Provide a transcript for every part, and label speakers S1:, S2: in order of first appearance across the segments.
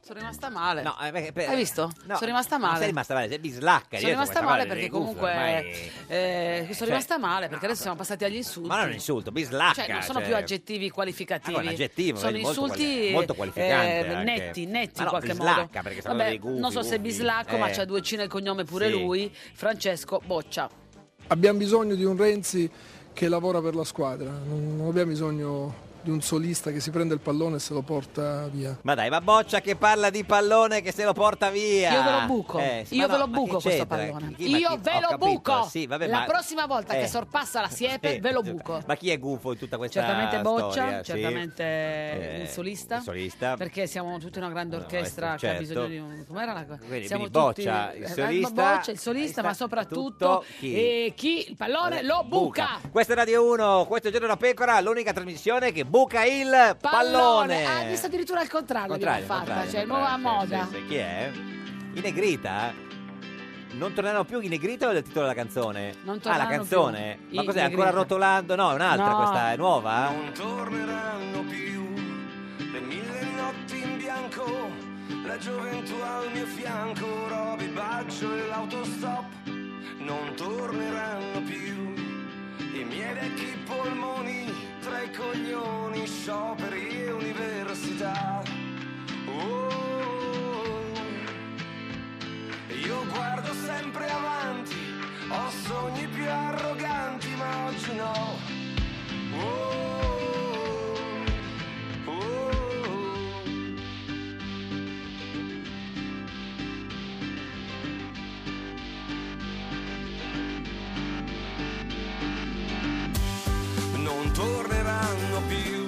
S1: Sono rimasta male.
S2: No, eh, perché- per-
S1: Hai visto?
S2: no,
S1: Sono rimasta
S2: non
S1: male.
S2: sei rimasta male, sei bislacca.
S1: Sono
S2: Io so
S1: rimasta
S2: questa
S1: male
S2: parola,
S1: perché
S2: le guffe
S1: comunque
S2: ormai-
S1: eh, sono
S2: cioè,
S1: rimasta male perché adesso siamo passati agli insulti.
S2: Ma non è un insulto, bislacca.
S1: Cioè, non sono
S2: cioè-
S1: più aggettivi qualificativi.
S2: Ah, ma è un aggettivo,
S1: sono
S2: è molto
S1: insulti
S2: quali- molto qualificante
S1: eh,
S2: anche.
S1: netti, netti
S2: Ma no,
S1: in qualche
S2: bislacca,
S1: modo.
S2: perché sono
S1: Vabbè,
S2: dei gufi,
S1: non so se è
S2: gufi.
S1: bislacco, ma
S2: Eh.
S1: c'ha due C nel cognome pure
S2: Sì.
S1: lui. Francesco Boccia.
S3: Abbiamo bisogno di un Renzi che lavora per la squadra, non non abbiamo bisogno di un solista che si prende il pallone e se lo porta via.
S2: Ma dai, ma Boccia che parla di pallone che se lo porta via.
S1: Io ve lo buco.
S2: Eh, sì,
S1: Io
S2: ma
S1: ve
S2: no,
S1: lo
S2: ma chi
S1: buco questo
S2: c'entra?
S1: pallone.
S2: Chi- ma
S1: Io
S2: chi-
S1: ve
S2: ho
S1: lo
S2: capito,
S1: buco.
S2: sì, vabbè,
S1: la
S2: ma-
S1: prossima volta
S2: eh.
S1: che sorpassa la siepe,
S2: Eh,
S1: ve lo
S2: cioè,
S1: buco.
S2: Ma chi è gufo in tutta questa
S1: Certamente Boccia,
S2: storia? Sì.
S1: certamente
S2: Eh,
S1: il solista.
S2: il solista.
S1: Perché siamo tutti una grande
S2: No, no,
S1: orchestra
S2: certo,
S1: che ha bisogno
S2: certo.
S1: di un. Com'era la cosa?
S2: Quindi-
S1: Siamo
S2: quindi Boccia, il
S1: eh,
S2: solista,
S1: Boccia, il solista, ma soprattutto
S2: tutto
S1: chi?
S2: chi?
S1: chi il pallone lo buca.
S2: Questa è Radio 1, questo è Giorno da Pecora, l'unica trasmissione che buca il pallone.
S1: Ah, visto addirittura il contrario,
S2: Contrario,
S1: l'abbiamo fatta,
S2: contrario,
S1: cioè
S2: contrario,
S1: nuova moda.
S2: sì, sì, sì. Chi è? I Negrita? Non torneranno più i Negrita o è il titolo della canzone?
S1: Non
S2: ah,
S1: torneranno
S2: la canzone?
S1: più
S2: Ma
S1: i
S2: cos'è?
S1: Negrita.
S2: Ancora rotolando? No, è un'altra
S1: No.
S2: questa, è nuova?
S4: Non torneranno più le mille notti in bianco, la gioventù al mio fianco, Roby Baggio e l'autostop. Non torneranno più i miei vecchi polmoni tra i coglioni, scioperi e università. Oh, io guardo sempre avanti, ho sogni più arroganti, ma oggi no. Oh, oh, oh. Non torneranno più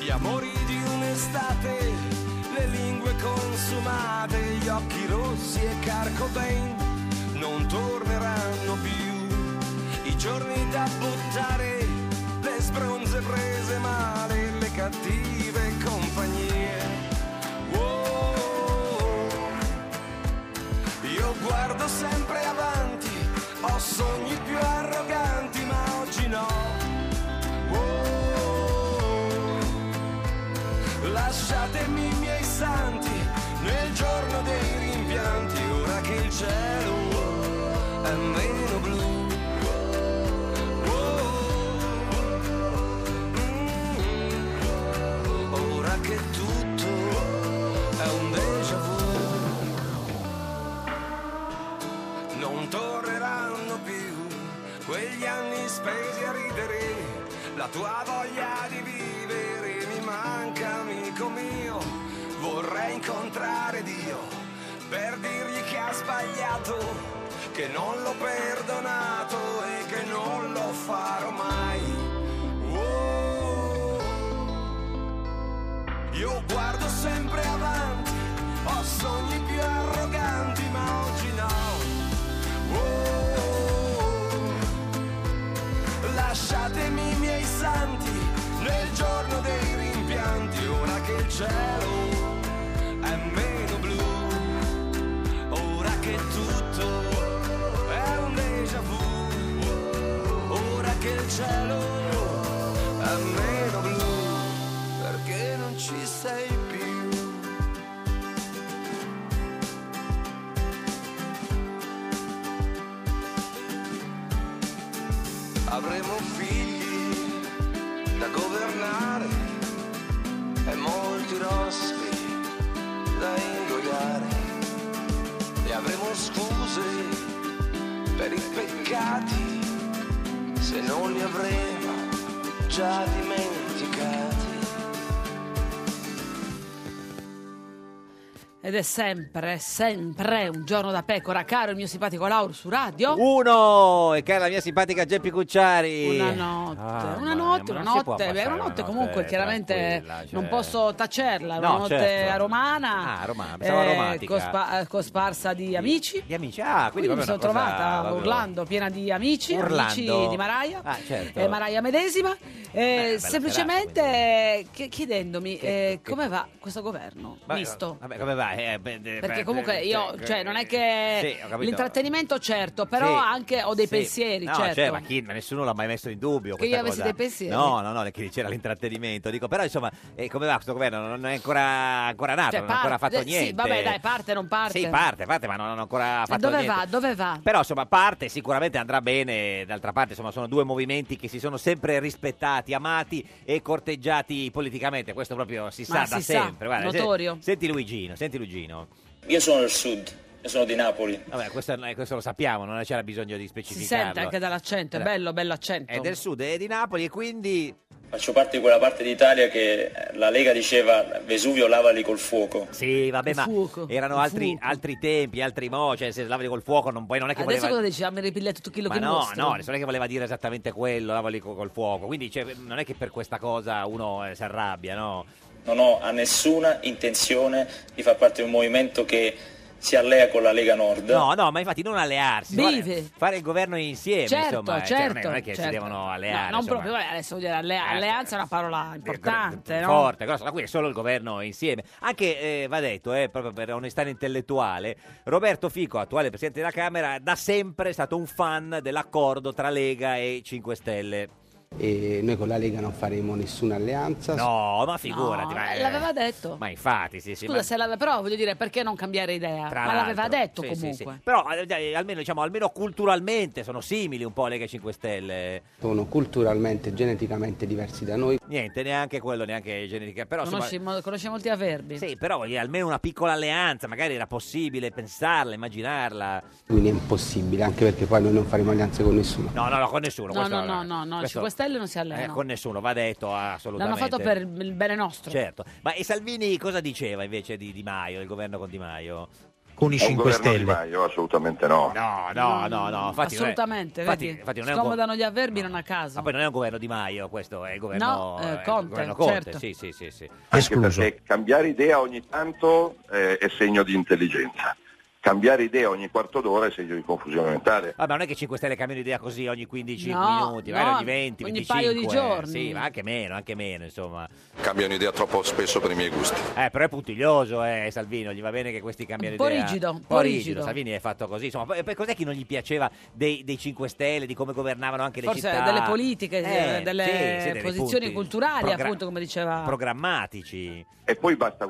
S4: gli amori di un'estate, le lingue consumate, gli occhi rossi e carcobain. Non torneranno più i giorni da buttare, le sbronze prese male, le cattive compagnie. Oh, io guardo sempre avanti, ho sogni più arroganti, ma oggi no. Oh, Lasciatemi i miei santi nel giorno dei rimpianti, ora che il cielo è meno blu. Oh, mm, Ora che tutto è un déjà vu, non torneranno più quegli anni spesi a ridere, la tua voglia di vivere mi manca, amico mio. Vorrei incontrare Dio per dirgli che ha sbagliato, che non l'ho perdonato e che non lo farò mai. Oh. Io guardo sempre avanti, ho sogni più arroganti, ma oggi no. Oh. Lasciatemi i miei santi nel giorno dei rimpianti, ora che il cielo è meno blu, ora che tutto è un déjà vu, ora che il cielo è meno blu, perché non ci sei più. avremo figli da governare e molti rospi da ingoiare e avremo scuse per i peccati se non li avremo già dimenticati.
S1: Ed è sempre, sempre un giorno da pecora, caro il mio simpatico Lauro su radio.
S2: Uno! E cara la mia simpatica Geppi Cucciari.
S1: Una notte,
S2: Ah,
S1: Cioè,
S2: ma-
S1: una notte,
S2: ma
S1: una
S2: non si può
S1: notte, beh,
S2: passare
S1: una notte comunque chiaramente
S2: tranquilla,
S1: non
S2: cioè.
S1: posso tacerla,
S2: No,
S1: una notte
S2: certo.
S1: romana,
S2: Ah, romana, pensavo romantica.
S1: cospa- eh, cosparsa di amici.
S2: Di amici, ah, quindi
S1: mi sono
S2: proprio una cosa
S1: trovata
S2: proprio-
S1: urlando, piena di amici,
S2: Urlando.
S1: amici di Maraia,
S2: Ah, certo.
S1: eh, Maraia medesima, eh,
S2: bella
S1: semplicemente eh, chi- chiedendomi
S2: Che-
S1: eh,
S2: che-
S1: come va questo governo
S2: Vabbè,
S1: misto.
S2: Vabbè, come va? Eh, beh, beh,
S1: Perché
S2: beh,
S1: comunque
S2: beh,
S1: io,
S2: beh, eh,
S1: cioè, non è
S2: sì,
S1: che
S2: ho capito.
S1: l'intrattenimento certo, però
S2: Sì,
S1: anche ho dei
S2: sì.
S1: pensieri,
S2: no,
S1: certo.
S2: cioè, ma, chi- ma nessuno l'ha mai messo in dubbio.
S1: Che
S2: questa
S1: io avessi
S2: cosa.
S1: dei pensieri?
S2: No, no, no, che c'era l'intrattenimento. Dico, però insomma, eh, come va questo governo? Non è ancora, ancora nato,
S1: Cioè,
S2: non ha ancora
S1: parte-
S2: fatto
S1: sì,
S2: niente.
S1: vabbè, dai, parte, non parte.
S2: Sì, parte, parte, ma non hanno ancora
S1: Ma
S2: fatto
S1: dove
S2: niente.
S1: va? Dove va?
S2: Però insomma parte sicuramente andrà bene, d'altra parte insomma sono due movimenti che si sono sempre rispettati, amati e corteggiati politicamente, questo proprio si
S5: Ma
S2: sa da
S5: si sa,
S2: sempre. Guarda, se-
S5: notorio.
S2: Senti Luigino, senti Luigino.
S5: Io sono del sud, io sono di Napoli.
S2: Vabbè, questo, eh, questo lo sappiamo, non c'era bisogno di
S1: Si
S2: specificarlo.
S1: sente anche dall'accento, è
S2: Allora,
S1: bello, bello accento.
S2: È del sud, è di Napoli e quindi...
S5: Faccio parte di quella parte d'Italia che la Lega diceva Vesuvio lavali col fuoco.
S2: Sì, vabbè, ma erano
S5: il
S2: altri,
S5: fuoco.
S2: altri tempi, altri modi, cioè se lavali col fuoco non, poi non è che
S1: Adesso
S2: voleva...
S1: cosa dici? Ah, Mi ripiglia tutto quello
S2: Ma
S1: che
S2: no,
S1: mostro.
S2: no, adesso non è che voleva dire esattamente quello, lavali co- col fuoco, quindi cioè, non è che per questa cosa uno eh, si arrabbia, no?
S5: Non ho a nessuna intenzione di far parte di un movimento che si allea con la Lega Nord.
S2: No, no, ma infatti non allearsi,
S1: Vive.
S2: fare- fare il governo insieme,
S1: Certo,
S2: insomma, eh, cioè, non, è,
S1: certo,
S2: non è che si
S1: certo.
S2: devono
S1: No,
S2: alleare,
S1: non
S2: insomma.
S1: proprio, vabbè, adesso voglio dire, alle-
S2: Eh,
S1: alleanza è una parola importante, eh, no?
S2: forte, grossa, ma qui è solo il governo insieme. Anche, eh, va detto, eh, proprio per onestà intellettuale, Roberto Fico, attuale Presidente della Camera, da sempre è stato un fan dell'accordo tra Lega e 5 Stelle.
S6: E noi con la Lega non faremo nessuna alleanza.
S2: No, ma figurati,
S1: No,
S2: ma, eh,
S1: l'aveva detto.
S2: ma infatti, sì, sì.
S1: Certo. Scusa,
S2: ma-
S1: se l'ave- però voglio dire, perché non cambiare idea?
S2: Tra
S1: ma l'aveva
S2: l'altro,
S1: detto
S2: sì, sì,
S1: comunque.
S2: sì. Però eh, dai, almeno, diciamo, almeno culturalmente sono simili un po' Lega e 5 Stelle.
S6: Sono culturalmente, geneticamente diversi da noi.
S2: Niente, neanche quello, neanche genetica. Però, insomma,
S1: Conosci, mo- conosci molti avverbi.
S2: sì, però voglio dire, almeno una piccola alleanza, magari era possibile pensarla, immaginarla.
S6: Quindi è impossibile, anche perché poi noi non faremo alleanze con nessuno.
S2: No, no, no, con nessuno.
S1: No,
S2: questo
S1: no, no, no, no,
S2: questo-
S1: 5 Stelle non si
S2: eh,
S1: allenano.
S2: con nessuno, va detto
S1: L'hanno
S2: assolutamente.
S1: fatto per il bene nostro.
S2: Certo, ma e Salvini cosa diceva invece di Di Maio, il governo con Di Maio?
S7: con
S8: Eh,
S7: i 5 Stelle.
S8: Io assolutamente no.
S2: No, no, no, no, infatti non è-
S1: Mm, Assolutamente,
S2: infatti-
S1: vedi?
S2: infatti non è un
S1: Scomodano gli avverbi non a caso.
S2: Ma poi non è un governo Di Maio, questo è il governo,
S1: No, eh,
S2: è il
S1: Conte,
S2: governo Conte,
S1: certo.
S2: sì, sì, sì, sì.
S8: Anche perché cambiare idea ogni tanto eh, è segno di intelligenza. Cambiare idea ogni quarto d'ora è segno di confusione mentale.
S2: Vabbè, non è che 5 Stelle cambiano idea così ogni 15
S1: No,
S2: minuti,
S1: no,
S2: magari ogni 20,
S1: ogni
S2: 25.
S1: paio di giorni.
S2: Eh, Sì, ma anche meno, anche meno, insomma.
S8: Cambiano idea troppo spesso per i miei gusti.
S2: Eh, però è puntiglioso, eh, Salvino, gli va bene che questi cambiano
S1: Un po'
S2: idea.
S1: rigido, un
S2: un
S1: po'
S2: po' rigido.
S1: rigido.
S2: Salvini è fatto così, insomma. Poi, poi cos'è che non gli piaceva dei, dei 5 Stelle, di come governavano anche le
S1: Forse
S2: città?
S1: delle politiche,
S2: Eh,
S1: eh, delle
S2: sì, sì, dei
S1: posizioni
S2: punti
S1: culturali,
S2: progra-
S1: appunto, come diceva.
S2: programmatici.
S8: E poi basta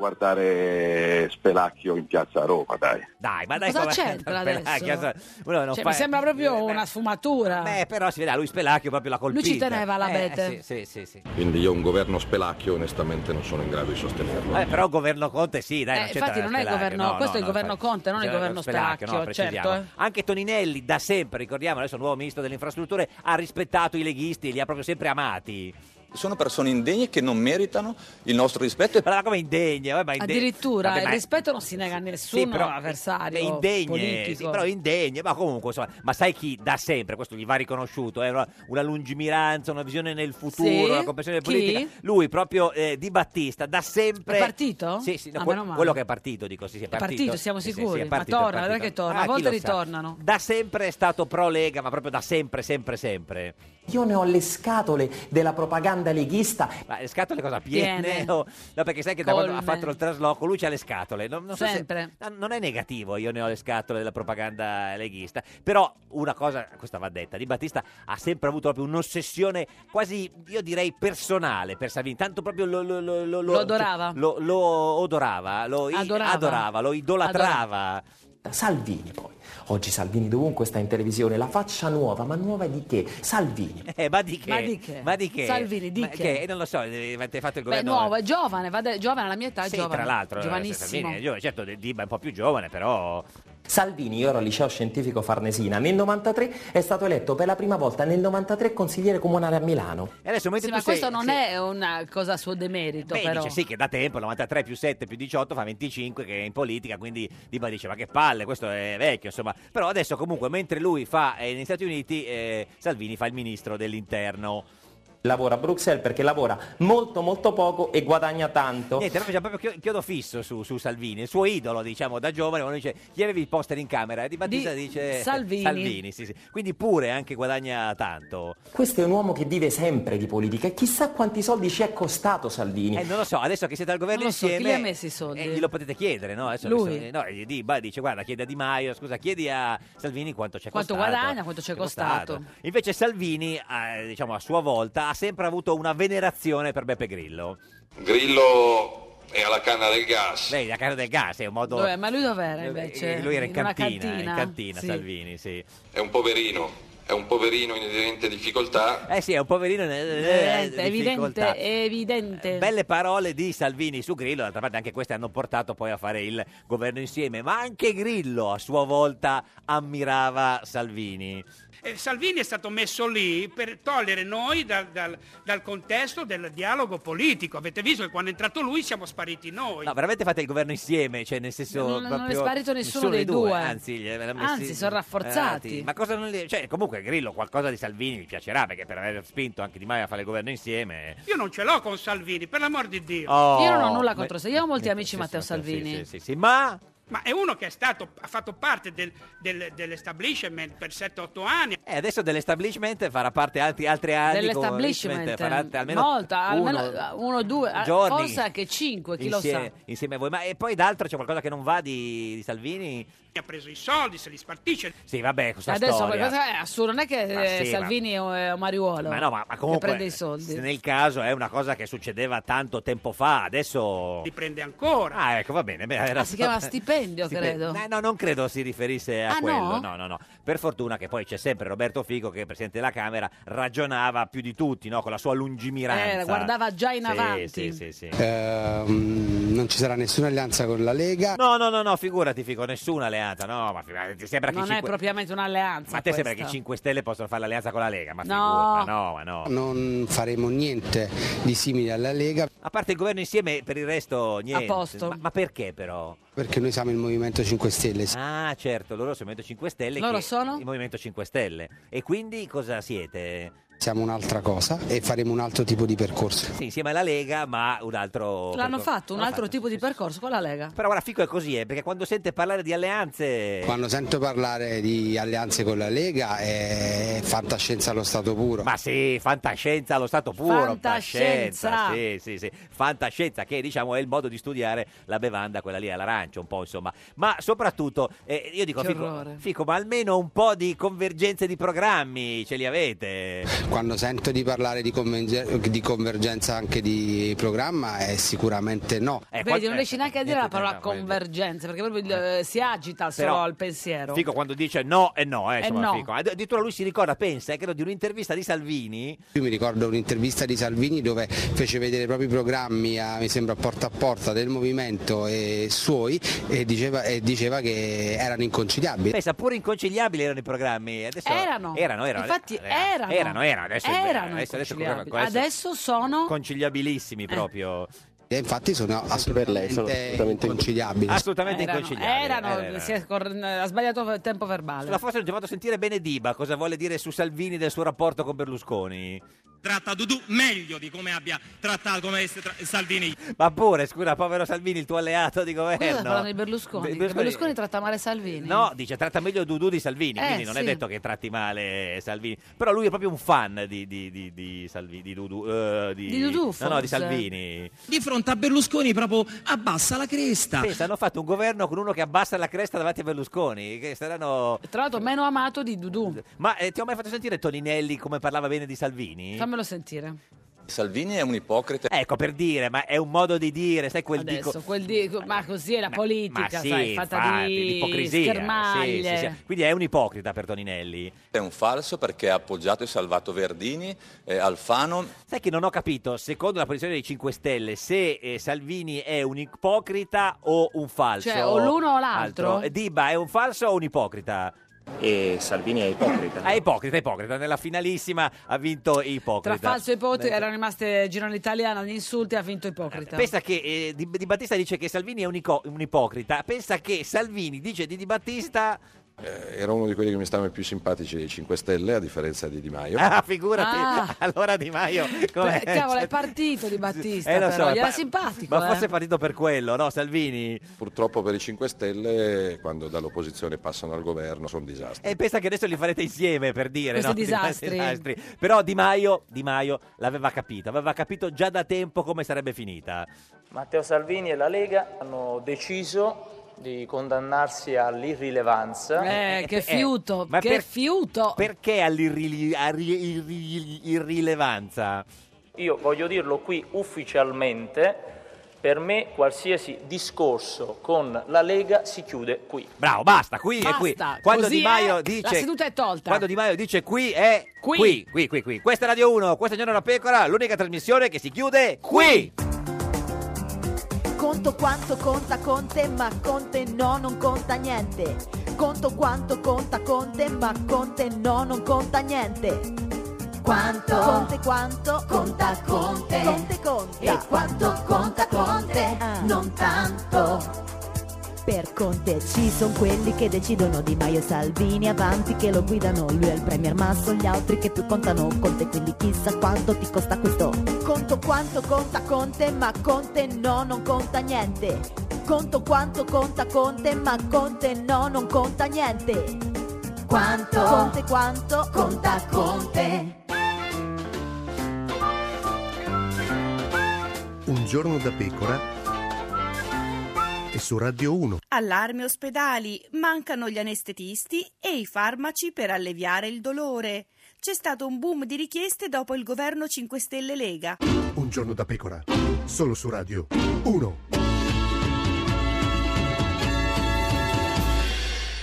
S8: guardare Spelacchio in piazza a Roma, dai.
S2: Dai, ma dai,
S1: Cosa
S2: come-
S1: c'entra
S2: Spelacchio,
S1: adesso?
S2: uno non
S1: Cioè,
S2: fa-
S1: Mi sembra proprio una sfumatura.
S2: Eh, però si vede, ah, lui Spelacchio proprio la
S1: Lui
S2: colpita.
S1: ci teneva alla
S2: Eh,
S1: Bete.
S2: sì, sì, sì, sì.
S8: Quindi io un governo Spelacchio onestamente non sono in grado di sostenerlo.
S2: Eh, però governo Conte sì, dai,
S1: Eh,
S2: non c'entra
S1: infatti non è il
S2: Spelacchio,
S1: governo-
S2: no, no,
S1: questo è il
S2: no,
S1: governo
S2: infatti,
S1: Conte, non è il
S2: c'era
S1: governo Spelacchio,
S2: precisiamo.
S1: certo,
S2: Anche Toninelli da sempre, ricordiamo, adesso il nuovo ministro delle infrastrutture ha rispettato i leghisti, li ha proprio sempre amati.
S9: Sono persone indegne che non meritano il nostro rispetto.
S2: Ma come indegne? Vabbè, ma inde-
S1: Addirittura
S2: Vabbè,
S1: il
S2: ma-
S1: rispetto non si nega a nessuno
S2: Sì, però-
S1: avversario
S2: eh, indegne,
S1: politico.
S2: sì, però indegne, ma comunque insomma, ma sai chi da sempre, questo gli va riconosciuto, è una, una lungimiranza, una visione nel futuro,
S1: Sì?
S2: una comprensione
S1: Chi?
S2: politica. Lui proprio eh, Di Battista da sempre
S1: È partito?
S2: Sì, sì, no,
S1: Ah,
S2: quel-
S1: meno male.
S2: quello che è partito, dico, sì, sì, è
S1: È
S2: partito.
S1: partito, siamo
S2: Sì, sì, sì,
S1: sicuri.
S2: è partito,
S1: ma
S2: è
S1: torna,
S2: partito.
S1: vedrai che torna.
S2: Ah,
S1: a
S2: chi
S1: volte
S2: lo sa?
S1: ritornano.
S2: Da sempre è stato pro Lega, ma proprio da sempre, sempre, sempre.
S10: Io ne ho le scatole della propaganda leghista.
S2: Ma le scatole cosa piene?
S10: Piene.
S2: o- No, perché sai che da
S10: Colme.
S2: quando ha fatto il trasloco lui c'ha le scatole. Non, non so se-
S1: Sempre.
S2: no, non è negativo, io ne ho le scatole della propaganda leghista. Però una cosa, questa va detta, Di Battista ha sempre avuto proprio un'ossessione quasi, io direi, personale per Salvini. Tanto proprio lo... Lo, lo, lo-
S10: Lo adorava.
S2: Lo, lo odorava, lo i-
S10: Adorava.
S2: adorava, lo idolatrava.
S10: Salvini poi. Oggi Salvini dovunque sta in televisione, la faccia nuova, ma nuova di che? Salvini.
S2: Eh, ma di che?
S1: Ma di che?
S2: Ma di che?
S1: Salvini, di
S2: Ma
S1: che?
S2: Eh, Non lo so, eh, avete fatto il
S1: Beh,
S2: governo...
S1: nuovo, è giovane, va de- giovane alla mia età, è
S2: Sì,
S1: giovane.
S2: tra l'altro, eh,
S1: giovanissimo.
S2: Salvini è giovane, certo, Di Di è un po' più giovane, però
S10: Salvini, io ero al liceo scientifico Farnesina, nel 93 è stato eletto per la prima volta nel 93 consigliere comunale a Milano.
S2: E adesso mentre
S1: Sì,
S2: tu
S1: ma
S2: sei-
S1: questo non è una cosa a suo demerito,
S10: Certo,
S2: Beh,
S1: però.
S2: dice sì che da tempo, 93 più 7 più 18 fa 25 che è in politica, quindi Diba dice ma che palle, questo è vecchio, insomma. Però adesso comunque mentre lui fa eh, negli Stati Uniti, eh, Salvini fa il ministro dell'interno.
S10: Lavora a Bruxelles perché lavora molto molto poco e guadagna tanto.
S2: Niente, noi facciamo proprio chio- chiodo fisso su, su Salvini, il suo idolo diciamo da giovane, quando dice chi avevi il poster in camera? E Di Battista
S10: Di
S2: dice
S10: Salvini.
S2: sì, sì. Quindi pure anche guadagna tanto.
S10: Questo è un uomo che vive sempre di politica e chissà quanti soldi ci è costato Salvini.
S2: Eh, non lo so, adesso che siete al governo
S10: Non lo so, chi
S2: insieme...
S10: li ha messi
S1: i soldi?
S2: eh, glielo potete chiedere, no? Adesso
S1: Lui.
S2: adesso- no, gli Diba dice, guarda, chiedi a Di Maio, scusa, chiedi a Salvini quanto c'è
S1: Quanto
S2: costato.
S1: guadagna, quanto c'è costato.
S2: Invece Salvini, eh, diciamo, a sua volta, ha sempre avuto una venerazione per Beppe Grillo.
S7: Grillo è alla canna del gas.
S2: Lei, la cara del gas, è un modo...
S1: Dov'è? Ma lui dov'era invece?
S2: Eh, Lui era in
S1: una
S2: cantina, in cantina
S1: Sì.
S2: Salvini, sì.
S7: È un poverino, è un poverino in evidente difficoltà.
S2: Eh sì, è un poverino in eh,
S1: Evidente,
S2: difficoltà. Eh,
S1: evidente, eh. evidente.
S2: Belle parole di Salvini su Grillo, d'altra parte anche queste hanno portato poi a fare il governo insieme, ma anche Grillo a sua volta ammirava Salvini.
S11: Eh, Salvini è stato messo lì per togliere noi dal, dal- dal contesto del dialogo politico. Avete visto che quando è entrato lui siamo spariti noi.
S2: No, veramente fate il governo insieme, cioè nel senso...
S11: Non- non è
S2: proprio-
S11: sparito
S1: nessuno dei due.
S2: Anzi, gli avevano messi-
S1: Anzi, sono rafforzati.
S2: Eh, ma cosa non li- Cioè, comunque Grillo qualcosa di Salvini gli piacerà, perché per aver spinto anche Di Maio a fare il governo insieme...
S11: Io non ce l'ho con Salvini, per l'amor di Dio.
S2: Oh,
S1: Io non ho nulla contro
S2: me-
S1: Salvini, io ho molti
S2: me-
S1: amici
S2: sì,
S1: Matteo
S2: sì, Matteo, sì,
S1: Salvini.
S2: sì, sì, sì, ma...
S11: Ma è uno che è stato, ha fatto parte del- del- dell'establishment per 7-8 anni.
S2: E eh, adesso dell'establishment farà parte altri, altri anni. con-
S1: Dell'establishment,
S2: farà alt- almeno
S1: molta, almeno
S2: uno-
S1: uno, due, ah,
S2: giorni.
S1: forse anche cinque, chi lo sa.
S2: insieme, insieme a voi. Ma e poi d'altro c'è qualcosa che non va di, di Salvini?
S11: Ha preso i soldi, se li spartisce.
S2: Sì, vabbè, questa
S1: Adesso
S2: storia.
S1: questa è assurdo, non è che
S2: Ma
S1: eh,
S2: sì, ma-
S1: Salvini è un- è un mariuolo
S2: Ma no, ma, ma
S1: che prende
S2: comunque
S1: i soldi.
S2: se nel caso è una cosa che succedeva tanto tempo fa, adesso
S11: Li prende ancora.
S2: Ah, ecco, va bene. beh, era-
S1: Ah, si chiama stipendio,
S2: Sì,
S1: credo.
S2: beh, No, non credo si riferisse a
S1: Ah,
S2: quello.
S1: no?
S2: No, no, no. Per fortuna che poi c'è sempre Roberto Fico che presidente della Camera ragionava più di tutti, no, con la sua lungimiranza.
S1: Eh, guardava già in
S2: Sì, Sì,
S1: avanti.
S2: sì, sì.
S6: Ehm, non ci sarà nessuna alleanza con la Lega.
S2: No, no, no, no, figurati, Fico, nessuna alleanza. No, ma fi- ti sembra che
S1: non
S2: i
S1: è
S2: cinque-
S1: propriamente un'alleanza
S2: Ma a te sembra che i
S1: questa.
S2: 5 Stelle possono fare l'alleanza con la Lega? Ma
S1: No.
S2: figura, ma no, ma no.
S6: Non faremo niente di simile alla Lega
S2: A parte il governo insieme, per il resto niente.
S6: posto.
S2: Ma, ma perché però?
S6: perché noi siamo il Movimento 5 Stelle.
S2: Ah, certo, loro sono il Movimento 5 Stelle.
S6: Loro
S2: che- Il Movimento 5 Stelle. E quindi cosa siete?
S6: Siamo un'altra cosa e faremo un altro tipo di percorso.
S2: Sì, insieme alla Lega, ma un altro...
S1: L'hanno
S2: percorso.
S1: fatto un
S2: L'hanno
S1: altro tipo di percorso con la Lega.
S2: Però ora Fico è così, eh, perché quando sente parlare di alleanze...
S6: Quando sento parlare di alleanze con la Lega è fantascienza allo stato puro.
S2: Ma sì, fantascienza allo stato puro.
S6: Fantascienza.
S2: Sì, sì, sì. Fantascienza, che diciamo è il modo di studiare la bevanda, quella lì all'arancio, un po' insomma. Ma soprattutto, eh, io dico,
S6: Che
S2: Fico,
S6: orrore.
S2: Fico, ma almeno un po' di convergenze di programmi ce li avete.
S6: Quando sento di parlare di, converge- di convergenza anche di programma è sicuramente no.
S1: Vedi, non
S2: eh,
S1: riesci neanche a dire la
S6: niente,
S1: parola
S6: no, voglio
S1: convergenza, perché proprio eh, si agita solo
S2: Però-
S1: al pensiero.
S2: Fico quando dice no e no, eh,
S1: Eh,
S2: insomma,
S1: no.
S2: Fico. Add- Addirittura lui si ricorda, pensa, eh, credo di un'intervista di Salvini.
S6: Io mi ricordo un'intervista di Salvini dove fece vedere i propri programmi, a, mi sembra, porta a porta del movimento e suoi e diceva, e diceva che erano inconciliabili.
S2: Pensa, pure inconciliabili erano i programmi. Adesso-
S1: Erano.
S2: Erano, erano. Eh,
S1: Infatti erano.
S2: Erano, erano. Adesso,
S1: Erano
S2: adesso, adesso-
S1: inconciliabili.
S2: adesso-
S1: Adesso Eh. sono...
S2: conciliabilissimi proprio.
S6: E infatti sono assolutamente inconciliabili.
S2: Assolutamente
S1: erano,
S2: inconciliabili.
S1: erano,
S2: Eh,
S1: si è cor- ha sbagliato il tempo verbale.
S2: La forza non ci ha fatto sentire bene Diba, cosa vuole dire su Salvini del suo rapporto con Berlusconi.
S12: tratta Dudu meglio di come abbia trattato come avesse tra- Salvini.
S2: Ma pure, scusa, povero Salvini, il tuo alleato di
S1: Cosa sta parlando
S2: governo.
S1: di Berlusconi?
S2: eh, Be-
S1: Che
S2: Berlusconi-
S1: Berlusconi, tratta male Salvini.
S2: No, dice tratta meglio Dudu di Salvini,
S1: Eh,
S2: quindi non è
S1: sì.
S2: detto che tratti male Salvini. Però lui è proprio un fan di, di, di, di Salvini, di Dudu. eh, di,
S12: Di Dudu,
S2: No, no,
S12: forse.
S2: di Salvini.
S12: Di fronte a Berlusconi proprio abbassa la cresta.
S2: Pensa, hanno fatto un governo con uno che abbassa la cresta davanti a Berlusconi, che saranno...
S1: Tra l'altro meno amato di Dudu.
S2: Ma eh, ti ho mai fatto sentire Toninelli come parlava bene di Salvini?
S1: Fammelo sentire.
S9: Salvini è un ipocrita.
S2: Ecco, per dire, ma è un modo di dire, sai quel
S1: Adesso,
S2: dico...
S1: quel di- ma così è la politica,
S2: Ma sì,
S1: sai, fatta
S2: infatti,
S1: di
S2: l'ipocrisia, sì,
S1: schermaglie.
S2: sì, sì. Quindi è un ipocrita per Toninelli.
S9: È un falso perché ha appoggiato e salvato Verdini, eh, Alfano.
S2: Sai che non ho capito, secondo la posizione dei 5 Stelle, se eh, Salvini è un ipocrita o un falso.
S1: Cioè, o l'uno o l'altro?
S2: Altro. Eh, Diba è un falso o un ipocrita? E Salvini è ipocrita. È ipocrita, ipocrita. Nella finalissima ha vinto ipocrita.
S1: Tra falso e ipocrita erano rimaste girone italiana, gli insulti ha vinto ipocrita.
S2: Pensa che eh, di, Di Battista dice che Salvini è un, ico- un ipocrita. Pensa che Salvini dice di Di Battista.
S13: Eh, era uno di quelli che mi stavano più simpatici dei 5 Stelle, a differenza di Di Maio.
S2: Ah, figurati.
S1: Ah.
S2: Allora Di Maio. com'è?
S1: Beh, Eh, cavolo,
S2: Cioè,
S1: è partito di Battista,
S2: eh, lo so,
S1: però, gli era
S2: pa-
S1: simpatico.
S2: Ma
S1: eh.
S2: forse è partito per quello, no, Salvini?
S13: Purtroppo per i 5 Stelle, quando dall'opposizione passano al governo, sono disastri.
S2: E pensa che adesso li farete insieme per dire
S13: Questi
S2: no? Di-
S13: disastri.
S2: Però Di Maio, Di Maio l'aveva capito, aveva capito già da tempo come sarebbe finita.
S14: Matteo Salvini e la Lega hanno deciso di condannarsi all'irrilevanza.
S1: Eh, che fiuto,
S2: ma
S1: che
S2: per-
S1: fiuto.
S2: Perché all'irri- arri- irri- irrilevanza?
S14: Io voglio dirlo qui ufficialmente, per me qualsiasi discorso con la Lega si chiude qui.
S2: Bravo, Oh, basta, qui e qui.
S1: Basta,
S2: Quando
S1: così
S2: Di Maio
S1: è,
S2: dice
S1: La seduta è tolta.
S2: Quando Di Maio dice qui è
S1: Qui.
S2: qui, qui, qui, qui. Questa è Radio 1, questa è Giorno da Pecora, l'unica trasmissione che si chiude qui.
S15: Conto quanto conta Conte, ma Conte no, non conta niente. Conto quanto conta Conte, ma Conte no, non conta niente. Quanto? Conte quanto? Conta Conte. Conte conta. E quanto conta Conte? Non tanto. Per Conte ci sono quelli che decidono Di Maio e Salvini avanti che lo guidano Lui è il premier ma sono gli altri che più contano Conte quindi chissà quanto ti costa questo Conto quanto conta Conte ma Conte no non conta niente Conto quanto conta Conte ma Conte no non conta niente Quanto? Conte quanto? Conta Conte
S16: Un giorno da pecora e su Radio 1.
S17: Allarme ospedali, mancano gli anestetisti e i farmaci per alleviare il dolore. C'è stato un boom di richieste dopo il governo 5 Stelle Lega.
S16: Un giorno da pecora, solo su Radio 1.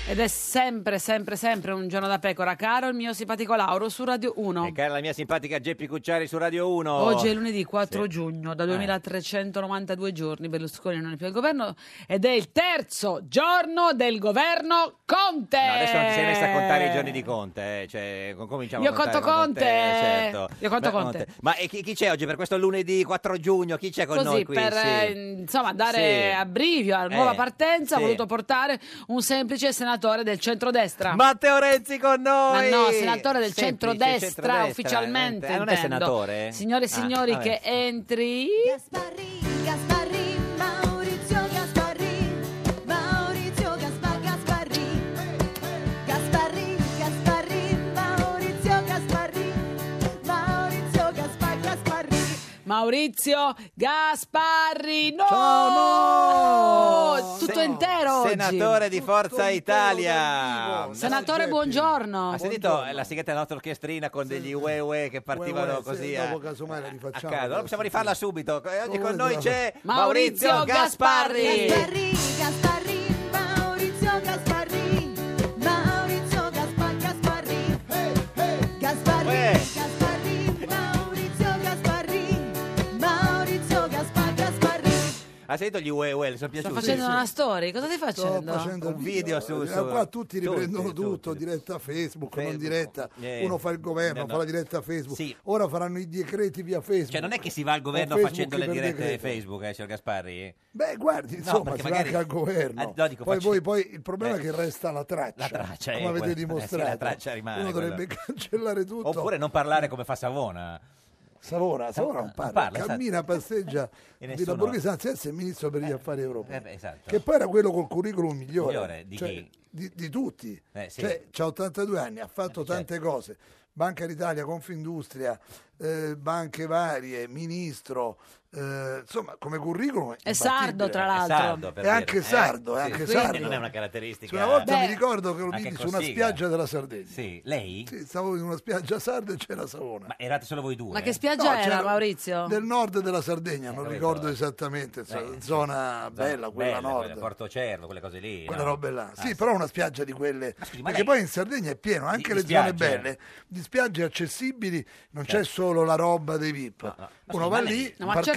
S1: Ed è sempre, sempre, sempre un giorno da pecora, caro il mio simpatico Lauro su Radio 1.
S2: E cara la mia simpatica Geppi Cucciari su Radio 1.
S1: Oggi è lunedì 4
S2: Oh, Sì. Eh.
S1: giugno, da 2392 giorni Berlusconi non è più al governo ed è il terzo giorno del governo Conte.
S2: No, adesso non ti sei messa a contare i giorni di Conte, eh, cioè, com- cominciamo
S1: Io
S2: a contare
S1: conto
S2: con
S1: Conte.
S2: certo.
S1: Io conto
S2: Ma-
S1: Conte.
S2: Ma e chi, chi c'è oggi per questo lunedì 4 giugno? Chi c'è con
S1: Così,
S2: noi qui?
S1: per
S2: Sì.
S1: eh, insomma, dare
S2: Sì.
S1: abbrivio alla nuova
S2: Eh,
S1: partenza,
S2: sì.
S1: ha voluto portare un semplice senatore del centrodestra.
S2: Matteo Renzi con
S1: Ma
S2: noi!
S1: no, senatore
S2: Semplice,
S1: del centrodestra,
S2: centrodestra,
S1: ufficialmente.
S2: eh, non è
S1: intendo.
S2: senatore?
S1: Signore e
S2: Ah,
S1: signori,
S2: vabbè.
S1: che entri.
S15: Gasparri, Maurizio Gasparri, Maurizio Gaspar Gasparri, Gasparri, Gasparri, Maurizio Gasparri, Maurizio Gaspar Gasparri.
S1: Maurizio Gasparri. No! Tutto
S2: Se-
S1: intero
S2: Senatore
S1: oggi.
S2: di Forza Italia.
S1: Senatore, buongiorno.
S18: Ah,
S2: Ha sentito eh, la segreta della nostra orchestrina con degli ue ue che partivano
S18: Uè, uè,
S2: così
S18: se
S2: a,
S18: dopo casomai la rifacciamo.
S2: a caso. Allora possiamo rifarla subito. Eh, Oggi
S18: Come
S2: con noi
S18: no?
S2: c'è
S18: Maurizio
S2: Maurizio Gasparri.
S15: Gasparri, Gasparri, Maurizio Gasparri, Maurizio Gaspar Gasparri, Gasparri, Gasparri, Maurizio Gasparri, Maurizio Gaspar Gasparri.
S2: Ha sentito gli ue ue, le sono piaciuti.
S1: Sto facendo una storia. Cosa stai facendo?
S18: Eh, Sto facendo
S2: Un
S18: il
S2: video su- su-
S18: Eh, qua tutti
S2: eh, tutti,
S18: riprendono tutto, diretta Facebook, non diretta.
S2: Eh.
S18: Uno fa il governo,
S2: Eh, no.
S18: fa la diretta Facebook.
S2: Sì.
S18: Ora faranno i decreti via Facebook.
S2: Cioè non è che si va al governo
S18: O Facebook
S2: facendo le
S18: per
S2: dirette
S18: decreto.
S2: Facebook, eh, signor Gasparri?
S18: Beh, guardi,
S2: No,
S18: insomma,
S2: perché
S18: si va
S2: magari-
S18: anche al governo.
S2: Ah, no, dico,
S18: poi,
S2: facci-
S18: voi- poi il problema è che
S2: Eh.
S18: resta la traccia.
S2: La traccia,
S18: come
S2: eh,
S18: avete
S2: quella-
S18: dimostrato.
S2: eh, sì, la traccia rimane,
S18: Uno dovrebbe
S2: quello.
S18: cancellare tutto.
S2: Oppure non parlare come fa Savona.
S18: Savona, Savona non parla,
S2: parla, esatto.
S18: cammina, passeggia.
S2: E
S18: Villa
S2: nessuno-
S18: Borghese, anzi, adesso è ministro per gli affari europei.
S2: beh, esatto.
S18: Che poi era quello col curriculum migliore.
S2: Migliore di
S18: Cioè,
S2: chi?
S18: di- di tutti.
S2: Eh, sì.
S18: Cioè, c'ha 82 anni, ha fatto tante cose. Banca d'Italia, Confindustria, eh, banche varie, ministro, eh, insomma, come curriculum
S1: È sardo,
S18: imbattibile.
S1: tra l'altro. È sardo, per
S18: È anche
S1: dire.
S18: sardo, è
S1: Eh,
S18: anche
S1: sì,
S18: sardo. Cioè,
S1: non è una
S2: caratteristica-
S18: Una volta
S1: Beh.
S18: mi ricordo che lo
S2: Anche
S18: vidi su
S2: con
S18: una
S2: Siga.
S18: spiaggia della Sardegna.
S2: Sì, lei?
S18: Sì, stavo in una spiaggia sarda e c'era Savona.
S2: Ma erate solo voi due?
S1: Ma che spiaggia
S18: No,
S1: era,
S18: c'era-
S1: Maurizio?
S18: Del nord della Sardegna, non
S2: capito.
S18: ricordo esattamente, zo-
S2: Eh,
S18: Cioè, zona
S2: sì.
S18: bella, quella
S2: bella,
S18: nord.
S2: quella, Porto Cervo, quelle cose lì.
S18: quella
S2: no?
S18: roba là.
S2: Ah,
S18: Sì, però una spiaggia di quelle.
S2: scusi, ma
S18: perché
S2: lei-
S18: poi in Sardegna è pieno, anche
S2: di
S18: le
S2: spiagge?
S18: zone belle, di spiagge accessibili, non c'è
S2: Certo.
S18: solo la roba dei VIP.
S2: Ma
S18: Uno
S2: scusi,
S18: va
S2: ma certo
S18: lì,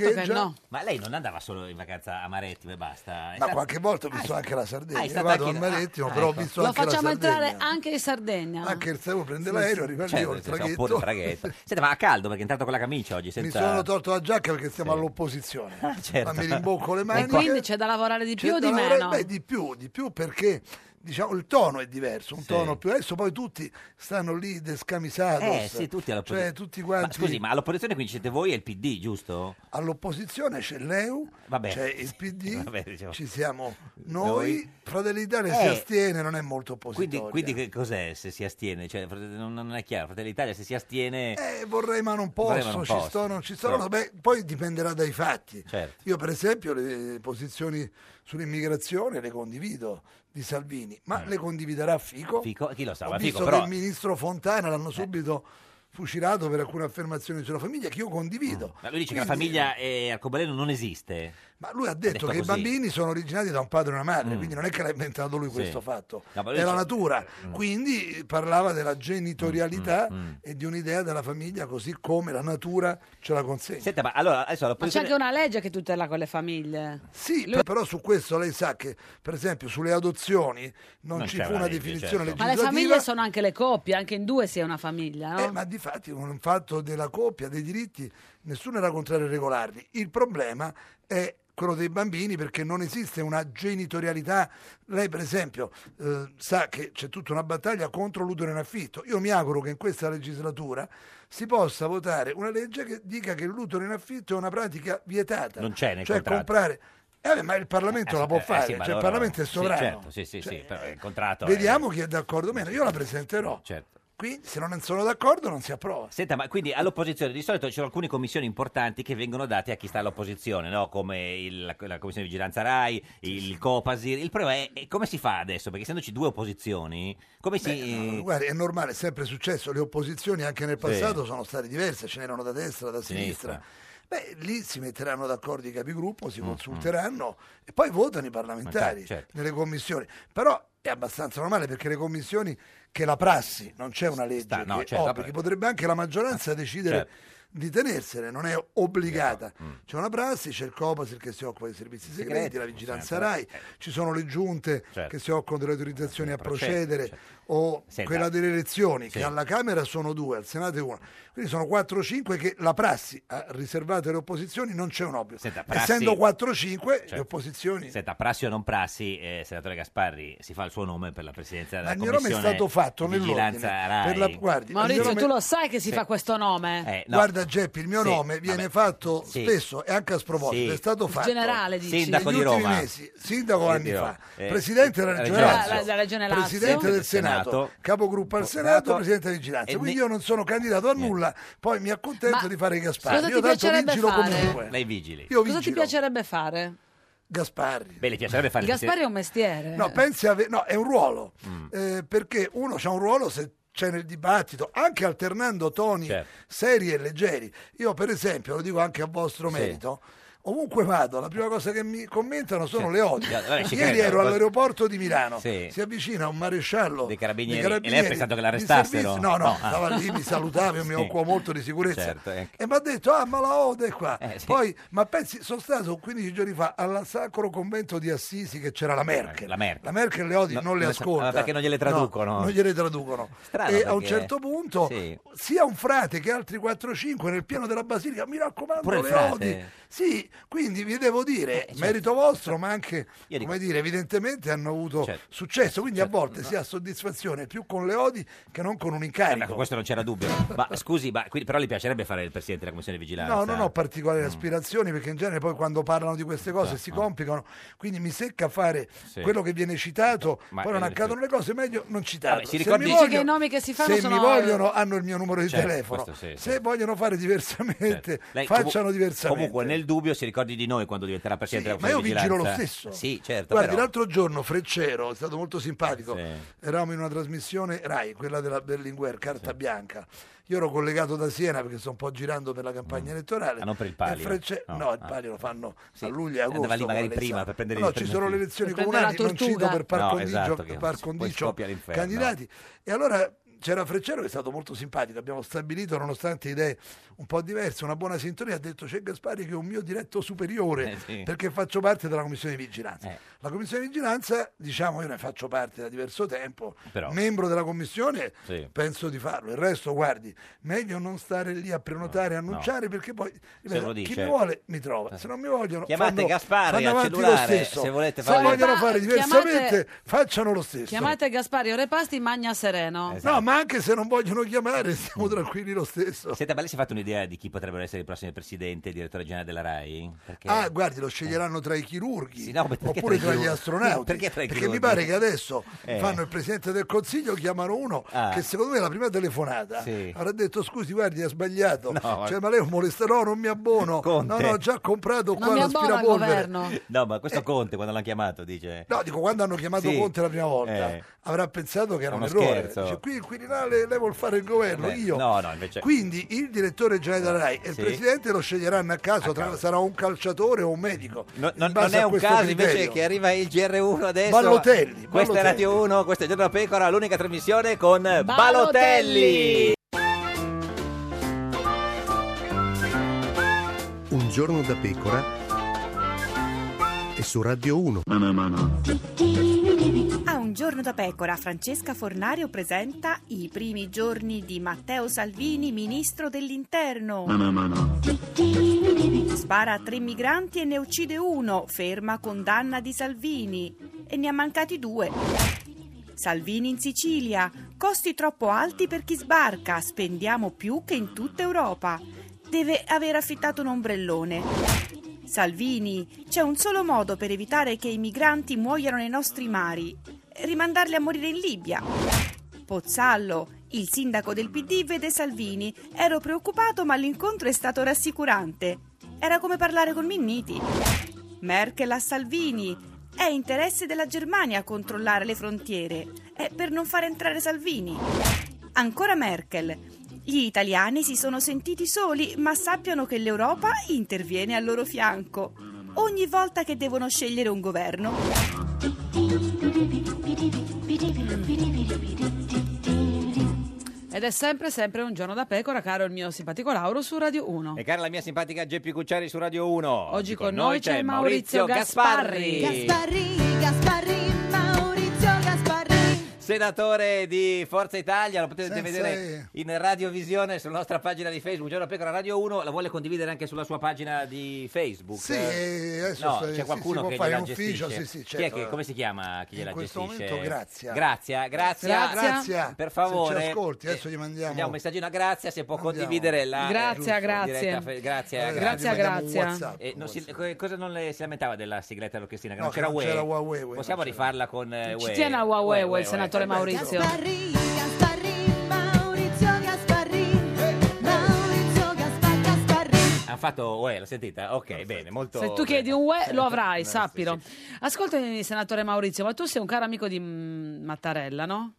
S2: lei-
S18: parcheggia.
S2: Ma lei non andava solo in vacanza a Marettimo e basta? È
S18: Ma
S2: stato-
S18: qualche volta ho visto
S2: Ah, è-
S18: anche la Sardegna.
S2: ah, è
S18: Io
S2: stato
S18: vado
S2: anche-
S18: al Marettimo,
S2: ah,
S18: però
S2: ecco.
S18: ho visto
S1: Lo
S18: anche la
S1: facciamo
S18: Sardegna.
S1: entrare anche in Sardegna.
S18: Anche il Savo prende
S1: Sì,
S18: l'aereo,
S1: sì.
S18: arriva lì,
S2: Certo,
S18: ho il
S2: siamo
S18: traghetto.
S2: pure il traghetto. Senta, ma a caldo perché è entrato con la camicia oggi
S18: Mi
S2: senza...
S18: sono tolto la giacca perché stiamo all'opposizione.
S2: certo.
S18: Ma mi rimbocco le
S1: E
S18: mani.
S1: quindi c'è da lavorare di
S18: C'è
S1: più o
S18: da
S1: di
S18: lavorare-
S1: meno?
S18: Cioè, eh, beh, di più, di più perché diciamo, il tono è diverso, un tono più adesso poi tutti stanno lì descamisati.
S2: Eh sì, tutti all'opposizione.
S18: Cioè tutti quanti.
S2: Ma scusi, ma all'opposizione quindi siete voi e il PD, giusto?
S18: All'opposizione c'è l'EU,
S2: Vabbè.
S18: c'è il PD,
S2: Vabbè, diciamo.
S18: ci siamo noi,
S2: Noi.
S18: Fratelli d'Italia
S2: Eh.
S18: si astiene, non è molto
S2: Quindi,
S18: oppositoria.
S2: quindi che cos'è se si astiene? Cioè, frate- non, non è chiaro, Fratelli d'Italia se si astiene...
S18: Eh, vorrei ma non
S2: Vorrei,
S18: posso,
S2: ma non
S18: ci
S2: posso.
S18: sto, non ci sto,
S2: Però-
S18: no, beh, poi dipenderà dai fatti.
S2: Certo.
S18: Io per esempio le posizioni sull'immigrazione le condivido di Salvini, ma le condividerà Fico?
S2: Mm. Fico, chi lo sa,
S18: Ho
S2: ma
S18: visto
S2: Fico,
S18: che
S2: però... Eh.
S18: il ministro Fontana l'hanno subito fucilato per alcune affermazioni sulla famiglia che io condivido.
S2: Mm. Ma lui dice che la
S18: Quindi-
S2: famiglia eh, arcobaleno non esiste.
S18: Ma lui ha
S2: detto
S18: detto,
S2: così.
S18: che
S2: Eh, Mm.
S18: i bambini sono originati da un padre e una madre, quindi non è che l'ha inventato lui
S2: Sì.
S18: questo fatto,
S2: No, ma
S18: è
S2: lui
S18: la
S2: dice- Mm.
S18: natura. Quindi eh, parlava della genitorialità e di un'idea della famiglia così come la natura ce la consegna.
S2: Senta, ma allora adesso
S1: Ma c'è
S2: l'opposizione...
S1: anche una legge che tutela quelle famiglie.
S18: Sì, però su questo lei sa che, per esempio, sulle adozioni non,
S2: Non
S18: ci
S2: c'è
S18: fu
S2: una
S18: una
S2: legge,
S18: definizione
S2: certo.
S1: Ma le
S18: legislativa.
S1: famiglie sono anche le coppie, anche in due si è una famiglia, no?
S18: Eh, ma di fatti un fatto della coppia, dei diritti, nessuno era contrario a regolarli. Il problema è quello dei bambini perché non esiste una genitorialità. Lei per esempio eh, sa che c'è tutta una battaglia contro l'utero in affitto. Io mi auguro che in questa legislatura si possa votare una legge che dica che l'utero in affitto è una pratica vietata.
S2: Non c'è nel
S18: cioè
S2: contratto.
S18: comprare eh, vabbè, ma il Parlamento
S2: Eh,
S18: la può
S2: eh, sì,
S18: fare,
S2: ma
S18: cioè,
S2: loro-
S18: il Parlamento è sovrano.
S2: Sì,
S18: Cioè,
S2: certo, eh. sì, sì, sì, però il contratto... è-
S18: Vediamo chi è d'accordo o meno. Io la presenterò.
S2: Certo.
S18: Quindi se non sono d'accordo non si approva.
S2: Senta, ma quindi all'opposizione di solito ci sono alcune commissioni importanti che vengono date a chi sta all'opposizione, no? come il- la, la commissione di vigilanza RAI, il Copasir. Il problema è, è come si fa adesso? Perché essendoci due opposizioni, come si...
S18: Eh, Guardi, è normale, è sempre successo. Le opposizioni anche nel
S2: Mm. Sì.
S18: passato sono state diverse, ce n'erano da destra, da
S2: Sinistra.
S18: sinistra. Beh, lì si metteranno d'accordo i capigruppo, si consulteranno e poi votano i parlamentari
S2: Mentari, Mm, certo.
S18: nelle commissioni. Però è abbastanza normale perché le commissioni che la prassi, non c'è una legge
S2: Sta- no,
S18: che
S2: certo,
S18: obblighi,
S2: vabbè.
S18: potrebbe anche la maggioranza decidere
S2: certo. mm.
S18: di tenersene, non è obbligata. C'è una prassi, c'è il Copasir che si occupa dei servizi
S2: Segreti,
S18: segreti, la vigilanza
S2: sempre. Eh.
S18: RAI, ci sono le giunte
S2: Certo.
S18: che si occupano delle autorizzazioni a procedere
S2: procedere,
S18: o
S2: Senta.
S18: quella delle elezioni
S2: Sì.
S18: che alla Camera sono due, al Senato è una. Quindi sono 4 o 5 che la prassi ha riservato alle opposizioni non c'è un obbligo.
S2: Senta, prassi-
S18: Essendo 4 o 5
S2: Certo.
S18: le opposizioni
S2: Senta, prassi o non prassi, eh, senatore Gasparri, si fa il suo nome per la presidenza della
S18: Ma il mio nome è
S2: commissione
S18: stato fatto
S2: di
S18: nell'ordine.
S2: vigilanza RAI.
S18: Per la- guardi, il
S1: Maurizio,
S18: mio
S1: tu
S18: nome-
S1: lo sai che si
S2: Sì.
S1: fa questo nome?
S2: Eh, no.
S18: Guarda Geppi, il mio
S2: Sì,
S18: nome viene
S2: vabbè.
S18: fatto
S2: Sì.
S18: spesso e anche a sproposito,
S2: Sì.
S18: è stato fatto
S1: Generale, dici? Sindaco
S18: negli
S2: di
S18: ultimi
S2: Roma.
S18: mesi, sindaco anni
S2: Io,
S18: fa,
S2: eh,
S18: presidente della
S2: la
S18: Regione
S2: Regione
S18: Lazio,
S2: Lazio.
S1: La Regione Lazio.
S18: presidente del Senato,
S2: Senato,
S18: capogruppo al
S2: Senato,
S18: Senato, presidente della
S2: e
S18: vigilanza.
S2: ne-
S18: Quindi io non sono candidato a nulla, poi mi accontento
S1: Ma
S18: di fare Gasparri.
S1: cosa ti
S18: io tanto
S1: piacerebbe
S18: vigilo
S1: fare?
S18: comunque.
S2: Lei vigili.
S18: Io
S1: Cosa ti
S18: vigilo.
S1: piacerebbe fare?
S18: Gasparri.
S2: Beh, le piacerebbe fare
S1: Il Gasparri è un mestiere.
S18: No, pensi ave- no, è un ruolo,
S2: Mm.
S18: Eh, perché uno c'ha un ruolo se c'è nel dibattito, anche alternando toni
S2: Certo.
S18: seri e leggeri. Io per esempio, lo dico anche a vostro
S2: Sì.
S18: merito, ovunque vado, la prima cosa che mi commentano sono
S2: Sì.
S18: le odi.
S2: Io- allora, ci
S18: Ieri
S2: credo.
S18: ero all'aeroporto di Milano,
S2: Sì.
S18: si avvicina un maresciallo
S2: Dei carabinieri,
S18: dei
S2: e lei ha pensato che
S18: di
S2: l'arrestassero?
S18: servizio. No, no,
S2: No, ah.
S18: stava lì, mi salutava, io mi
S2: Sì.
S18: occupo molto di sicurezza.
S2: Certo, eh.
S18: E mi ha detto, ah, ma la Ode è qua.
S2: sì.
S18: Poi, ma pensi, sono stato 15 giorni fa al sacro convento di Assisi che c'era la Merkel.
S2: La Merkel.
S18: le odi,
S2: No,
S18: non le
S2: no,
S18: ascolta.
S2: ma perché non gliele
S18: No,
S2: traducono?
S18: non gliele traducono.
S2: Strano
S18: e a un
S2: perché-
S18: certo punto,
S2: Sì.
S18: sia un frate che altri 4-5 nel piano della basilica, mi raccomando,
S2: Pure il
S18: le
S2: frate. Eh, certo.
S18: odi. Sì, Quindi vi devo dire, merito vostro, ma anche, come dire, evidentemente hanno avuto
S2: Certo.
S18: successo. Quindi a volte si ha soddisfazione più con le odi che non con un
S2: Eh, ma
S18: incarico.
S2: questo non c'era dubbio. Ma scusi, ma, quindi- però le piacerebbe fare il presidente della commissione di vigilanza?
S18: No, non ho particolari
S2: Mm.
S18: aspirazioni perché in genere poi quando parlano di queste cose
S2: Certo,
S18: si
S2: ah.
S18: complicano, quindi mi secca fare
S2: Sì.
S18: quello che viene citato,
S2: Ma-
S18: poi non
S2: eh,
S18: accadono le cose, meglio non citarlo.
S2: Vabbè, si
S18: Se
S2: ricordi-
S18: mi
S2: Dice
S1: che i nomi che si fanno
S18: se
S1: sono- eh,
S18: mi vogliono hanno il mio numero di
S2: Certo,
S18: telefono,
S2: questo sì, Certo.
S18: se vogliono fare diversamente
S2: Lei comu-
S18: facciano diversamente.
S2: Comunque, nel dubbio, si ricordi di noi quando diventerà presidente
S18: Sì,
S2: della commissione
S18: ma
S2: di
S18: io vigilo lo
S2: vigilanza.
S18: stesso.
S2: Sì, certo.
S18: Guardi,
S2: però-
S18: l'altro giorno Freccero è stato molto simpatico.
S2: Sì.
S18: Eravamo in una trasmissione Rai, quella della Berlinguer, Carta Bianca. Io ero collegato da Siena perché sto un po' girando per la campagna elettorale.
S2: Ah, non per il
S18: E
S2: palio?
S18: Frecce-
S2: No.
S18: No, il
S2: Ah.
S18: palio lo fanno
S2: Sì,
S18: a luglio e agosto.
S2: andava lì
S18: con
S2: magari
S18: le
S2: prima
S18: sale.
S2: per prendere
S18: No,
S2: le
S18: ci sono le elezioni
S2: Per prendere
S18: comunali,
S2: la
S18: non cito
S2: tortuga.
S18: per par
S2: No,
S18: condicio,
S2: esatto, che
S18: per par
S2: poi
S18: condicio
S2: scoppia l'inferno.
S18: candidati. E allora c'era Freccero che è stato molto simpatico. Abbiamo stabilito, nonostante idee un po' diverse, una buona sintonia. Ha detto c'è Gaspari che è un mio diretto superiore
S2: Eh, sì.
S18: perché faccio parte della commissione di vigilanza.
S2: Eh.
S18: La commissione di vigilanza, diciamo, io ne faccio parte da diverso tempo.
S2: Però-
S18: Membro della commissione,
S2: Sì.
S18: penso di farlo. Il resto, guardi, meglio non stare lì a prenotare, a annunciare perché poi ripeto,
S2: lo
S18: chi
S2: dice- Eh.
S18: mi vuole mi trova. Se non mi vogliono,
S2: Chiamate
S18: fanno-
S2: Gasparri
S18: fanno
S2: al
S18: avanti lo
S2: cellulare,
S18: stesso.
S2: se volete
S18: Se
S2: fare-
S18: vogliono fare
S1: Chiamate-
S18: diversamente, facciano lo stesso.
S1: Chiamate Gaspari o Repasti, magna sereno.
S2: Esatto.
S18: No, ma anche se non vogliono chiamare, siamo tranquilli lo stesso.
S2: Senta, ma lei si è fatto un'idea di chi potrebbero essere i prossimi presidenti e direttore generale della RAI? Perché...
S18: Ah, guardi, lo sceglieranno tra i chirurghi
S2: Eh. Sì, no, ma perché
S18: oppure
S2: tra
S18: tra
S2: i
S18: gli
S2: chirurghi?
S18: astronauti.
S2: Perché tra i
S18: mi
S2: chirurghi?
S18: pare che adesso
S2: Eh.
S18: fanno il presidente del consiglio, chiamano uno
S2: Ah.
S18: che secondo me la prima telefonata
S2: Sì.
S18: avrà detto: Scusi, guardi, ha sbagliato.
S2: No.
S18: Cioè, ma lei è un molesterolo, non mi abbono.
S2: Conte.
S18: No, no, ho già comprato qua
S1: mi abbono al
S18: l'aspirapolvere.
S1: governo.
S2: No, ma questo Conte quando l'hanno chiamato dice...
S18: No, dico, quando hanno chiamato
S2: Sì.
S18: Conte la prima volta
S2: Eh.
S18: avrà pensato che era un
S2: Uno
S18: errore.
S2: scherzo. Eh,
S18: Dice, qui il Quirinale lei vuol fare il governo,
S2: Beh,
S18: io.
S2: No, no, invece...
S18: Quindi il direttore generale della RAI e il
S2: Sì.
S18: presidente lo sceglieranno a caso, tra- sarà un calciatore o un medico.
S2: No-
S18: in
S2: non,
S18: base
S2: non è
S18: a
S2: un
S18: questo
S2: caso invece
S18: criterio.
S2: che arriva il GR1 adesso.
S18: Ballotelli,
S2: Questa è
S18: Ballotelli.
S2: Radio 1, questa è Giorno da Pecora, l'unica trasmissione con Balotelli.
S16: Un giorno da pecora e su Radio 1.
S17: A un giorno da pecora, Francesca Fornario presenta i primi giorni di Matteo Salvini, ministro dell'interno. Spara a tre migranti e ne uccide uno, ferma condanna di Salvini. E ne ha mancati due. Salvini in Sicilia, costi troppo alti per chi sbarca, spendiamo più che in tutta Europa. Deve aver affittato un ombrellone. Salvini, c'è un solo modo per evitare che i migranti muoiano nei nostri mari, rimandarli a morire in Libia. Pozzallo, il sindaco del PD vede Salvini, ero preoccupato ma l'incontro è stato rassicurante. Era come parlare con Minniti. Merkel a Salvini, è interesse della Germania controllare le frontiere, è per non far entrare Salvini. Ancora Merkel. Gli italiani si sono sentiti soli, ma sappiano che l'Europa interviene al loro fianco. Ogni volta che devono scegliere un governo.
S1: Ed è sempre, sempre un giorno da pecora, caro il mio simpatico Lauro su Radio 1.
S2: E cara la mia simpatica Geppi Cucciari su Radio 1. Oggi,
S1: con noi c'è Maurizio Gasparri.
S15: Gasparri, Gasparri, Maurizio Gasparri.
S2: Senatore di Forza Italia, lo potete
S15: Senza
S2: vedere in radiovisione sulla nostra pagina di Facebook, Giorno da Pecora Radio 1, la vuole condividere anche sulla sua pagina di Facebook.
S18: Sì, eh, adesso
S2: no,
S18: se- sì,
S2: c'è
S18: si
S2: qualcuno
S18: può
S2: che
S18: fare
S2: gliela
S18: in ufficio,
S2: gestisce?
S18: sì, sì,
S2: Chi è
S18: certo.
S2: che- come si chiama chi gliela
S18: In questo
S2: gestisce?
S18: momento, Grazia.
S2: Grazia, Grazia.
S18: Grazia,
S2: Per favore. Eh,
S18: Se ci ascolti, eh, adesso gli mandiamo.
S2: Mandiamo un messaggino a Grazia se può condividere la
S1: Grazia,
S2: eh,
S1: grazie.
S2: diretta fe- grazie,
S1: Eh,
S2: Grazia.
S1: Grazia, mandiamo un Grazia. WhatsApp,
S2: Eh, non si- co- cosa non le si lamentava della sigletta Lucchestina? Che
S18: No,
S2: non
S18: che
S2: c'era
S18: non
S2: Huawei.
S18: c'era Huawei, Huawei,
S2: Possiamo rifarla con eh,
S1: Ci tiene a Huawei, il senatore Maurizio.
S15: Gasparri, Gasparri, Maurizio Gasparri. Maurizio Gasparri, Gasparri.
S2: Hanno fatto Huawei, l'ha sentita? Ok, bene, molto
S1: Se tu chiedi un UE lo avrai, sappilo. Ascoltami, senatore Maurizio, ma tu sei un caro amico di mm, Mattarella, no?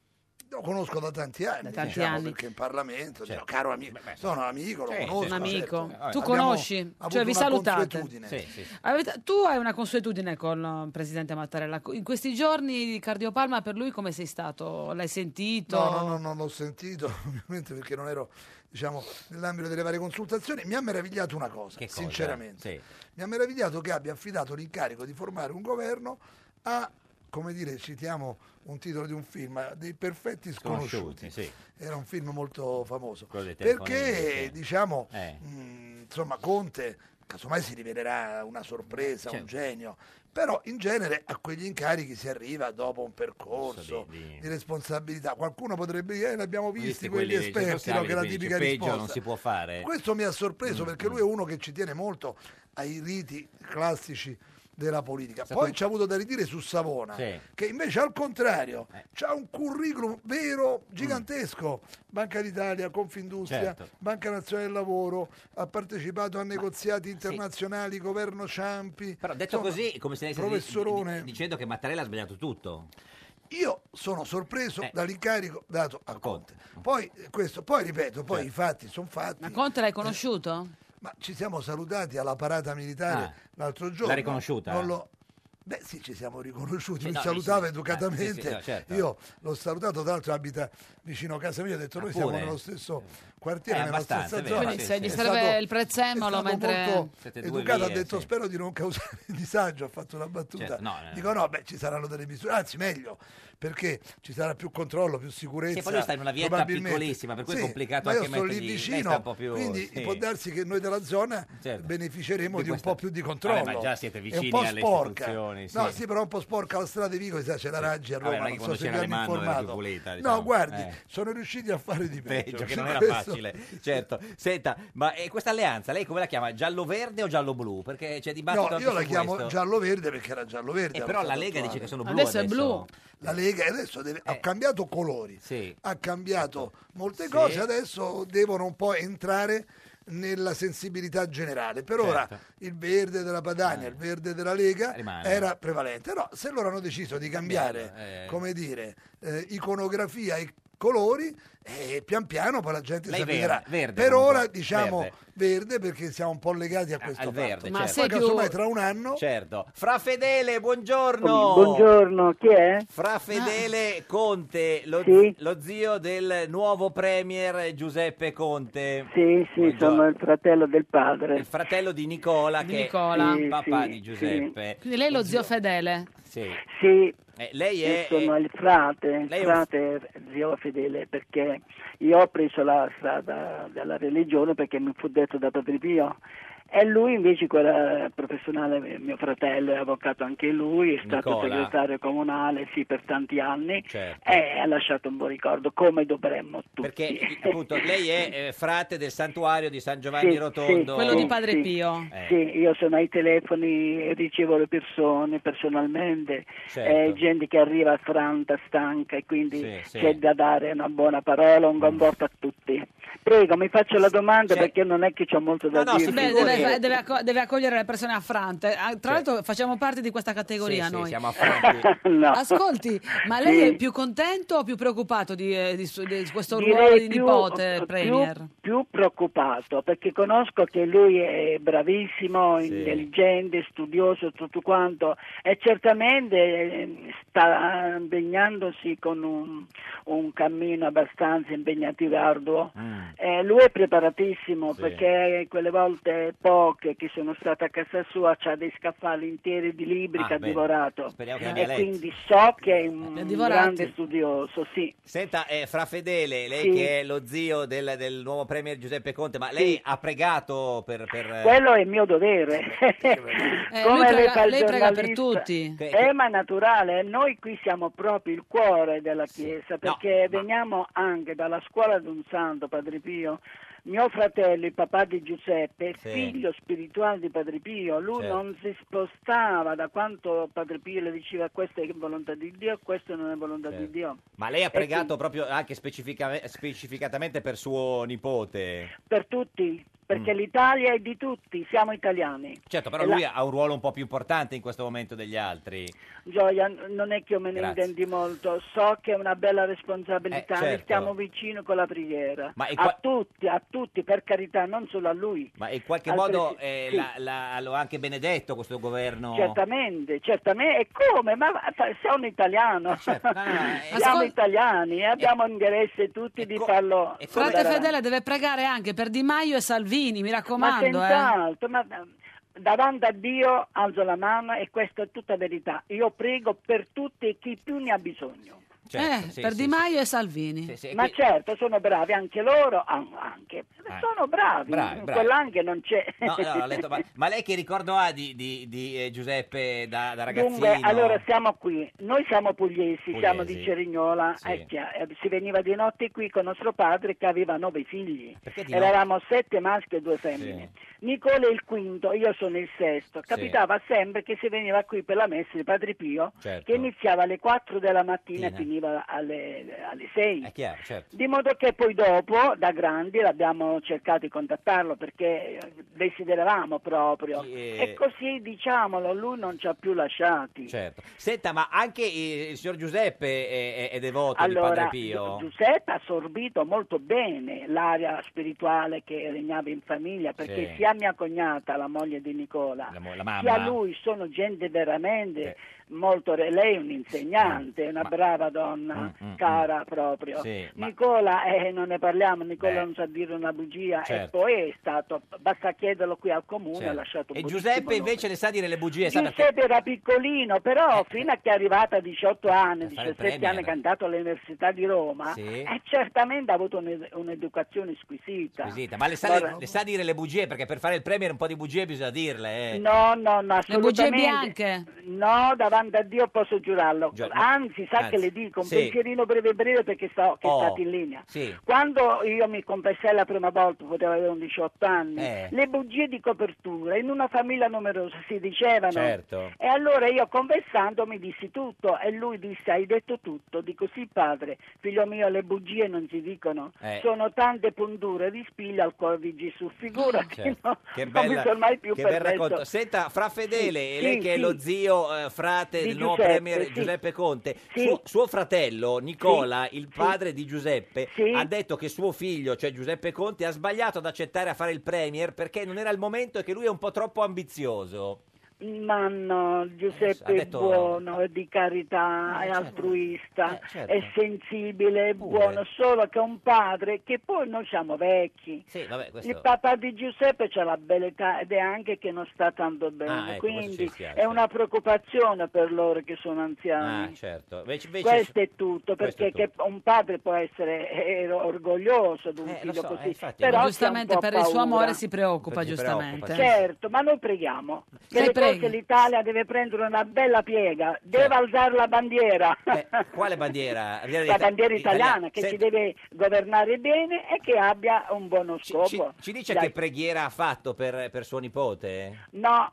S18: Lo conosco da tanti anni,
S1: tanti
S18: diciamo,
S1: anni.
S18: perché in Parlamento, diciamo,
S2: Certo.
S18: caro amico, sono amico, lo
S1: Sì, sì,
S18: conosco.
S1: Un amico.
S18: certo.
S1: Tu
S18: Abbiamo
S1: conosci?
S18: avuto
S1: Cioè, vi
S18: una
S1: salutate?
S18: consuetudine.
S2: Sì, sì.
S1: Avete- tu hai una consuetudine con il presidente Mattarella. In questi giorni di cardiopalma per lui come sei stato? L'hai sentito?
S18: No, no, no, non l'ho sentito, ovviamente perché non ero diciamo, nell'ambito delle varie consultazioni. Mi ha meravigliato una cosa,
S2: Che cosa?
S18: sinceramente.
S2: Sì.
S18: Mi ha meravigliato che abbia affidato l'incarico di formare un governo a, come dire, citiamo un titolo di un film, a dei perfetti sconosciuti.
S2: Conosciuti, sì.
S18: Era un film molto famoso.
S2: Quello dei telefoni,
S18: Perché,
S2: sì.
S18: diciamo,
S2: Eh.
S18: mh, insomma, Conte casomai si rivelerà una sorpresa, un
S2: Eh,
S19: Certo.
S18: genio. Però in genere a quegli incarichi si arriva dopo un percorso di... responsabilità. Qualcuno potrebbe dire, "Eh, ne abbiamo visti,
S2: Visti
S18: quelli,
S2: quelli
S18: esperti, no,
S2: responsabili,
S18: che è la
S2: quindi
S18: tipica
S2: dice, peggio
S18: risposta.
S2: non si può fare.
S18: Questo mi ha sorpreso
S2: Mm,
S18: perché lui è uno che ci tiene molto ai riti classici della politica.
S2: Stato-
S18: Poi ci ha avuto da ridire su Savona,
S2: Sì. Eh.
S18: che invece al contrario ha un curriculum vero gigantesco. Banca d'Italia, Confindustria,
S2: Mm. Certo.
S18: Banca Nazionale del Lavoro, ha partecipato a negoziati internazionali, governo Ciampi. Però
S2: Detto così, è come se stessi
S18: professorone.
S2: di- di- dicendo che Mattarella ha sbagliato tutto. Eh.
S18: Io sono sorpreso dall'incarico dato a Conte. Poi, eh, questo, poi ripeto, poi i fatti sono fatti. Eh,
S1: Ma Conte l'hai conosciuto?
S18: Ma ci siamo salutati alla parata militare
S2: Ah.
S18: l'altro giorno.
S2: L'ha riconosciuta?
S18: Non l'ho- Beh sì, ci siamo riconosciuti,
S2: Sì,
S18: mi
S2: no, sì,
S18: salutava
S2: sì.
S18: educatamente,
S2: Ah, sì, sì, no, certo.
S18: io l'ho salutato, tra l'altro abita vicino a casa mia, ho detto
S2: Ah,
S18: noi
S2: pure?
S18: siamo nello stesso quartiere,
S2: Eh,
S18: nella
S2: abbastanza,
S18: stessa
S2: è vero,
S18: zona.
S2: Quindi sì, se
S1: gli
S18: È
S1: serve
S18: stato-
S1: il prezzemolo
S18: è stato
S1: mentre-
S18: molto
S2: 7-2
S18: educato, ha
S2: vie,
S18: detto
S2: sì.
S18: spero di non causare disagio, ha fatto una battuta.
S2: Certo, no, eh.
S18: Dico no, beh ci saranno delle misure, anzi meglio, perché ci sarà più controllo, più sicurezza.
S2: Sì, poi lui sta in una vietta
S18: probabilmente.
S2: piccolissima, per cui è
S18: Sì,
S2: complicato
S18: ma io
S2: anche
S18: sto lì
S2: mettergli- lei sta
S18: vicino,
S2: un po' più-
S18: quindi
S2: sì.
S18: può darsi che noi della zona
S2: Certo.
S18: beneficeremo
S2: Di
S18: di,
S2: questa-
S18: un po' più di controllo.
S2: Vabbè, ma già siete
S18: È
S2: vicini
S18: un po
S2: alle
S18: sporca.
S2: istituzioni, sì.
S18: No, sì, però un po' sporca la strada di Vico, chissà, c'è la Raggi a
S2: Vabbè,
S18: Roma,
S2: non è che
S18: non so
S2: quando
S18: se vi
S2: c'era
S18: hanno
S2: Le Mando era più
S18: informato.
S2: pulita,
S18: No,
S2: diciamo.
S18: guardi,
S2: Eh.
S18: sono riusciti a fare di peggio.
S2: Peggio, che non era
S18: Questo-
S2: facile, certo. Senta, ma eh, questa alleanza lei come la chiama? Giallo-verde o giallo-blu? Perché c'è dibattito
S18: No,
S2: anche
S18: io
S2: su
S18: la chiamo
S2: questo.
S18: giallo-verde perché era giallo-verde.
S2: Eh,
S18: allo
S2: però la
S18: stato
S2: Lega
S18: Certo, attuale.
S2: dice che sono blu Adesso Eh. è adesso. blu.
S18: La Lega adesso deve- ha cambiato colori, ha cambiato
S2: Certo.
S18: molte cose, adesso devono un po' entrare nella sensibilità generale. Per ora
S2: Certo. Eh.
S18: il verde della Padania, il verde della Lega
S2: Rimane.
S18: era prevalente. Però se loro hanno deciso di cambiare,
S2: Cambiare, eh.
S18: come dire, eh, iconografia e colori, eh, pian piano poi la gente
S2: Lei
S18: si abituerà.
S2: verde- verde
S18: per
S2: comunque,
S18: ora diciamo
S2: verde.
S18: verde. perché siamo un po' legati a questo
S2: al
S18: fatto.
S2: verde, Ma certo. se
S18: Poi
S2: più-
S18: casomai tra un anno
S2: Certo. Fra Fedele, buongiorno.
S20: Buongiorno, chi è?
S2: Fra Fedele Conte, lo, lo zio del nuovo premier Giuseppe Conte.
S20: Sì, sì, sono il fratello del padre.
S2: Il fratello di Nicola,
S20: Di
S2: che
S20: Nicola.
S2: è il
S20: Sì,
S2: papà
S20: sì,
S2: di Giuseppe.
S1: Quindi lei è lo zio fedele.
S2: Sì.
S20: Sì,
S2: Eh, lei è...
S20: io sono il frate, il
S2: lei è un-
S20: frate zio fedele, perché io ho preso la strada della religione perché mi fu detto da Padre Pio. E lui invece, quella professionale, mio fratello, è avvocato anche lui, è stato
S21: Nicola.
S20: segretario comunale, sì, per tanti anni,
S2: Certo.
S20: e ha lasciato un buon ricordo, come dovremmo tutti.
S2: Perché eh, appunto lei è eh, frate del santuario di San Giovanni
S20: Sì,
S2: Rotondo.
S20: sì, Quello di Padre sì.
S1: Pio.
S2: eh.
S20: Sì, io sono ai telefoni e ricevo le persone personalmente,
S22: Certo.
S20: eh, gente che arriva affranta, stanca e quindi
S21: Sì, sì.
S20: c'è da dare una buona parola, un buon porto a tutti. Prego, mi faccio la domanda perché non è che ho molto da dire.
S1: Beh, deve, deve acco- deve accogliere le persone affrante. Ah, Tra l'altro facciamo parte di questa categoria
S20: Sì, sì,
S1: noi.
S20: siamo affranti. No.
S1: Ascolti, ma lei
S20: Sì.
S1: è più contento o più preoccupato di, eh, di su- di questo
S20: Direi
S1: ruolo di
S20: più-
S1: nipote
S20: più-
S1: premier?
S20: più preoccupato perché conosco che lui è bravissimo, intelligente, studioso, tutto quanto e certamente eh, sta impegnandosi con un, un cammino abbastanza impegnativo e arduo.
S2: Mm.
S20: Eh, lui è preparatissimo
S21: Sì.
S20: perché quelle volte poche che sono state a casa sua c'ha dei scaffali interi di libri
S2: Ah,
S20: che ha
S2: bene.
S20: divorato
S2: Speriamo che
S20: e
S2: abbia letto.
S20: Eh, quindi so che è un
S1: divorati.
S20: grande studioso, sì.
S2: Senta, eh, Fra Fedele, lei
S20: Sì.
S2: che è lo zio del, del nuovo premier Giuseppe Conte, ma lei ha pregato per... per, eh,
S20: Quello è il mio dovere.
S1: Eh,
S20: Come
S1: lui
S20: le
S1: prega-
S20: fa il
S1: lei prega per
S20: giornalista.
S1: tutti.
S20: Eh, ma è naturale, noi qui siamo proprio il cuore della Chiesa, perché veniamo anche dalla scuola di un santo, Padre Pio. Mio fratello, il papà di Giuseppe,
S21: Sì.
S20: figlio spirituale di Padre Pio, lui
S21: Certo.
S20: non si spostava da quanto Padre Pio le diceva questa è volontà di Dio, questa non è volontà di
S2: Certo.
S20: Dio.
S2: Ma lei ha
S20: Eh,
S2: pregato proprio anche specifica- specificatamente per suo nipote.
S20: Per tutti, perché l'Italia è di tutti, siamo italiani.
S2: Certo, però
S20: E la-
S2: lui ha un ruolo un po' più importante in questo momento degli altri.
S20: Gioia, n- non è che io me ne
S2: Grazie.
S20: intendi molto, so che è una bella responsabilità,
S2: Eh,
S20: ne
S2: certo.
S20: stiamo vicino con la preghiera.
S2: Ma e
S20: A
S2: qua-
S20: tutti, a tutti, per carità, non solo a lui.
S2: Ma in qualche
S20: Altresì-
S2: modo eh,
S20: sì.
S2: la- la- lo ha anche benedetto questo governo.
S20: Certamente, certamente, e come? Ma va- fa- sei un
S2: Eh,
S20: italiano,
S2: certo.
S20: siamo
S1: Ah, eh. Ascol-
S20: italiani e abbiamo interesse tutti di farlo.
S1: Frate
S20: andare
S1: Fedele deve pregare anche per Di Maio e Salvini, mi
S20: Ma
S1: raccomando. eh.
S20: senz'altro, ma eh, davanti a Dio alzo la mano e questa è tutta verità. Io prego per tutti e chi più ne ha bisogno.
S2: Certo,
S1: Eh, per Eh, Di Maio e Salvini.
S20: Ma certo, sono bravi anche loro, an- anche
S2: Ah.
S20: Sono bravi,
S2: Bravi, bravi.
S20: quell'anche non c'è.
S2: No, no, ho letto, ma, ma lei che ricordo ha di, di- di, eh, Giuseppe da, da ragazzino?
S20: Dunque, allora siamo qui, noi siamo pugliesi, siamo
S2: Pugliesi.
S20: di Cerignola,
S2: Sì.
S20: eh, chia- eh, si veniva di notte qui con nostro padre che aveva nove figli,
S2: Perché di notte?
S20: eravamo sette maschi e due femmine. Nicole è il quinto, io sono il sesto, capitava sempre che si veniva qui per la messa di Padre Pio
S2: Certo.
S20: che iniziava alle 4 della mattina e
S2: Mattina.
S20: finiva alle, alle 6.
S2: È chiaro, certo.
S20: Di modo che poi dopo, da grandi, l'abbiamo cercato di contattarlo perché eh, desideravamo proprio.
S2: Eh.
S20: E così, diciamolo, lui non ci ha più lasciati.
S2: Certo. Senta, ma anche eh, il signor Giuseppe è, è- è devoto di Padre
S20: Allora,
S2: Pio?
S20: Gi- Giuseppe ha assorbito molto bene l'area spirituale che regnava in famiglia, perché
S2: Sì.
S20: sia mia cognata, la moglie di Nicola,
S2: La, mo- la
S20: sia
S2: mamma?
S20: lui sono gente veramente molto... re- Lei è un'insegnante, è una brava donna,
S2: Mm, mm,
S20: cara proprio.
S2: Sì, ma-
S20: Nicola, eh, non ne parliamo, Nicola
S2: Beh.
S20: non sa dire una bugia e
S2: Certo.
S20: poi è stato... Basta chiederlo qui al comune,
S2: Certo.
S20: ha lasciato un
S2: E
S20: buonissimo
S2: Giuseppe
S20: nome.
S2: invece le sa dire le bugie, sa perché?
S20: Giuseppe era piccolino, però fino a che è arrivata a 18 anni,
S2: Eh. fare
S20: 17
S2: il premier.
S20: anni che è andato all'Università di Roma,
S2: Sì.
S20: eh, certamente ha avuto un'ed- un'educazione squisita.
S2: Squisita. Ma le sa,
S20: Allora-
S2: le- le sa dire le bugie? Perché per fare il premier un po' di bugie bisogna dirle. eh.
S20: No, no, no,
S1: Le bugie
S20: assolutamente.
S1: bianche.
S20: No, davanti a Dio posso giurarlo.
S2: Già-
S20: Anzi, sa
S2: anzi,
S20: che le dico un
S2: sì.
S20: pensierino breve breve perché so che
S2: Oh,
S20: state in linea.
S2: Sì.
S20: Quando io mi confessai la prima volta, potevo avere un 18 anni,
S2: Eh.
S20: le bugie di copertura in una famiglia numerosa si dicevano.
S2: Certo.
S20: E allora io confessando mi dissi tutto e lui disse hai detto tutto, dico sì padre, figlio mio le bugie non si dicono,
S2: Eh.
S20: sono tante punture di spiglia al cuore di Gesù, figurati,
S2: Certo.
S20: no,
S2: Che
S20: non mi
S2: bella-
S20: sono mai più
S2: che bel
S20: permesso.
S2: racconto. Senta, fra Fedele,
S20: Sì,
S2: e lei
S20: sì,
S2: che è
S20: sì.
S2: lo zio eh, frate
S20: Di
S2: del nuovo
S20: Giuseppe,
S2: premier
S20: sì.
S2: Giuseppe Conte,
S20: Sì.
S2: suo, suo fratello Nicola, il padre di Giuseppe,
S20: Sì.
S2: ha detto che suo figlio, cioè Giuseppe Conte, ha sbagliato ad accettare a fare il premier perché non era il momento e che lui è un po' troppo ambizioso.
S20: Ma no,
S2: Eh, ha
S20: Giuseppe
S2: detto- Eh,
S20: è buono, è di carità, è altruista,
S2: certo.
S20: è sensibile, è
S2: Pure.
S20: buono, solo che è un padre che poi noi siamo vecchi.
S2: Sì, vabbè, questo-
S20: Il papà di Giuseppe c'ha la bella età ed è anche che non sta tanto bene,
S2: Ah, ecco, questo ci
S20: quindi
S2: dispiace.
S20: è una preoccupazione per loro che sono anziani.
S2: Ah, certo. Invece- invece-
S20: Questo è tutto,
S2: questo
S20: perché
S2: è tutto.
S20: che un padre può essere eh, orgoglioso di un
S2: Eh, lo
S20: figlio
S2: so, eh,
S20: così,
S2: infatti,
S20: però c'è
S1: giustamente
S20: un po'
S1: per il suo
S20: paura.
S1: amore si preoccupa,
S2: Si preoccupa,
S1: giustamente.
S2: sì.
S20: Certo, ma noi preghiamo. Che
S1: Lei
S20: le cose
S1: preghi.
S20: l'Italia deve prendere una bella piega, deve
S2: Certo.
S20: alzare la bandiera,
S2: Quale bandiera?
S20: la bandiera italiana, che ci
S2: Senta,
S20: deve governare bene e che abbia un buono scopo.
S2: ci, ci dice
S20: Dai.
S2: che preghiera ha fatto per, per suo nipote?
S20: No,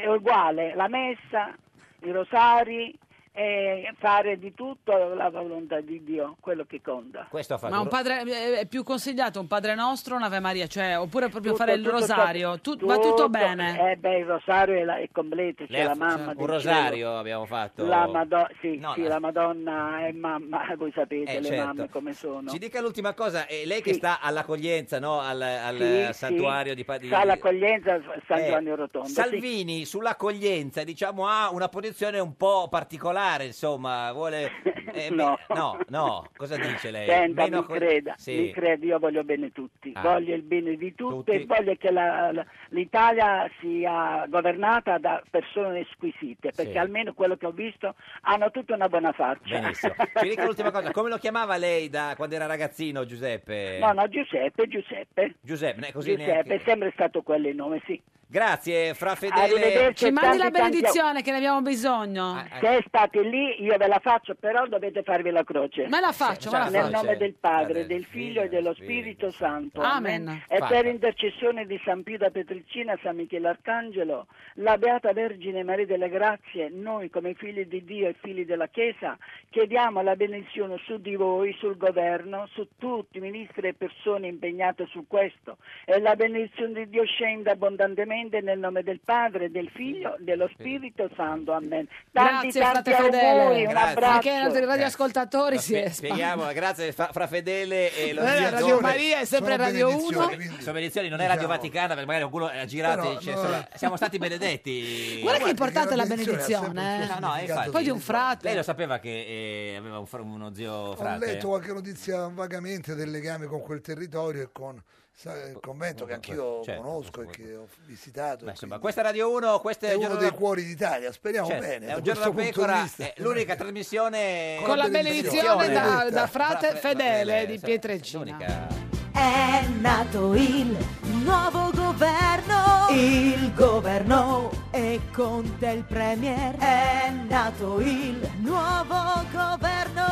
S20: è uguale, la messa, i rosari, eh, fare di tutto la volontà di Dio, quello che conta.
S2: Questo ha fatto.
S1: Ma un padre eh, è più consigliato un Padre Nostro o un'Ave Maria, cioè, oppure proprio
S20: Tutto,
S1: fare il
S20: tutto,
S1: rosario, Tu- va tutto bene.
S20: Eh beh, il rosario è, la- è completo, c'è
S2: Lei ha
S20: la
S2: f-
S20: mamma
S2: un
S20: del cielo.
S2: rosario abbiamo fatto.
S20: La, Mado- sì,
S2: No,
S20: sì,
S2: la-
S20: la Madonna è mamma, voi sapete
S2: Eh,
S20: le
S2: certo.
S20: mamme come sono.
S2: Ci dica l'ultima cosa, eh, lei che sta all'accoglienza, no? al, al,
S20: Sì,
S2: eh,
S20: sì.
S2: santuario di Padre
S20: Sa l'accoglienza San
S2: Eh,
S20: Giovanni Rotondo. sì.
S2: Salvini sull'accoglienza diciamo ha una posizione un po' particolare, insomma, vuole eh,
S20: No.
S2: beh, no, no, cosa dice lei?
S20: Senta, mi
S2: accog-
S20: creda,
S2: Sì.
S20: mi creda, io voglio bene tutti,
S2: Ah.
S20: voglio il bene di tutti,
S2: Tutti.
S20: e voglio che la- la- l'Italia sia governata da persone squisite, perché
S2: Sì.
S20: almeno quello che ho visto hanno tutta una buona faccia.
S2: Benissimo. Ci dica l'ultima cosa, come lo chiamava lei da quando era ragazzino, Giuseppe?
S20: No, no, Giuseppe, Giuseppe.
S2: Giuseppe, ne- eh. così
S20: Giuseppe
S2: neanche-
S20: è sempre stato quello il nome, sì.
S2: Grazie, fra Fedele.
S20: Arrivederci.
S1: Eh, Ci mandi la
S20: tanti, tanti
S1: benedizione che ne abbiamo bisogno.
S2: Ah,
S20: Se state lì io ve la faccio, però dovete farvi la croce.
S1: Me la faccio, me la
S20: Nel
S1: faccio.
S20: nome del Padre, del Figlio e dello Spirito Santo.
S1: Amen.
S20: E
S1: Fatta.
S20: per intercessione di San Pio da Petricina, San Michele Arcangelo, la Beata Vergine Maria delle Grazie, noi come figli di Dio e figli della Chiesa, chiediamo la benedizione su di voi, sul governo, su tutti i ministri e persone impegnate su questo. E la benedizione di Dio scenda abbondantemente nel nome del Padre, del Figlio, dello Spirito Santo. Amen. Tanti,
S1: Grazie,
S20: tanti
S1: frate
S20: auguri,
S1: Fedele.
S20: un
S1: Anche i
S20: abbraccio.
S1: nostri radioascoltatori
S2: Lo
S1: si
S2: spie-
S1: è
S2: Spieghiamo, grazie fra, fra Fedele e lo
S1: Eh,
S2: zio
S1: Radio
S2: Zoe.
S1: Maria è sempre
S2: Sono
S1: Radio
S2: benedizioni,
S1: Uno.
S2: quindi. Sono benedizioni, non è Radio
S18: Diciamo.
S2: Vaticana, perché magari qualcuno ha girato e
S1: Però,
S2: dice,
S1: no.
S2: insomma, siamo stati benedetti.
S1: Guarda che importante è la
S18: benedizione
S1: benedizione. eh.
S2: No, no, infatti.
S1: Poi di un frate.
S2: Lei lo sapeva che eh, aveva un fr- uno zio
S18: Ho
S2: frate?
S18: letto qualche notizia vagamente del legame con quel territorio e con sa, il convento che anch'io
S2: Certo.
S18: conosco e che ho visitato.
S2: Beh,
S18: e
S2: insomma,
S18: quindi-
S2: questa è Radio 1, questo è,
S18: è
S2: il
S18: uno
S2: giorno
S18: dei
S2: da-
S18: cuori d'Italia, speriamo
S2: Certo,
S18: bene.
S2: È
S18: da
S2: un giorno da
S18: questo punto di
S2: pecora,
S18: vista.
S2: è l'unica trasmissione
S1: Con la benedizione da, da
S2: Fra-
S1: frate
S2: fra-
S1: Fedele di
S2: insomma,
S1: Pietrecina.
S2: l'unica.
S15: è nato il nuovo governo. Il governo e Conte il premier è nato il nuovo governo.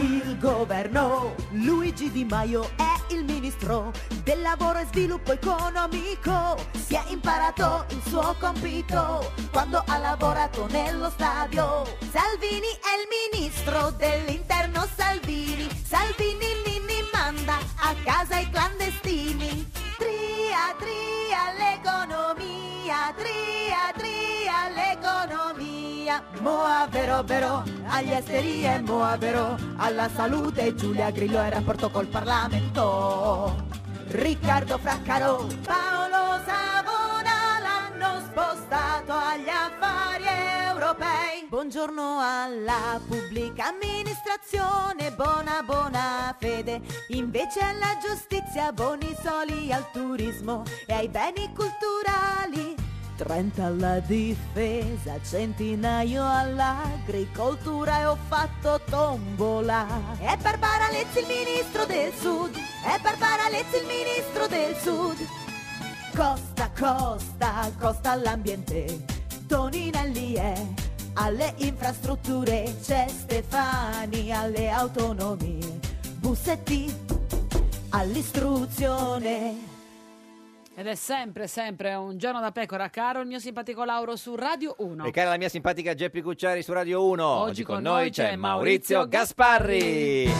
S15: Il governo Luigi Di Maio è il ministro del lavoro e sviluppo economico. Si è imparato il suo compito quando ha lavorato nello stadio. Salvini è il ministro dell'interno Salvini. Salvini Nini manda a casa i clandestini. Tria, tria l'economia, tria, tria l'economia. Moa vero vero, agli esteri e Moa vero, alla salute Giulia Grillo in rapporto col Parlamento. Riccardo Fraccaro, Paolo Savona l'hanno spostato agli affari europei. Buongiorno alla pubblica amministrazione, buona buona fede. Invece alla giustizia, buoni soli al turismo e ai beni culturali. 30 alla difesa, centinaio all'agricoltura e ho fatto tombola. È Barbara Lezzi il ministro del sud, è Barbara Lezzi il ministro del sud. Costa, costa, costa all'ambiente, Toninelli è alle infrastrutture, c'è Stefani alle autonomie, Bussetti all'istruzione.
S1: Ed è sempre, sempre un giorno da pecora, caro il mio simpatico Lauro su Radio 1.
S2: E cara la mia simpatica Geppi Cucciari su Radio 1.
S1: Oggi
S2: Oggi,
S1: con
S2: con,
S1: noi
S2: noi
S1: c'è
S2: c'è Maurizio Gasparri.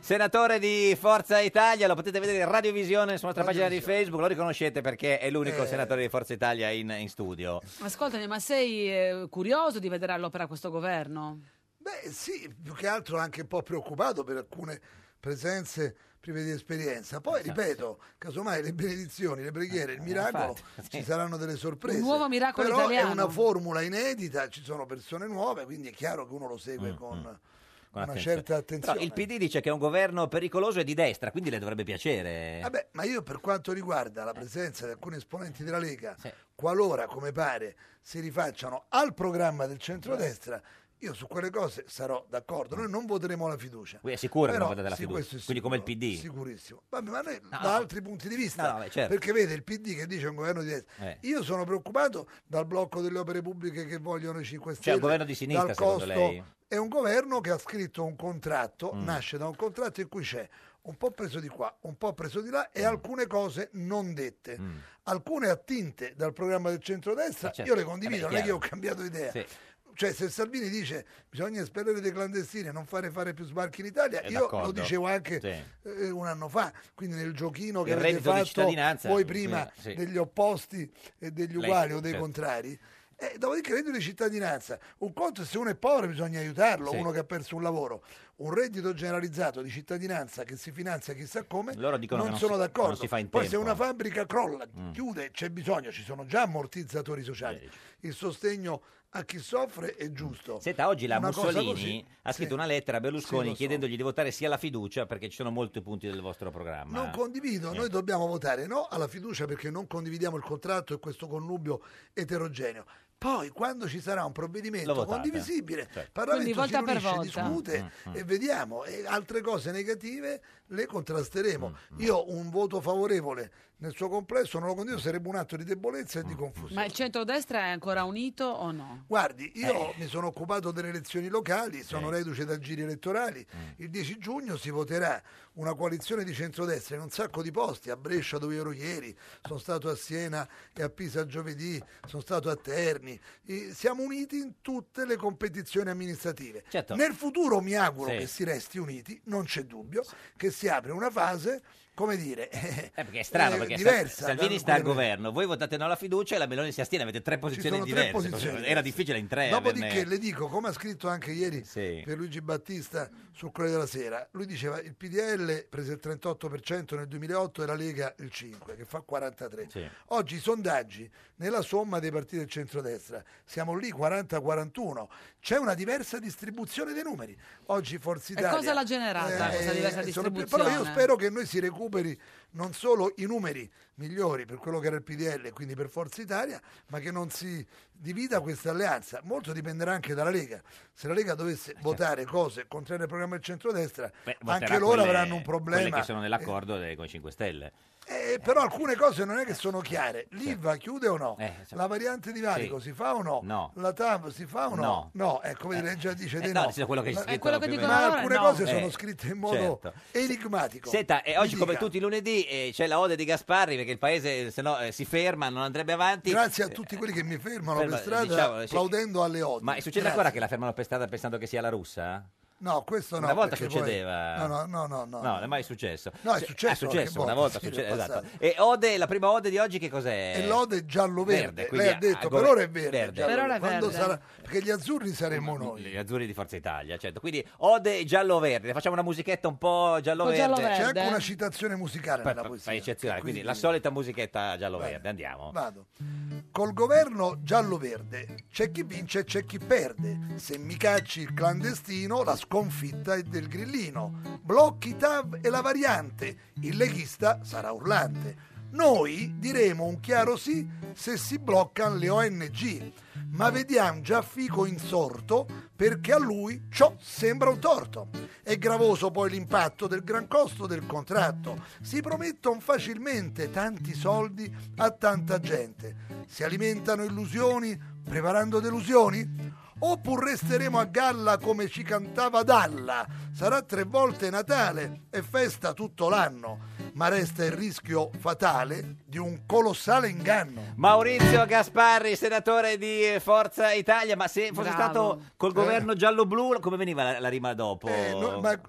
S2: Senatore di Forza Italia, lo potete vedere in radiovisione sulla nostra pagina di Facebook, lo riconoscete perché è
S18: Eh.
S2: l'unico senatore di Forza Italia in, in studio.
S1: Ascoltami, ma sei eh, curioso di vedere all'opera questo governo?
S18: Beh, sì, più che altro anche un po' preoccupato per alcune presenze prive di esperienza. Poi,
S1: Esatto.
S18: ripeto, casomai le benedizioni, le preghiere, il miracolo,
S1: infatti, sì.
S18: ci saranno delle sorprese.
S1: Un nuovo miracolo
S18: Però
S1: italiano.
S18: è una formula inedita, ci sono persone nuove, quindi è chiaro che uno lo segue con
S2: Con
S18: una certa attenzione.
S2: Però il PD dice che è un governo pericoloso e di destra, quindi le dovrebbe piacere.
S18: Vabbè, ma io per quanto riguarda
S2: Eh.
S18: la presenza di alcuni esponenti della Lega, qualora, come pare, si rifacciano al programma del centrodestra, io su quelle cose sarò d'accordo. Noi non voteremo la fiducia.
S2: Qui è sicuro
S18: Però,
S2: che non vota della
S18: sì,
S2: fiducia,
S18: questo è
S2: quindi come il PD.
S18: Sicurissimo. Vabbè, ma noi
S2: no.
S18: da altri punti di vista,
S2: No, no, beh, certo.
S18: perché vede il PD che dice un governo di destra.
S2: Eh.
S18: Io sono preoccupato dal blocco delle opere pubbliche che vogliono i 5 Stelle.
S2: Cioè, un governo di sinistra,
S18: dal
S2: secondo
S18: costo-
S2: lei?
S18: È un governo che ha scritto un contratto,
S2: Mm.
S18: nasce da un contratto in cui c'è un po' preso di qua, un po' preso di là
S2: Mm.
S18: e alcune cose non dette. Alcune attinte dal programma del centrodestra,
S2: Eh, certo.
S18: io le condivido,
S2: Eh beh,
S18: non è
S2: è
S18: che ho
S2: chiaro.
S18: cambiato idea.
S2: Sì.
S18: Cioè, se Salvini dice bisogna espellere dei clandestini e non fare fare più sbarchi in Italia,
S2: È
S18: io
S2: d'accordo.
S18: lo dicevo anche
S2: Sì.
S18: eh, un anno fa, quindi nel giochino che
S2: Il
S18: avete
S2: reddito di
S18: fatto
S2: cittadinanza,
S18: voi prima
S2: sì, sì.
S18: degli opposti e degli
S2: Lei,
S18: uguali o dei
S2: certo.
S18: contrari. Eh, dopodiché il reddito di cittadinanza, un conto è se uno è povero bisogna aiutarlo,
S2: Sì.
S18: uno che ha perso un lavoro, un reddito generalizzato di cittadinanza che si finanzia chissà come,
S2: Loro dicono
S18: non,
S2: che non
S18: sono
S2: si-
S18: d'accordo.
S2: non si fa in
S18: Poi se
S2: tempo.
S18: una fabbrica crolla,
S2: Mm. Eh,
S18: chiude, c'è bisogno, ci sono già ammortizzatori sociali. Il sostegno a chi soffre è giusto.
S2: Senta, oggi la
S18: Una cosa
S2: Mussolini
S18: così-
S2: ha scritto
S18: sì.
S2: una lettera a
S18: Sì,
S2: Berlusconi
S18: lo so.
S2: chiedendogli di votare sia la fiducia perché ci sono molti punti del vostro programma.
S18: Non condivido,
S2: Eh.
S18: noi dobbiamo votare no alla fiducia perché non condividiamo il contratto e questo connubio eterogeneo. Poi, quando ci sarà un
S2: Lo
S18: provvedimento
S2: votate.
S18: condivisibile,
S2: Certo.
S18: il Parlamento
S1: Quindi volta
S18: si riunisce,
S1: per volta.
S18: discute
S2: Mm, mm.
S18: e vediamo. E altre cose negative le contrasteremo.
S2: Mm,
S18: Io un voto favorevole nel suo complesso non lo condivido, sarebbe un atto di debolezza
S2: Mm,
S18: e di confusione.
S1: Ma il centrodestra è ancora unito o no?
S2: Eh.
S18: Guardi, io mi sono occupato delle elezioni locali, sono reduce da giri elettorali.
S2: Mm.
S18: Il 10 giugno si voterà una coalizione di centrodestra in un sacco di posti, a Brescia dove ero ieri, sono stato a Siena e a Pisa giovedì, sono stato a Terni. Eh, siamo uniti in tutte le competizioni amministrative.
S2: Certo.
S18: Nel futuro mi auguro
S2: Sì.
S18: che si resti uniti, non c'è dubbio, che si apre una fase, come dire,
S2: Perché è strano,
S18: eh,
S2: perché Sa-
S18: diversa.
S2: Salvini
S18: da
S2: sta al
S18: quelle-
S2: governo, voi votate no alla fiducia e la Meloni si astiene, avete tre posizioni
S18: sono tre
S2: diverse.
S18: posizioni
S2: Era difficile in tre.
S18: Dopodiché
S2: averne-
S18: le dico, come ha scritto anche ieri
S2: Sì.
S18: per Luigi Battista sul Corriere della Sera, lui diceva il PDL prese il 38% nel 2008 e la Lega il 5%, che fa 43%.
S2: Sì.
S18: Oggi i sondaggi, nella somma dei partiti del centrodestra, siamo lì 40-41, c'è una diversa distribuzione dei numeri. Oggi Forza
S1: E
S18: Italia... Eh,
S1: cosa l'ha generata questa diversa
S18: sono più-
S1: distribuzione?
S18: Però io spero che noi si recuperi non solo i numeri migliori per quello che era il PDL, quindi per Forza Italia, ma che non si divida questa alleanza. Molto dipenderà anche dalla Lega. Se la Lega dovestre votare cose contrarie al programma del centrodestra,
S2: Eh, certo. Beh, voterà
S18: anche loro
S2: quelle-
S18: avranno un problema.
S2: Quelle che sono nell'accordo de- con i 5 Stelle.
S18: Eh, però alcune cose non è che sono chiare. L'IVA chiude o no?
S2: Eh, cioè-
S18: La variante di valico
S2: Sì.
S18: si fa o no?
S2: No.
S18: La TAV si fa o no?
S2: No.
S18: ecco, vedi, lei già dice
S2: Eh,
S18: di
S2: no,
S18: no.
S2: sì, quello che è
S18: Ma-
S2: scritto Ma- più o meno.
S18: Ma alcune
S2: no.
S18: cose
S2: Eh,
S18: sono scritte in modo
S2: certo.
S18: enigmatico.
S2: Senta, e
S18: Mi
S2: oggi come
S18: dica,
S2: tutti i lunedì eh, c'è la ode di Gasparri perché il paese eh, se no, eh, si ferma, non andrebbe avanti. Eh,
S18: Grazie a tutti quelli che mi fermano
S2: ferma-
S18: per strada
S2: diciamo, sì.
S18: applaudendo alle ode.
S2: Ma succede
S18: Grazie.
S2: ancora che la fermano per strada pensando che sia la russa?
S18: No, questo no.
S2: una volta
S18: perché poi-
S2: succedeva.
S18: No, no, no, no. no.
S2: non è mai successo.
S18: No, è
S2: Cioè,
S18: successo
S2: ah, È
S18: qualche
S2: successo una volta.
S18: volta, sì, nel
S2: succe- esatto.
S18: passato.
S2: E ode, la prima ode di oggi che cos'è?
S18: E l'ode giallo-verde.
S2: eh, quindi
S18: Lei ha detto,
S2: a-
S18: per ora è verde.
S2: verde.
S18: giallo- quando sarà- Perché gli azzurri saremo noi.
S2: Gli azzurri di Forza Italia, certo. Quindi ode giallo-verde. Facciamo una musichetta un po' giallo-verde.
S18: C'è anche una citazione musicale
S2: Fa-
S18: nella
S2: fa-
S18: poesia.
S2: fa eccezionale,
S18: Quindi-
S2: quindi la solita musichetta giallo-verde. Andiamo.
S18: Vado. Col governo giallo-verde c'è chi vince e c'è chi perde. Se mi cacci il clandestino, la sconfitta è del grillino. Blocchi TAV e la variante, il leghista sarà urlante. Noi diremo un chiaro sì se si bloccano le ONG. Ma vediamo già Fico insorto perché a lui ciò sembra un torto. È gravoso poi l'impatto del gran costo del contratto. Si promettono facilmente tanti soldi a tanta gente. Si alimentano illusioni preparando delusioni? Oppure resteremo a galla come ci cantava Dalla. Sarà tre volte Natale e festa tutto l'anno, ma resta il rischio fatale di un colossale inganno.
S2: Maurizio Gasparri, senatore di eh, Forza Italia, ma se fosse
S18: Bravo.
S2: stato col governo giallo-blu, come veniva la, la rima dopo?
S18: Eh, no, Eh. ma eh,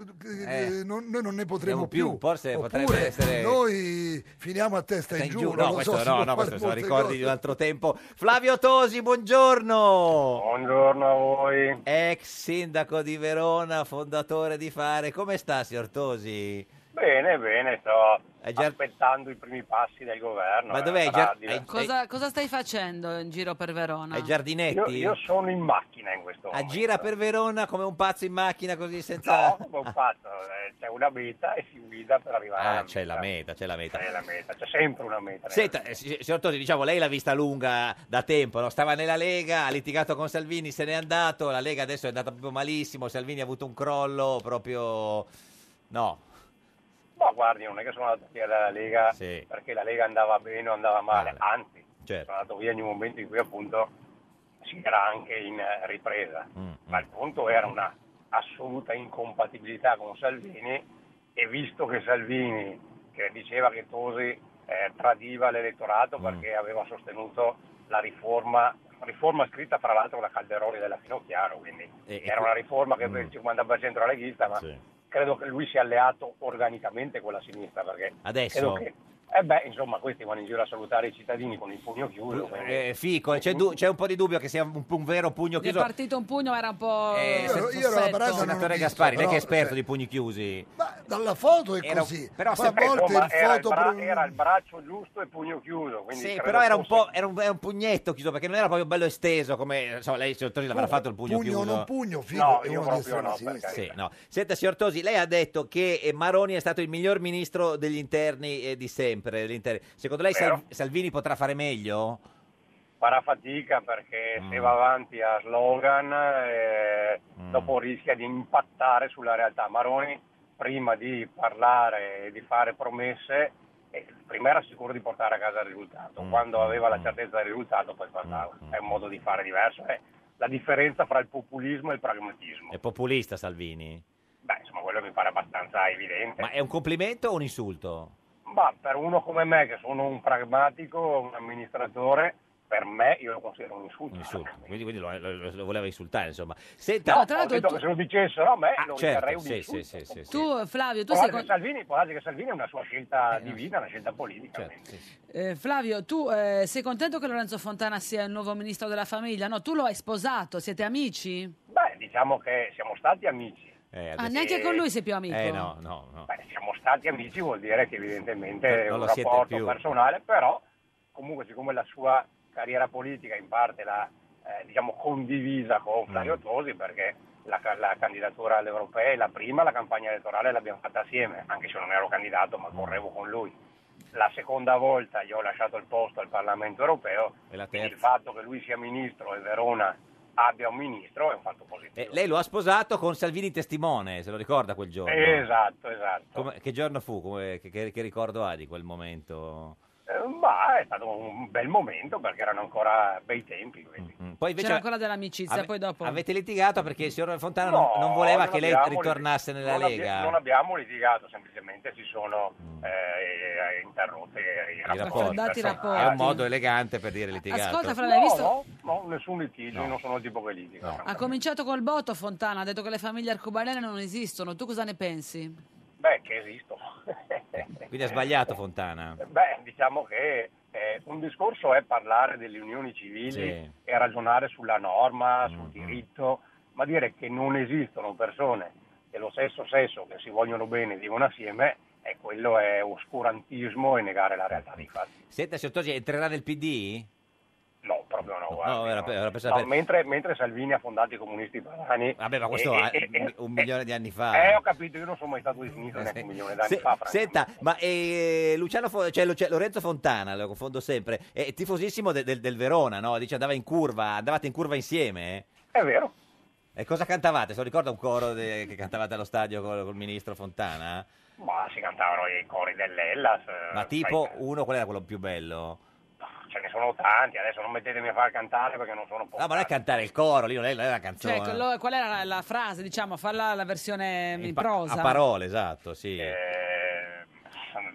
S2: Eh.
S18: eh, non- noi non ne
S2: Abbiamo
S18: potremo più.
S2: forse potrebbe
S18: Oppure
S2: essere
S18: Noi finiamo a testa in,
S2: in
S18: giù.
S2: giù.
S18: non
S2: No,
S18: lo
S2: questo
S18: so se
S2: no,
S18: può
S2: no,
S18: fare
S2: questo se lo
S18: molte
S2: ricordi
S18: cose.
S2: di un altro tempo. Flavio Tosi, buongiorno. Buongiorno
S19: a voi.
S2: Ex sindaco di Verona, fondatore di Fare. Come sta, signor Tosi?
S19: Bene, bene, sto
S2: È già-
S19: aspettando i primi passi del governo.
S2: Eh, Ma
S19: eh,
S2: dov'è? È
S19: sarà
S2: già-
S19: di-
S2: è-
S1: Cosa, cosa stai facendo in giro per Verona?
S2: Ai giardinetti?
S19: Io, io sono in macchina in questo
S2: Ah,
S19: momento.
S2: gira per Verona come un pazzo in macchina così senza...
S19: No, come un pazzo, eh, c'è una meta e si guida per arrivare alla
S2: Ah,
S19: meta.
S2: c'è la meta, c'è la meta.
S19: C'è la meta, c'è sempre una meta.
S2: Senta, eh, si- signor Tosi, diciamo, lei l'ha vista lunga da tempo, no? stava nella Lega, ha litigato con Salvini, se n'è andato, la Lega adesso è andata proprio malissimo, Salvini ha avuto un crollo proprio... No,
S19: Ma guardi, non è che sono andato via dalla Lega
S2: Sì.
S19: perché la Lega andava bene o andava male, anzi,
S2: certo.
S19: sono andato via in un momento in cui appunto si era anche in eh, ripresa.
S2: Mm,
S19: Ma il punto era una assoluta incompatibilità con Salvini e visto che Salvini che diceva che Tosi eh, tradiva
S2: Mm.
S19: l'elettorato perché aveva sostenuto la riforma, riforma scritta fra l'altro da Calderoni e della Finocchiaro, quindi
S2: E- e
S19: era
S2: qui-
S19: una riforma che
S2: Mm.
S19: per il 50% era leghista, ma credo che lui sia alleato organicamente con la sinistra perché
S2: Adesso?
S19: credo che eh beh, insomma, questi vanno in giro a salutare i cittadini con il pugno chiuso. quindi-
S2: Eh, Fico, c'è, du- c'è un po' di dubbio che sia un, un vero pugno
S1: Mi è
S2: chiuso.
S1: partito un pugno, era un po'.
S2: Eh, se-
S1: sossetto.
S2: senatore Gaspari, lei che è esperto di pugni chiusi.
S18: Dalla foto è
S2: Era-
S18: così.
S2: però
S18: Ma a
S2: sempre-
S18: volte
S19: Insomma,
S18: il
S19: era, il
S18: foto
S19: bra-
S18: per un-
S19: era il braccio giusto e pugno chiuso. quindi
S2: Sì,
S19: credo
S2: però era un,
S19: fosse-
S2: po', era, un, era un pugnetto chiuso perché non era proprio bello esteso come insomma, lei signor Tosi l'avrà fatto il pugno,
S18: pugno
S2: chiuso.
S18: non pugno, figo,
S19: No,
S18: è uno
S19: io proprio
S18: di estrema
S19: no,
S18: sinistra.
S2: Sì, no. Senta, signor Tosi, lei ha detto che eh, Maroni è stato il miglior ministro degli interni eh, di sempre. degli interni. Secondo lei Sal-
S19: Vero.
S2: Salvini potrà fare meglio?
S19: farà fatica perché se va avanti a slogan eh, dopo rischia di impattare sulla realtà. Maroni prima di parlare e di fare promesse eh, prima era sicuro di portare a casa il risultato, quando aveva la certezza del risultato poi parlava. È un modo di fare diverso, è la differenza fra il populismo e il pragmatismo.
S2: È populista Salvini?
S19: Beh, insomma, quello mi pare abbastanza evidente.
S2: Ma è un complimento o un insulto?
S19: Ma per uno come me, che sono un pragmatico, un amministratore, per me io lo considero un insulto.
S2: Un insulto. Quindi, quindi lo, lo- lo voleva insultare, insomma.
S19: No,
S2: Senta,
S19: ho detto che se lo dicessero a me lo
S2: certo,
S19: riterrei un
S2: sì,
S19: insulto.
S2: sì, sì, sì, sì.
S1: Tu, Flavio, tu
S19: Può
S1: sei.
S19: darsi che Salvini, può darsi che Salvini è una sua
S2: Eh,
S19: scelta di vita, una scelta politica.
S2: Certo,
S1: con- eh, Flavio, tu eh, sei contento che Lorenzo Fontana sia il nuovo ministro della famiglia? No, tu lo hai sposato, siete amici?
S19: Beh, diciamo che siamo stati amici.
S2: Eh,
S1: Ah, neanche con lui sei più amico.
S19: Eh,
S2: No, no, no.
S19: Beh, siamo stati amici vuol dire che evidentemente è
S2: Non
S19: un
S2: lo siete
S19: rapporto
S2: più.
S19: personale, però comunque siccome la sua
S2: Mm.
S19: carriera politica in parte l'ha eh, diciamo condivisa con Flavio Tosi perché la, ca- la candidatura alle europee, la prima, la campagna elettorale l'abbiamo fatta assieme, anche se non ero candidato ma correvo con lui. La seconda volta gli ho lasciato il posto al Parlamento europeo
S2: E la
S19: il
S2: terza.
S19: fatto che lui sia ministro e Verona abbia un ministro è un fatto positivo.
S2: Eh, lei lo ha sposato con Salvini testimone, se lo ricorda quel giorno.
S19: Esatto, esatto.
S2: Come- che giorno fu? Come- che- che- che ricordo ha di quel momento?
S19: Eh, Ma è stato un bel momento perché erano ancora bei tempi. quindi.
S2: Mm, Poi invece
S1: C'era ancora dell'amicizia,
S2: ave-
S1: poi dopo...
S2: avete litigato perché il signor Fontana
S19: No,
S2: non, non voleva
S19: non
S2: che lei
S19: abbiamo litigato.
S2: ritornasse nella
S19: non abbi-
S2: Lega. Mm.
S19: non abbiamo litigato, semplicemente si sono eh, interrotte i
S2: I
S19: rapporti.
S2: rapporti.
S19: personali.
S2: È un modo elegante per dire litigato.
S1: Ascolta, Fra, l'hai visto?
S19: Cioè, No, no, nessun litigio, io non sono il tipo che litiga.
S1: Ha cominciato col botto Fontana, ha detto che le famiglie arcobalene non esistono. Tu cosa ne pensi?
S19: Beh, che esistono.
S2: Eh, Quindi ha sbagliato Fontana.
S19: Beh, diciamo che eh, un discorso è parlare delle unioni civili
S2: Sì. Mm-hmm.
S19: e ragionare sulla norma, sul diritto, ma dire che non esistono persone dello stesso sesso che si vogliono bene e vivono assieme, e quello è oscurantismo e negare la realtà dei fatti.
S2: Senta, signor Toggi, entrerà nel PD?
S19: No, proprio no. guardi,
S2: era
S19: no.
S2: per- era per
S19: No,
S2: sapere-
S19: mentre, mentre Salvini ha fondato i comunisti padani...
S2: Vabbè, ma questo
S19: e-
S2: ha-
S19: e- e-
S2: un milione di anni fa.
S19: eh, ho capito, io non sono mai stato definito neanche un milione d'anni
S2: Se-
S19: fa, Franco.
S2: senta, ma eh, Luciano Fo- cioè, Lucia- Lorenzo Fontana, lo confondo sempre, è tifosissimo de- del, del Verona, no? Dice andava in curva, andavate in curva insieme? eh?
S19: È vero.
S2: E cosa cantavate? Se lo ricorda un coro de- che cantavate allo stadio col, col ministro Fontana?
S19: Ma si cantavano i cori dell'Ellas. eh,
S2: Ma tipo
S19: sai,
S2: uno, qual era quello più bello?
S19: Ce ne sono tanti, adesso non mettetemi a far cantare perché non sono pochi.
S2: Ah, ma non è cantare il coro, lì non è, non è la
S1: Cioè,
S2: canzone.
S1: quello- qual era la, la frase? Diciamo, farla la versione in
S2: Pa-
S1: prosa.
S2: A parole, esatto, sì.
S19: Eh,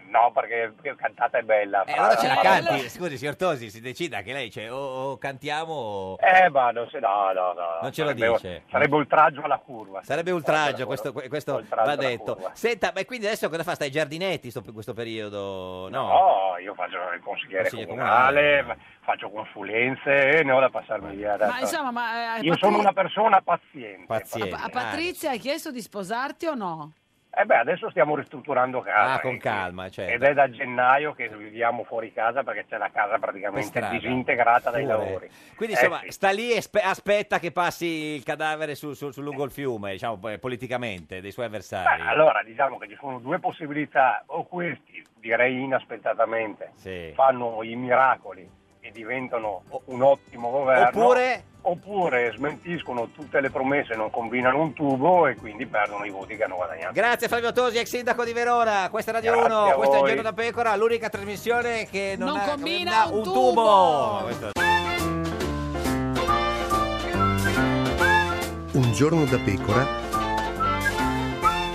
S19: No, perché, perché cantata è bella.
S2: E Eh, allora ce la canti,
S19: allora-
S2: scusi signor Tosi, si decida che lei, cioè, o, o cantiamo o...
S19: Eh, ma non se- no, no, no.
S2: Non ce lo
S19: Sarebbe-
S2: dice.
S19: Sarebbe oltraggio alla curva.
S2: Sarebbe oltraggio, questo, que- questo
S19: Oltraggio
S2: va
S19: alla
S2: detto.
S19: curva.
S2: Senta, ma quindi adesso cosa fa? Stai ai giardinetti sto- questo periodo? No.
S19: No, io faccio il consigliere
S2: Consigliere
S19: comunale, faccio consulenze e ne ho da passarmi via. adesso.
S1: Ma insomma, ma, eh,
S19: io
S1: Patri-
S19: sono una persona paziente.
S2: Paziente.
S1: a Patrizia hai chiesto di sposarti o no?
S19: Eh beh, adesso stiamo ristrutturando casa.
S2: Ah, con
S19: eh,
S2: calma, certo.
S19: Ed è da gennaio che viviamo fuori casa perché c'è la casa
S2: Per
S19: praticamente
S2: strada.
S19: disintegrata dai
S2: Pure.
S19: lavori.
S2: Quindi
S19: Eh,
S2: insomma,
S19: sì.
S2: sta lì e spe- aspetta che passi il cadavere su, su- su lungo il fiume, diciamo poi, politicamente, dei suoi avversari.
S19: Allora, diciamo che ci sono due possibilità. O questi, direi inaspettatamente,
S2: Sì.
S19: fanno i miracoli e diventano un ottimo governo.
S2: Oppure?
S19: Oppure smentiscono tutte le promesse, non combinano un tubo e quindi perdono i voti che hanno guadagnato.
S2: Grazie Flavio Tosi, ex sindaco di Verona, questa è Radio
S19: Grazie
S2: 1,
S19: a
S2: questo è il
S19: voi.
S2: giorno da pecora, l'unica trasmissione che non,
S1: Non
S2: ha-
S1: combina
S2: non ha
S1: un
S2: tubo.
S1: tubo.
S2: Questo-
S16: Un giorno da pecora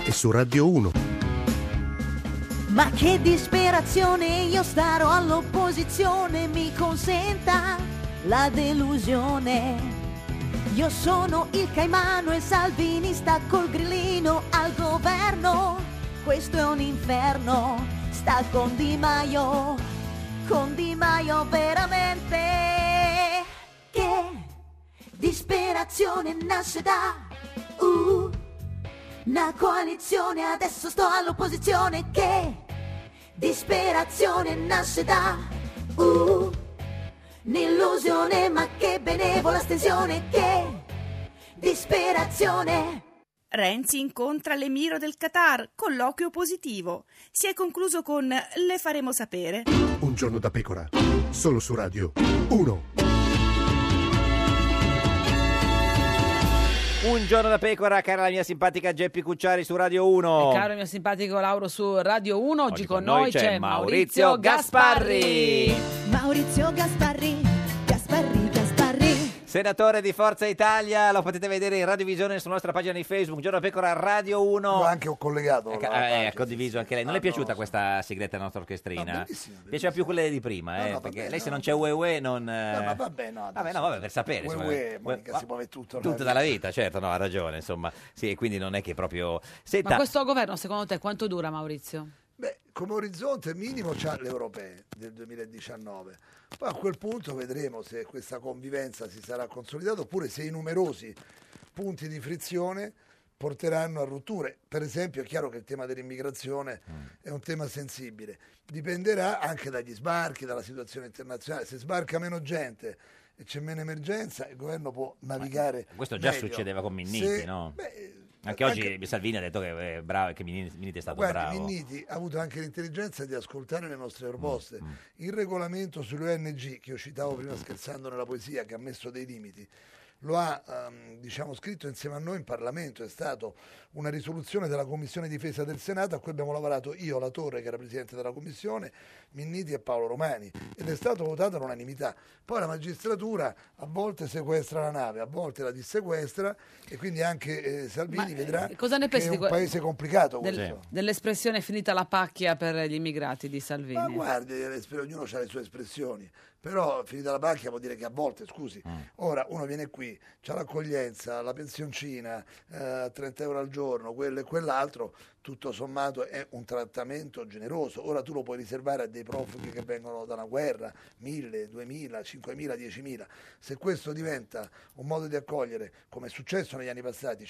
S16: e su Radio 1.
S15: Ma che disperazione, io starò all'opposizione, mi consenta la delusione. Io sono il Caimano e Salvini sta col grillino al governo. Questo è un inferno, sta con Di Maio, con Di Maio veramente. Che disperazione nasce da... Uh, una coalizione, adesso sto all'opposizione che disperazione nasce da uh, un'illusione, ma che benevola stensione che disperazione.
S17: Renzi incontra l'emiro del Qatar, colloquio positivo. Si è concluso con le faremo sapere.
S16: Un giorno da pecora, solo su Radio 1.
S2: Un giorno da pecora, cara la mia simpatica Geppi Cucciari su Radio 1.
S1: Caro il mio simpatico Lauro su Radio 1, oggi,
S2: Oh. con noi c'è Maurizio Gasparri.
S15: Maurizio Gasparri, Gasparri, Gasparri.
S2: Senatore di Forza Italia, lo potete vedere in radiovisione sulla nostra pagina di Facebook, Giorno da Pecora Radio 1.
S18: anche ho collegato.
S2: Eh, ca- eh, ha condiviso anche lei. Non le è piaciuta questa sigletta della nostra orchestrina?
S18: Ah,
S2: Piaceva più quelle di prima, eh, perché lei se non c'è UE non... eh,
S18: ma vabbè, no,
S2: vabbè, no, vabbè, per sapere. insomma, eh,
S18: Uè, uè,
S2: uè,
S18: Monica, si muove tutto. ormai.
S2: tutto dalla vita, certo, no, ha ragione, insomma. Sì, e quindi non è che proprio... Senta,
S1: Ma questo governo secondo te quanto dura Maurizio?
S18: Beh, come orizzonte minimo c'ha le europee del 2019. Poi a quel punto vedremo se questa convivenza si sarà consolidata oppure se i numerosi punti di frizione porteranno a rotture. Per esempio è chiaro che il tema dell'immigrazione
S2: Mm,
S18: è un tema sensibile. Dipenderà anche dagli sbarchi, dalla situazione internazionale. Se sbarca meno gente e c'è meno emergenza, il governo può navigare.
S2: Questo già
S18: meglio.
S2: succedeva con Minniti,
S18: Se-
S2: no?
S18: beh,
S2: anche oggi Salvini ha detto che, è bravo, che Minniti Minniti è stato
S18: Guardi,
S2: bravo.
S18: Minniti ha avuto anche l'intelligenza di ascoltare le nostre proposte.
S2: Mm,
S18: Il regolamento sulle ONG, che io citavo prima scherzando nella poesia, che ha messo dei limiti, lo ha ehm, diciamo, scritto insieme a noi in Parlamento. È stata una risoluzione della Commissione Difesa del Senato a cui abbiamo lavorato io, la Torre, che era presidente della Commissione, Minniti e Paolo Romani. Ed è stato votato all'unanimità. Poi la magistratura a volte sequestra la nave, a volte la dissequestra e quindi anche eh, Salvini
S1: Ma, eh,
S18: vedrà
S1: cosa ne
S18: che
S1: pensi
S18: è
S1: di
S18: un
S1: que-
S18: paese complicato
S1: Del-
S18: questo.
S1: Dell'espressione finita la pacchia per gli immigrati di Salvini.
S18: Ma guardi, le esp- ognuno ha le sue espressioni, però finita la pacchia vuol dire che a volte, scusi,
S2: mm.
S18: ora uno viene qui, c'ha l'accoglienza, la pensioncina, eh, 30 euro al giorno, quello e quell'altro, tutto sommato è un trattamento generoso. Ora tu lo puoi riservare a dei profughi che vengono da una guerra, 1000, 2000, 5000, 10.000. Se questo diventa un modo di accogliere, come è successo negli anni passati,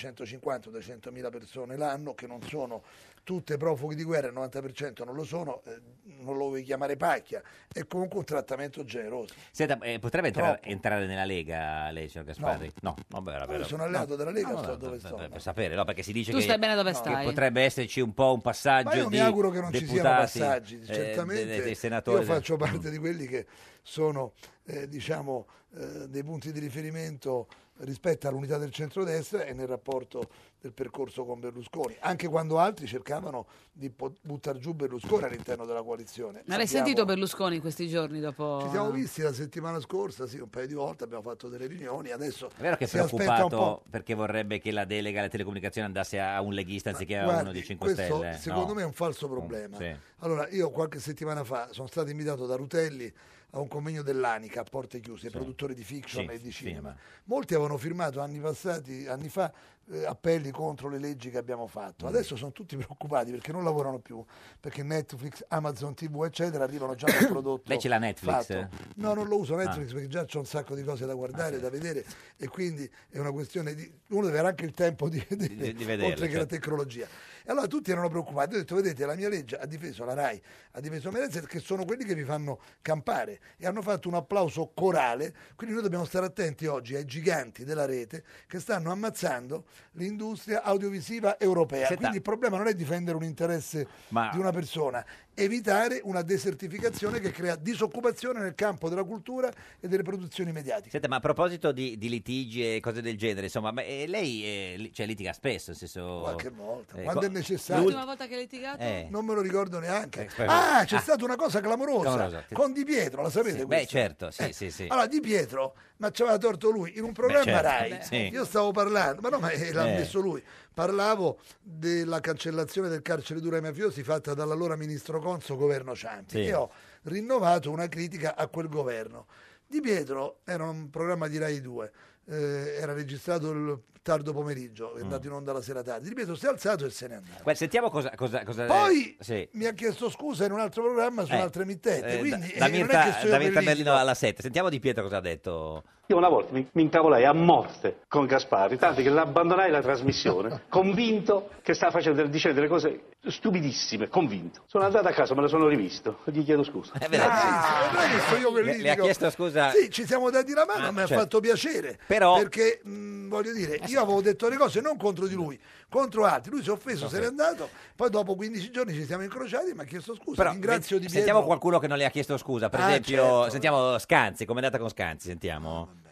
S18: 150-200.000 persone l'anno, che non sono tutte profughi di guerra, il 90% non lo sono, eh, non lo vuoi chiamare pacchia, è comunque un trattamento generoso.
S2: Senta, eh, potrebbe entrare, entrare nella Lega lei, signor Gasparri? No, vabbè, era
S18: Io
S2: vero.
S18: sono alleato della Lega,
S2: No, no,
S18: sto
S2: no,
S18: dove
S2: per-
S18: sto.
S2: per, sapere, no, perché si dice
S1: Tu
S2: che,
S1: stai bene dove
S2: che
S1: stai.
S2: potrebbe esserci un po' un passaggio
S18: Ma io
S2: di
S18: mi auguro che non ci siano
S2: deputati,
S18: passaggi,
S2: eh,
S18: certamente
S2: dei, dei senatori. Mm.
S18: io faccio parte di quelli che sono eh, diciamo, eh, dei punti di riferimento rispetto all'unità del centrodestra e nel rapporto del percorso con Berlusconi, anche quando altri cercavano di buttare giù Berlusconi all'interno della coalizione.
S1: Ma l'hai
S18: Abbiamo-
S1: sentito Berlusconi in questi giorni dopo...
S18: Ci siamo visti la settimana scorsa, sì, un paio di volte, abbiamo fatto delle riunioni, adesso
S2: È vero che è
S18: si aspetta un po'.
S2: preoccupato perché vorrebbe che la delega alla telecomunicazione andasse a un leghista anziché a uno
S18: Guardi,
S2: di 5
S18: questo
S2: Stelle.
S18: secondo
S2: No.
S18: me è un falso problema.
S2: Sì.
S18: Allora, io qualche settimana fa sono stato invitato da Rutelli a un convegno dell'ANICA a porte chiuse, produttori di fiction
S2: Sì,
S18: e di
S2: sì,
S18: cinema.
S2: ma-
S18: Molti avevano firmato anni, passati, anni fa eh, appelli contro le leggi che abbiamo
S2: Mm.
S18: fatto. Adesso sono tutti preoccupati perché non lavorano più, perché Netflix, Amazon TV, eccetera, arrivano già un prodotto.
S2: Lei ce l'ha Netflix?
S18: fatto. No, non lo uso Netflix
S2: Ah.
S18: perché già c'ho un sacco di cose da guardare, da vedere e quindi è una questione di... Uno deve avere anche il tempo di vedere,
S2: di- di vederle,
S18: oltre che la
S2: certo.
S18: tecnologia. E allora tutti erano preoccupati, ho detto vedete la mia legge ha difeso la RAI, ha difeso Mediaset che sono quelli che vi fanno campare e hanno fatto un applauso corale, quindi noi dobbiamo stare attenti oggi ai giganti della rete che stanno ammazzando l'industria audiovisiva europea.
S2: Senta.
S18: Quindi il problema non è difendere un interesse
S2: Ma-
S18: di una persona, evitare una desertificazione che crea disoccupazione nel campo della cultura e delle produzioni mediatiche.
S2: Senta, ma a proposito di, di litigi e cose del genere, insomma, ma, eh, lei eh, li- cioè, litiga spesso? Nel senso,
S18: Qualche volta,
S2: eh,
S18: quando
S2: co-
S18: è necessario.
S1: L'ultima volta che hai litigato?
S2: Eh.
S18: Non me lo ricordo neanche.
S2: Eh, spero-
S18: Ah, c'è
S2: Ah.
S18: stata una cosa clamorosa,
S2: Clamorosa.
S18: con Di Pietro, la sapete
S2: Sì, beh,
S18: questa?
S2: certo, sì, sì, sì.
S18: Allora Di Pietro, ma ci aveva torto lui in un programma
S2: certo,
S18: Rai.
S2: beh, sì.
S18: Io stavo parlando, ma no, ma eh, l'ha
S2: Eh.
S18: messo lui. Parlavo della cancellazione del carcere duro ai mafiosi fatta dall'allora ministro Conso, governo Ciampi,
S4: Sì.
S18: e ho rinnovato una critica a quel governo. Di Pietro era un programma di Rai 2. eh, era registrato il tardo pomeriggio, è
S2: Mm.
S18: andato in onda la sera tardi. Di Pietro si è alzato e se n'è andato.
S2: Guarda, sentiamo cosa... cosa, cosa eh,
S18: Poi-
S2: sì.
S18: mi ha chiesto scusa in un altro programma su
S2: Eh,
S18: un'altra emittente.
S2: eh,
S18: quindi
S2: da, da
S18: eh, non
S2: Mirta,
S18: è che sono
S2: da
S18: io
S2: Mirta
S18: che
S2: Merlino alla 7. Sentiamo Di Pietro cosa ha detto.
S21: Io una volta mi, mi incavolai a morte con Gasparri, tanto che l'abbandonai la trasmissione, convinto che stava facendo, dicendo delle cose stupidissime, convinto. Sono andato a casa, me lo sono rivisto, gli chiedo scusa.
S2: Eh,
S18: Ah, non è che sono io che
S2: Le-
S18: litigo.
S2: le ha chiesto scusa-
S18: Sì, ci siamo dati la mano,
S2: Ah,
S18: mi ha
S2: certo.
S18: fatto piacere.
S2: Però- Eh,
S18: Perché, mh, voglio dire, io avevo detto le cose non contro di lui, contro altri. Lui si è offeso,
S2: Ok.
S18: se n'è andato. Poi dopo 15 giorni ci siamo incrociati e mi ha chiesto scusa.
S2: Però, eh,
S18: Ringrazio Di Pietro.
S2: sentiamo qualcuno che non le ha chiesto scusa. Per
S18: Ah,
S2: esempio,
S18: certo.
S2: sentiamo Scanzi, com'è andata con Scanzi? Sentiamo.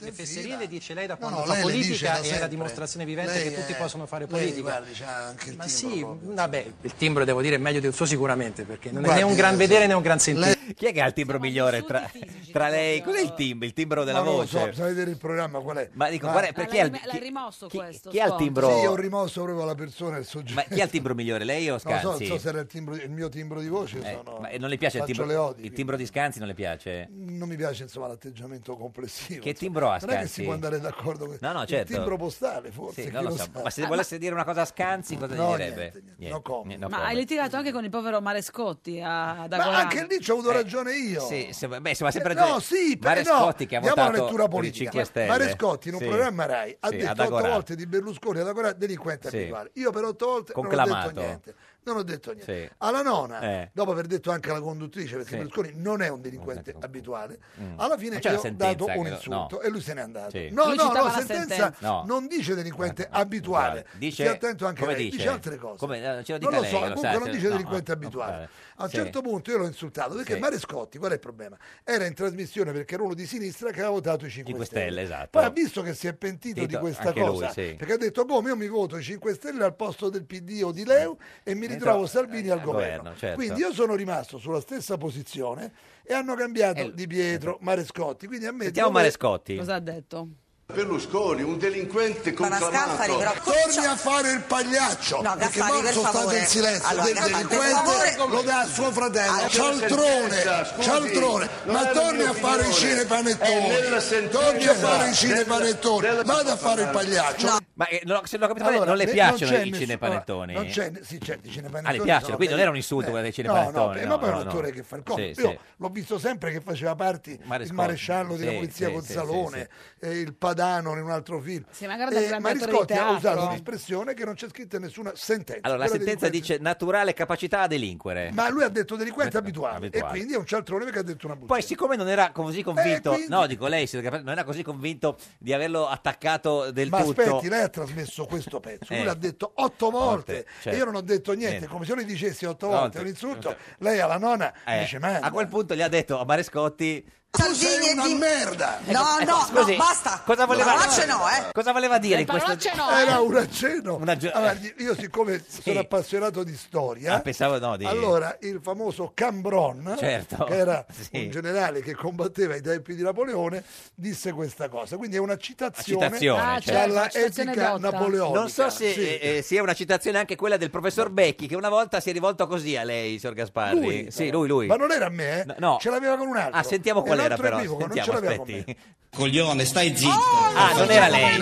S23: Le fesserie le dice lei da
S18: No,
S23: quando
S18: no,
S23: fa
S18: lei le dice da
S23: politica e è la
S18: sempre.
S23: dimostrazione vivente
S18: eh, Lei
S23: che tutti
S18: è-
S23: possono fare
S18: lei,
S23: politica.
S18: guardi, c'ha anche il
S23: Ma
S18: timbro
S23: sì, vabbè, il timbro devo dire è meglio del suo sicuramente perché non
S2: Guardi,
S23: è né un gran
S2: lei-
S23: vedere né un gran sentire.
S2: Chi è che ha il timbro migliore tra, tra lei? Cos'è il timbro? Il timbro della
S18: Ma non lo so,
S2: voce?
S18: bisogna vedere il programma qual è.
S2: Ma dico,
S18: Ma-
S2: guarda,
S1: Ah,
S2: perché
S1: l'hai,
S2: ha il-
S1: rim- l'hai rimosso questo.
S2: chi ha il
S1: spot?
S2: timbro?
S18: Sì, ho rimosso proprio la persona e il soggetto.
S2: ma chi ha il timbro migliore, lei o
S18: Non so,
S2: Scanzi?
S18: so se era il, timbro- il mio timbro di voce.
S2: Eh,
S18: sono-
S2: ma non le piace il
S18: faccio le
S2: timbro,
S18: odi,
S2: il timbro di Scanzi? Non le piace?
S18: non mi piace insomma l'atteggiamento complessivo.
S2: Che
S18: insomma.
S2: timbro ha,
S18: Non è che
S2: Scanzi?
S18: si può andare d'accordo con
S2: No, no,
S18: il
S2: certo.
S18: timbro postale, forse.
S2: Sì,
S18: chi
S2: non lo
S18: lo
S2: so.
S18: sa.
S2: Ma se eh, volesse dire una cosa a Scanzi, cosa gli
S18: No,
S2: direbbe?
S18: niente,
S2: Niente.
S18: no comment.
S2: Niente, no
S1: Ma hai
S2: comment.
S1: litigato anche con il povero Marescotti a, ad
S18: Ma
S1: Agorà.
S18: anche lì ci ho avuto ragione io.
S2: Eh, Sì, se- beh, insomma, sempre
S18: Eh, no,
S2: ragione-
S18: sì, perché no,
S2: Marescotti che ha
S18: diamo
S2: votato
S18: una lettura
S2: per i
S18: politica.
S2: 5 Stelle.
S18: Marescotti in un
S2: Sì.
S18: programma Rai ha
S2: Sì, ad
S18: detto otto
S2: Agorà.
S18: volte di Berlusconi ad Agorà delinquente
S2: Sì.
S18: abituale. Io per otto volte non ho
S2: Conclamato.
S18: detto niente. non ho detto niente.
S2: Sì.
S18: Alla nona,
S2: Eh.
S18: dopo aver detto anche alla conduttrice, perché
S2: Sì.
S18: Berlusconi non è un delinquente abituale,
S2: Mm.
S18: alla fine
S2: Ma c'è
S18: gli
S2: la
S18: ho
S2: sentenza
S18: dato
S2: che
S18: un
S2: lo-
S18: insulto
S2: no.
S18: e lui se n'è andato.
S2: Sì.
S18: No,
S1: Lui
S18: no,
S1: citava
S18: la
S1: la
S18: sentenza
S1: sentenza. No.
S18: non dice delinquente abituale.
S2: Dice,
S18: Stia attento anche
S2: come
S18: lei,
S2: dice?
S18: dice, altre cose.
S2: Come- eh, ce lo dica
S18: non lo
S2: lei,
S18: so,
S2: lo
S18: comunque
S2: sa,
S18: non
S2: se-
S18: dice
S2: no,
S18: delinquente
S2: eh,
S18: abituale.
S2: ok.
S18: A un
S2: Sì.
S18: certo punto io l'ho insultato perché
S2: Sì.
S18: Marescotti, qual è il problema? Era in trasmissione perché era uno di sinistra che aveva votato i 5,
S2: Cinque Stelle, esatto.
S18: Poi ha visto che si è pentito di
S2: Tito,
S18: questa
S2: anche lui,
S18: cosa
S2: sì.
S18: perché ha detto come io mi voto i 5 Stelle al posto del PD o di Leu e mi ritrovo Salvini al
S2: Eh, al
S18: governo.
S2: governo, certo.
S18: Quindi io sono rimasto sulla stessa posizione e hanno cambiato Di Pietro, Marescotti. Quindi a me
S2: Eh, esatto. Sentiamo
S18: dove-
S2: Marescotti.
S1: Cosa ha detto?
S18: Berlusconi, un delinquente
S4: Scaffari, però-
S18: Torni a fare il pagliaccio.
S4: No,
S18: perché Marzo
S4: Gaffari, per
S18: sta
S4: favore.
S18: nel silenzio
S4: Allora,
S18: del
S4: Gaffari, per
S18: delinquente,
S4: favore.
S18: lo dà a suo fratello.
S4: Allora,
S18: cialtrone,
S4: sentenza, scusi,
S18: cialtrone.
S4: non
S18: Ma
S4: è la
S18: torni
S4: mia
S18: a fare i
S4: opinione.
S18: cinepanettoni.
S4: È nella sentenza
S18: Torni a fare i
S4: della-
S18: cinepanettoni.
S4: della-
S18: Vada a fare il pagliaccio.
S2: Ma eh, non ho- se non ho capito male,
S18: Allora,
S2: non le
S18: ne-
S2: piacciono
S18: c'è
S2: i
S18: nessuno-
S2: cinepanettoni?
S18: allora, Non c'è, sì, certo, i cinepanettoni.
S2: Ah, le piacciono,
S18: sono
S2: quindi non
S18: belli.
S2: era un insulto quello dei
S18: No, no,
S2: cinepanettoni,
S18: ma
S2: no,
S18: poi è un
S2: no, no.
S18: attore che fa il comico.
S2: Sì,
S18: Io
S2: sì.
S18: l'ho visto sempre che faceva parte il
S2: Marescotti.
S18: maresciallo della
S2: Sì,
S18: polizia
S2: sì,
S18: con
S2: sì,
S18: Salone, eh, il Padano in un altro film.
S1: Sì, ma guarda che grande attore di
S18: Mariscotti ha
S1: teatro.
S18: usato un'espressione che non c'è scritta in nessuna sentenza.
S2: Allora, la
S18: Quella
S2: sentenza
S18: delinquente-
S2: dice naturale capacità a delinquere.
S18: Ma lui ha detto delinquente abituale,
S2: abituale.
S18: e quindi è un cialtrone perché ha detto una bugia.
S2: Poi, siccome non era così convinto,
S18: Eh, quindi-
S2: no, dico lei, siete capaci- non era così convinto di averlo attaccato del
S18: Ma
S2: tutto.
S18: aspetti, lei ha trasmesso questo pezzo, lui
S2: Eh.
S18: l'ha detto otto
S2: Volte,
S18: volte,
S2: certo.
S18: e io non ho detto niente,
S2: Niente.
S18: come se io le dicessi otto
S2: No,
S18: volte,
S2: te-
S18: un insulto, lei alla nona
S2: Eh,
S18: dice ma
S2: a quel punto gli ha detto a Marescotti.
S18: tu sei una merda!
S4: No,
S2: Ecco,
S4: no,
S2: scusi,
S4: no, basta.
S2: Cosa voleva,
S4: Parolacce no, eh.
S2: Cosa voleva dire
S4: Le
S2: in questo
S4: parolacce
S2: eh.
S18: Era un accenno. Allora, io siccome sono
S2: Sì.
S18: appassionato di storia,
S2: Ah, pensavo no, di-
S18: allora il famoso Cambron,
S2: Certo.
S18: che era
S2: Sì.
S18: un generale che combatteva ai tempi di Napoleone, disse questa cosa. Quindi è una citazione,
S2: Una citazione, Ah, certo. certo,
S18: dalla
S2: una citazione
S18: etica
S2: dotta.
S18: napoleonica.
S2: Non so se
S18: Sì.
S2: eh, eh, sia una citazione anche quella del professor Becchi, che una volta si è rivolto così a lei, signor Gasparri.
S18: Lui,
S2: sì, lui, lui.
S18: Ma non era a me, eh?
S2: No, no.
S18: ce l'aveva con un altro.
S2: Ah, sentiamo
S18: E
S2: qual era
S18: l'altro
S2: però.
S18: equivoco, non
S2: Sentiamo,
S18: ce l'aveva con
S2: aspetti.
S22: Coglione, stai zitto.
S2: Ah, non era lei.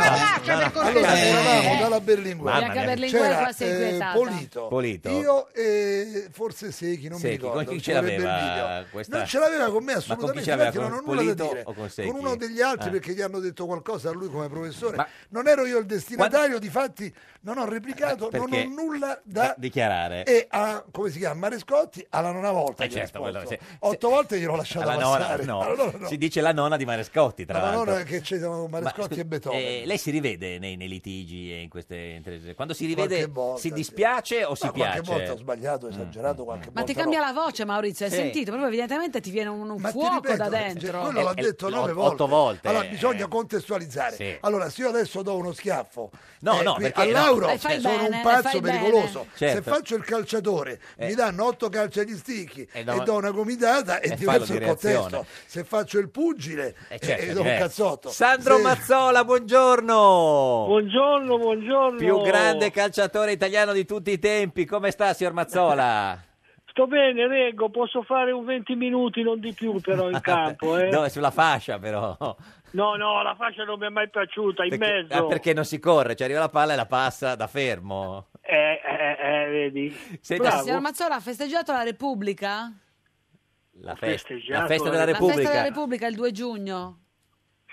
S18: Allora,
S22: Eh.
S18: eravamo dalla Berlinguer.
S2: Bianca Mamma mia.
S1: Berlinguer
S18: C'era, eh,
S1: qua si è inquietata.
S18: Polito.
S2: Polito.
S18: Io e forse Sechi, non
S2: Secchi,
S18: mi ricordo.
S2: con chi
S18: ci
S2: ce
S18: vorrebbe
S2: l'aveva
S18: il video.
S2: questa-
S18: Non ce l'aveva con me
S2: Ma con chi
S18: assolutamente,
S2: ce l'aveva,
S18: infatti non
S2: con
S18: ho nulla da
S2: Polito
S18: dire.
S2: o con Secchi?
S18: Con uno degli altri
S2: Ah.
S18: perché gli hanno detto qualcosa a lui come professore.
S2: Ma-
S18: Non ero io il destinatario, di fatti non ho replicato, non ho
S2: perché-
S18: nulla da...
S2: dichiarare.
S18: E a, come si chiama, Marescotti, alla nona volta
S2: Eh,
S18: gli ho
S2: certo, quello
S18: risposto.
S2: sì.
S18: Otto volte gliel'ho lasciato
S2: La nonna,
S18: passare.
S2: no.
S18: Alla nonna no.
S2: Si dice la nonna di Marescotti, tra
S18: La
S2: l'altro.
S18: nonna che c'è con
S2: Ma,
S18: Marescotti
S2: scusi,
S18: e Beethoven.
S2: eh, lei si rivede nei, nei litigi e in queste intese? Quando si rivede
S18: Qualche volta,
S2: si
S18: sì.
S2: dispiace o si
S18: Ma
S2: piace? Mm,
S18: Qualche volta ho sbagliato, ho esagerato qualche
S1: Ma
S18: volta.
S1: ti cambia
S18: no.
S1: la voce, Maurizio, hai
S18: Sì.
S1: sentito? Proprio evidentemente ti viene un, un
S18: Ma ti
S1: fuoco
S18: ripeto,
S1: da
S18: cioè,
S1: dentro.
S18: Quello l'ha detto nove volte.
S2: otto volte. Eh,
S18: Allora bisogna contestualizzare.
S2: Sì.
S18: Allora, se io adesso do uno schiaffo
S2: No,
S18: eh,
S2: no,
S18: qui
S2: perché
S18: a
S2: no.
S18: Lauro
S2: Eh, fai
S18: sono
S2: bene,
S18: un
S2: fai
S18: pazzo
S2: bene.
S18: pericoloso. Se
S2: Certo.
S18: faccio il calciatore, mi danno otto calci agli sticchi
S2: Eh,
S18: e,
S2: no.
S18: do una gomitata e
S2: Eh,
S18: diverso
S2: fallo
S18: il
S2: di reazione.
S18: contesto. Se faccio il pugile
S2: Eh,
S18: e
S2: certo, è
S18: do un
S2: diverso.
S18: cazzotto.
S2: Sandro
S18: Se-
S2: Mazzola, buongiorno.
S24: Buongiorno, buongiorno.
S2: Più grande calciatore italiano di tutti i tempi. Come sta, signor Mazzola?
S24: Sto bene, Reggo, posso fare un 20 minuti, non di più però in campo. Eh.
S2: Dove? Sulla fascia, però.
S24: No, no, la fascia non mi è mai piaciuta, in
S2: Perché,
S24: mezzo.
S2: ah, perché non si corre, cioè arriva la palla e la passa da fermo.
S24: Eh, eh, eh, vedi.
S2: Senta,
S1: Ma signor Mazzola ha festeggiato la Repubblica?
S2: la, festa,
S24: festeggiato,
S2: la festa
S24: eh.
S2: della
S24: La
S1: La festa
S2: Repubblica.
S1: della Repubblica il 2 giugno.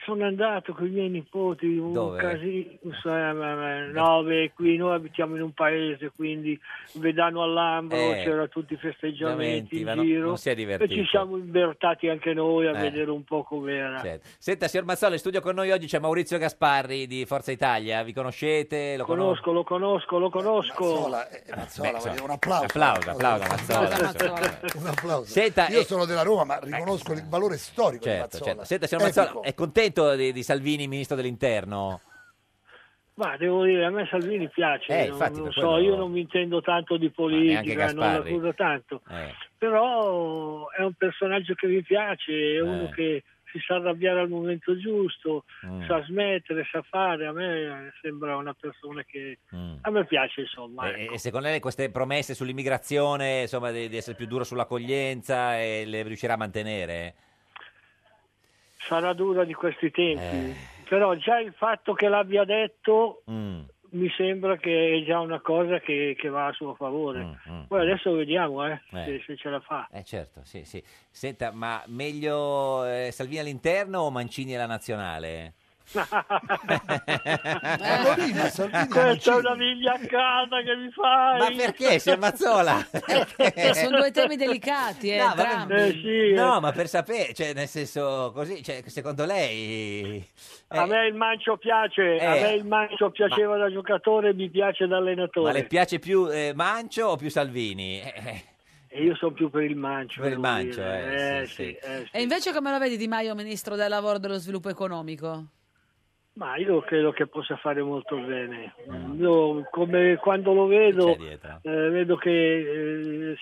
S24: Sono andato con i miei nipoti, un
S2: Dove?
S24: casino, nove, qui noi abitiamo in un paese, quindi Vedano all'Ambro,
S2: Eh,
S24: c'era tutti i festeggiamenti
S2: veramente, ma
S24: in
S2: non-
S24: giro
S2: non si è
S24: e
S2: divertito.
S24: ci siamo invertati anche noi a
S2: Eh.
S24: vedere un po' com'era.
S2: Certo. Senta, signor Mazzola, in studio con noi oggi c'è Maurizio Gasparri di Forza Italia. Vi conoscete? Lo conosco.
S24: Conosco, lo conosco, lo conosco.
S18: Mazzola,
S2: Beh,
S18: voglio
S2: insomma,
S18: un applauso.
S2: Applauso, applauso, Mazzola.
S18: Un applauso.
S2: Senta,
S18: Io
S2: eh,
S18: sono della Roma, ma riconosco il valore storico di
S2: Certo,
S18: Mazzola. Eh,
S2: certo. Senta, signor
S18: Epico.
S2: Mazzola, è contento di, di Salvini, ministro dell'interno?
S24: Ma devo dire, a me Salvini piace,
S2: Eh,
S24: non,
S2: infatti,
S24: non
S2: per
S24: so,
S2: quello-
S24: io non mi intendo tanto di
S2: neanche
S24: politica, non
S2: Gasparri.
S24: l'accuso tanto,
S2: Eh.
S24: però è un personaggio che mi piace, è uno che si sa arrabbiare al momento giusto,
S2: Eh. Mm.
S24: sa smettere, sa fare, a me sembra una persona che a me piace insomma.
S2: Mm. E, e secondo lei queste promesse sull'immigrazione, insomma, di, di essere più duro sull'accoglienza, eh, le riuscirà a mantenere?
S24: Sarà dura di questi tempi,
S2: Eh.
S24: però già il fatto che l'abbia detto
S2: Mm.
S24: mi sembra che è già una cosa che, che va a suo favore. Poi adesso vediamo eh,
S2: Mm. Eh.
S24: se- se ce la fa.
S2: Eh certo, sì, sì. Senta, ma meglio eh, Salvini all'interno o Mancini alla nazionale?
S18: Salvini, Salvini
S24: Questa è Eh. una vigliaccata che mi fai.
S2: Ma perché, Sciamazzola?
S1: Eh, sono due temi delicati, eh,
S2: No, vabbè,
S1: entrambi.
S2: no, ma per sapere, cioè, nel senso così, cioè, secondo lei...
S24: A me il mancio piace, a
S2: Eh.
S24: me il mancio piaceva da giocatore, mi piace da allenatore.
S2: Ma le piace più eh, Mancio o più Salvini? Eh, eh,
S24: E io sono più per il mancio.
S2: Per il
S24: devo
S2: mancio,
S24: dire.
S2: eh,
S24: Eh,
S2: sì,
S24: sì, eh, sì.
S1: E invece come lo vedi Di Maio, Ministro del Lavoro e dello Sviluppo Economico?
S24: Ma io credo che possa fare molto bene. Io, come quando lo vedo, eh, vedo che eh,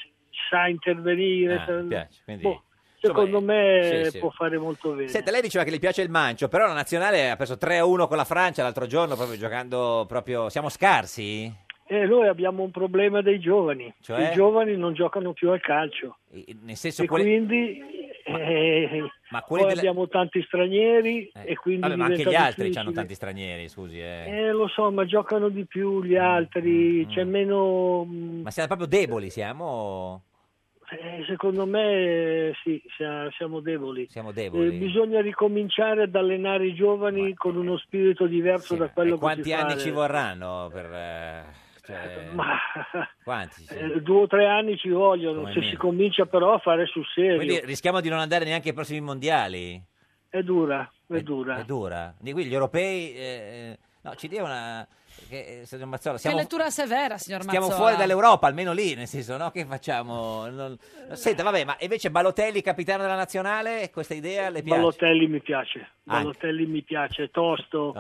S24: sa intervenire.
S2: Ah,
S24: sa-
S2: mi piace, quindi-
S24: Boh, secondo me
S2: sì, sì.
S24: può fare molto bene.
S2: Senta, lei diceva che le piace il Mancio, però la nazionale ha perso 3-1 con la Francia l'altro giorno, proprio giocando proprio... Siamo scarsi?
S24: E noi abbiamo un problema dei giovani.
S2: Cioè?
S24: I giovani non giocano più al calcio.
S2: E- Nel senso...
S24: e
S2: quelli-
S24: quindi eh,
S2: Ma quelli
S24: poi
S2: della- Eh,
S24: abbiamo tanti stranieri e quindi
S2: Vabbè, ma anche gli
S24: diventa
S2: altri
S24: difficile.
S2: hanno tanti stranieri, scusi. eh.
S24: Eh, lo so, ma giocano di più gli altri, c'è meno... mm, mh,
S2: Ma siamo proprio deboli, siamo...
S24: eh, secondo me eh, sì, sia- siamo deboli.
S2: Siamo deboli.
S24: Eh, bisogna ricominciare ad allenare i giovani con uno spirito diverso da quello
S2: E quanti
S24: che si
S2: anni
S24: fa
S2: ci
S24: adesso.
S2: vorranno per... eh, cioè,
S24: Ma-
S2: Quanti? sì?
S24: Eh, due o tre anni ci vogliono,
S2: Come
S24: se
S2: minimo.
S24: si comincia però a fare sul serio.
S2: Quindi rischiamo di non andare neanche ai prossimi mondiali.
S24: È dura, è, dura.
S2: È dura. Di qui gli europei... eh, no, ci dia una... Che, eh, signor Mazzola, siamo,
S1: Che lettura severa, signor
S2: stiamo
S1: Mazzola.
S2: fuori dall'Europa, almeno lì, nel senso, no? Che facciamo? Non- Senta, vabbè, ma invece Balotelli, capitano della nazionale, questa idea le piace?
S24: Balotelli mi piace,
S2: Anche. Ah.
S24: Balotelli mi piace, è tosto,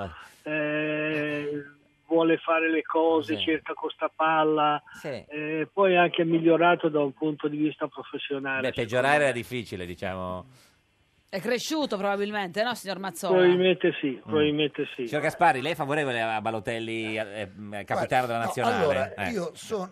S24: eh, vuole fare le cose,
S2: Sì.
S24: cerca con sta palla,
S2: Sì.
S24: eh, poi è anche migliorato da un punto di vista professionale.
S2: Beh, peggiorare era difficile, diciamo.
S1: È cresciuto probabilmente, no, signor Mazzola?
S24: Probabilmente sì, probabilmente sì.
S2: Mm. Signor Gasparri, lei è favorevole a Balotelli, eh, eh, capitano della
S18: No,
S2: nazionale?
S18: allora,
S2: Eh.
S18: io sono...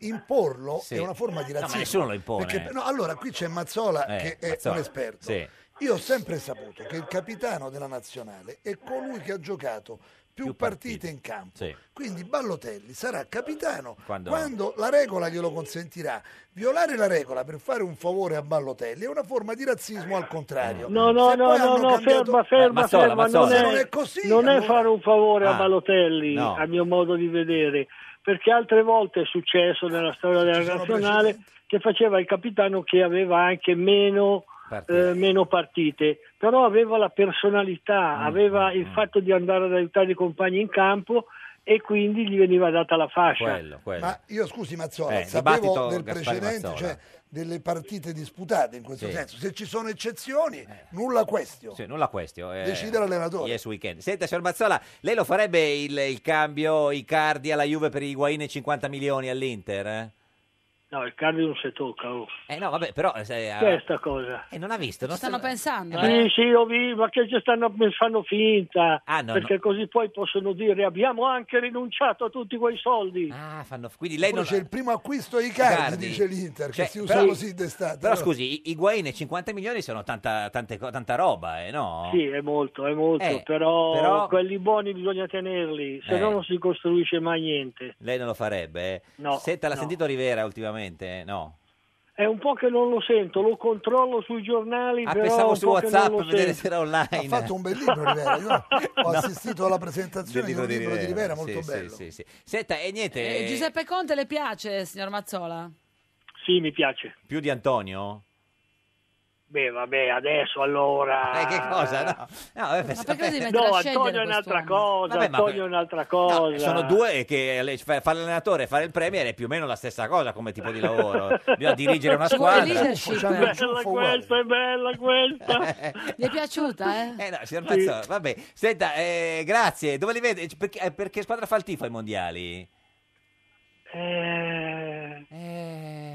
S18: Imporlo
S2: Sì.
S18: è una forma di
S2: No, ma
S18: razzismo.
S2: nessuno lo impone.
S18: Perché- no, allora, qui c'è Mazzola
S2: Eh,
S18: che è
S2: Mazzola,
S18: un esperto.
S2: sì.
S18: Io ho sempre saputo che il capitano della nazionale è colui che ha giocato più, partite, in campo.
S2: Sì.
S18: Quindi Ballotelli sarà capitano
S2: Quando-
S18: quando... la regola glielo consentirà. Violare la regola per fare un favore a Ballotelli è una forma di razzismo al contrario.
S24: No, no,
S18: Se
S24: no,
S18: poi
S24: no,
S18: hanno
S24: no,
S18: cambiato- Eh,
S24: ferma, ferma,
S2: Mazzola,
S24: ferma.
S2: Mazzola.
S24: Non,
S2: Non
S24: è,
S2: è
S18: così,
S24: non è
S18: allora.
S24: fare un favore
S2: Ah,
S24: a Balotelli,
S2: no.
S24: a mio modo di vedere, perché altre volte è successo nella storia della
S18: sono
S24: nazionale che faceva il capitano che aveva anche meno
S2: Partite.
S24: eh, meno partite, però aveva la
S18: Mm,
S24: personalità, aveva il fatto di andare ad aiutare i compagni in campo e quindi gli veniva data la fascia.
S2: Quello, quello.
S18: Cioè, Ma io scusi Mazzola,
S2: Eh, dibattito
S18: sapevo del
S2: Gaspari
S18: precedente,
S2: Mazzola.
S18: cioè delle partite disputate in questo
S2: Sì. Eh.
S18: senso. Se ci sono eccezioni, nulla question.
S2: Sì, nulla questo. Eh,
S18: Decide l'allenatore.
S2: Yes weekend. Senta, signor Mazzola, lei lo farebbe il, il cambio Icardi alla Juve per Higuain e 50 milioni all'Inter? Eh,
S24: No, il cardio non si tocca. Oh.
S2: Eh, no, vabbè, però... se- ah,
S24: Questa cosa.
S2: eh, non ha visto?
S1: Ci
S2: Non
S1: stanno pensando, eh?
S24: Sì, sì, io vi, ma che ci stanno, mi fanno finta,
S2: Ah, no,
S24: perché
S2: no.
S24: così poi possono dire abbiamo anche rinunciato a tutti quei soldi.
S2: Ah, fanno... Quindi lei
S18: Poi
S2: non...
S18: c'è il primo acquisto ai cardi,
S2: Icardi.
S18: dice l'Inter,
S2: Cioè,
S18: che si usa
S2: però-
S18: così d'estate.
S2: Però
S18: allora.
S2: scusi, Higuain e 50 milioni sono tanta, tante co- tanta roba, eh, no?
S24: Sì, è molto, è molto,
S2: Eh,
S24: però,
S2: però-
S24: quelli buoni bisogna tenerli, se
S2: Eh.
S24: no non si costruisce mai niente.
S2: Lei non lo farebbe? eh?
S24: No,
S2: Senta, l'ha
S24: no.
S2: sentito Rivera ultimamente? eh? No.
S24: È un po' che non lo sento, lo controllo sui giornali,
S2: Ah,
S24: però
S2: pensavo
S24: un
S2: su
S24: po' che non
S2: WhatsApp
S24: lo
S2: a vedere
S24: sento.
S2: se era online.
S18: ha fatto un bel libro Rivera, io ho assistito alla presentazione di un libro di Rivera, molto
S2: sì, sì,
S18: bello.
S2: sì, sì. Senta, e niente,
S1: Eh,
S2: eh,
S1: Giuseppe Conte le piace, signor Mazzola?
S24: Sì, mi piace.
S2: più di Antonio?
S24: Beh, vabbè, adesso allora...
S2: Eh, che cosa? No,
S24: Ah,
S2: no vabbè, per
S1: Ma
S2: sapere-
S1: perché devi mettere
S24: No,
S1: a scegliere
S24: Antonio è un'altra
S1: quest'uomo?
S24: cosa,
S2: Vabbè, ma-
S24: Antonio è un'altra
S2: No,
S24: cosa.
S2: sono due che alle- fa- fare l'allenatore e fare il premier è più o meno la stessa cosa come tipo di lavoro. Bisogna dirigere una
S1: Ci vuole
S2: squadra.
S1: leadership.
S18: Facciamo
S24: Bella
S18: un ciuffo uguale.
S24: questa, è bella questa.
S1: Mi è piaciuta, eh?
S2: Eh no, signor
S24: Sì.
S2: Mazzola, vabbè. Senta, eh, grazie. Dove li vede? C- Perché, eh, perché squadra fa il tifo ai mondiali?
S24: Eh,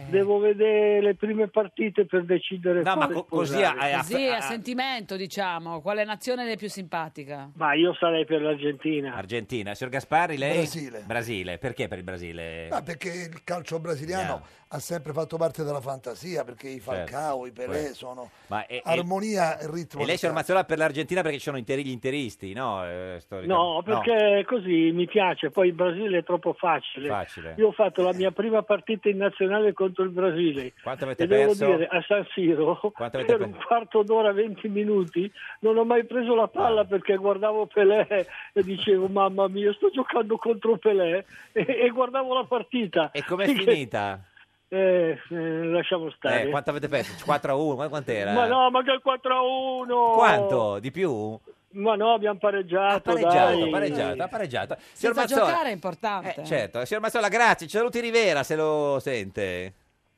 S24: Devo vedere le prime partite per decidere.
S2: No, ma
S24: quale
S2: co- così
S24: sposare.
S2: a- a-
S1: Sì, a
S2: ah.
S1: sentimento, diciamo. Quale nazione le è più simpatica?
S24: Ma io sarei per l'Argentina.
S2: Argentina. Signor Gasparri, lei?
S18: Brasile.
S2: Brasile. Perché per il Brasile?
S18: Ma perché il calcio brasiliano
S2: No.
S18: ha sempre fatto parte della fantasia perché i Falcao,
S2: Certo.
S18: i Pelé
S2: Beh.
S18: sono
S2: Ma è- è-
S18: armonia e ritmo.
S2: E lei si
S18: ormai
S2: armazzola per l'Argentina perché ci sono interi- gli interisti, no? Eh, storica-
S11: No, perché così mi piace, poi il Brasile è troppo facile.
S2: Facile.
S11: Io ho fatto la mia prima partita in nazionale contro il Brasile.
S2: Quanto avete
S11: e devo
S2: perso?
S11: dire, a San Siro,
S2: Quanto
S11: per
S2: avete
S11: un
S2: perso?
S11: quarto d'ora, 20 minuti, non ho mai preso la
S2: Ah.
S11: palla perché guardavo Pelé e dicevo, mamma mia, sto giocando contro Pelé e, e guardavo la partita.
S2: E com'è finita?
S11: Eh, eh, lasciamo stare.
S2: Eh, quanto avete perso? 4 a 1? Qua- Quant'era?
S11: Ma no, ma che il 4 a 1!
S2: Quanto? Di più?
S11: Ma no, abbiamo pareggiato.
S2: Pareggiato,
S11: dai. eh.
S2: pareggiato, ha pareggiato. Signor
S1: Senza
S2: Mazzola,
S1: giocare è importante.
S2: certo. Signor Mazzola, grazie. Ci saluti Rivera se lo sente.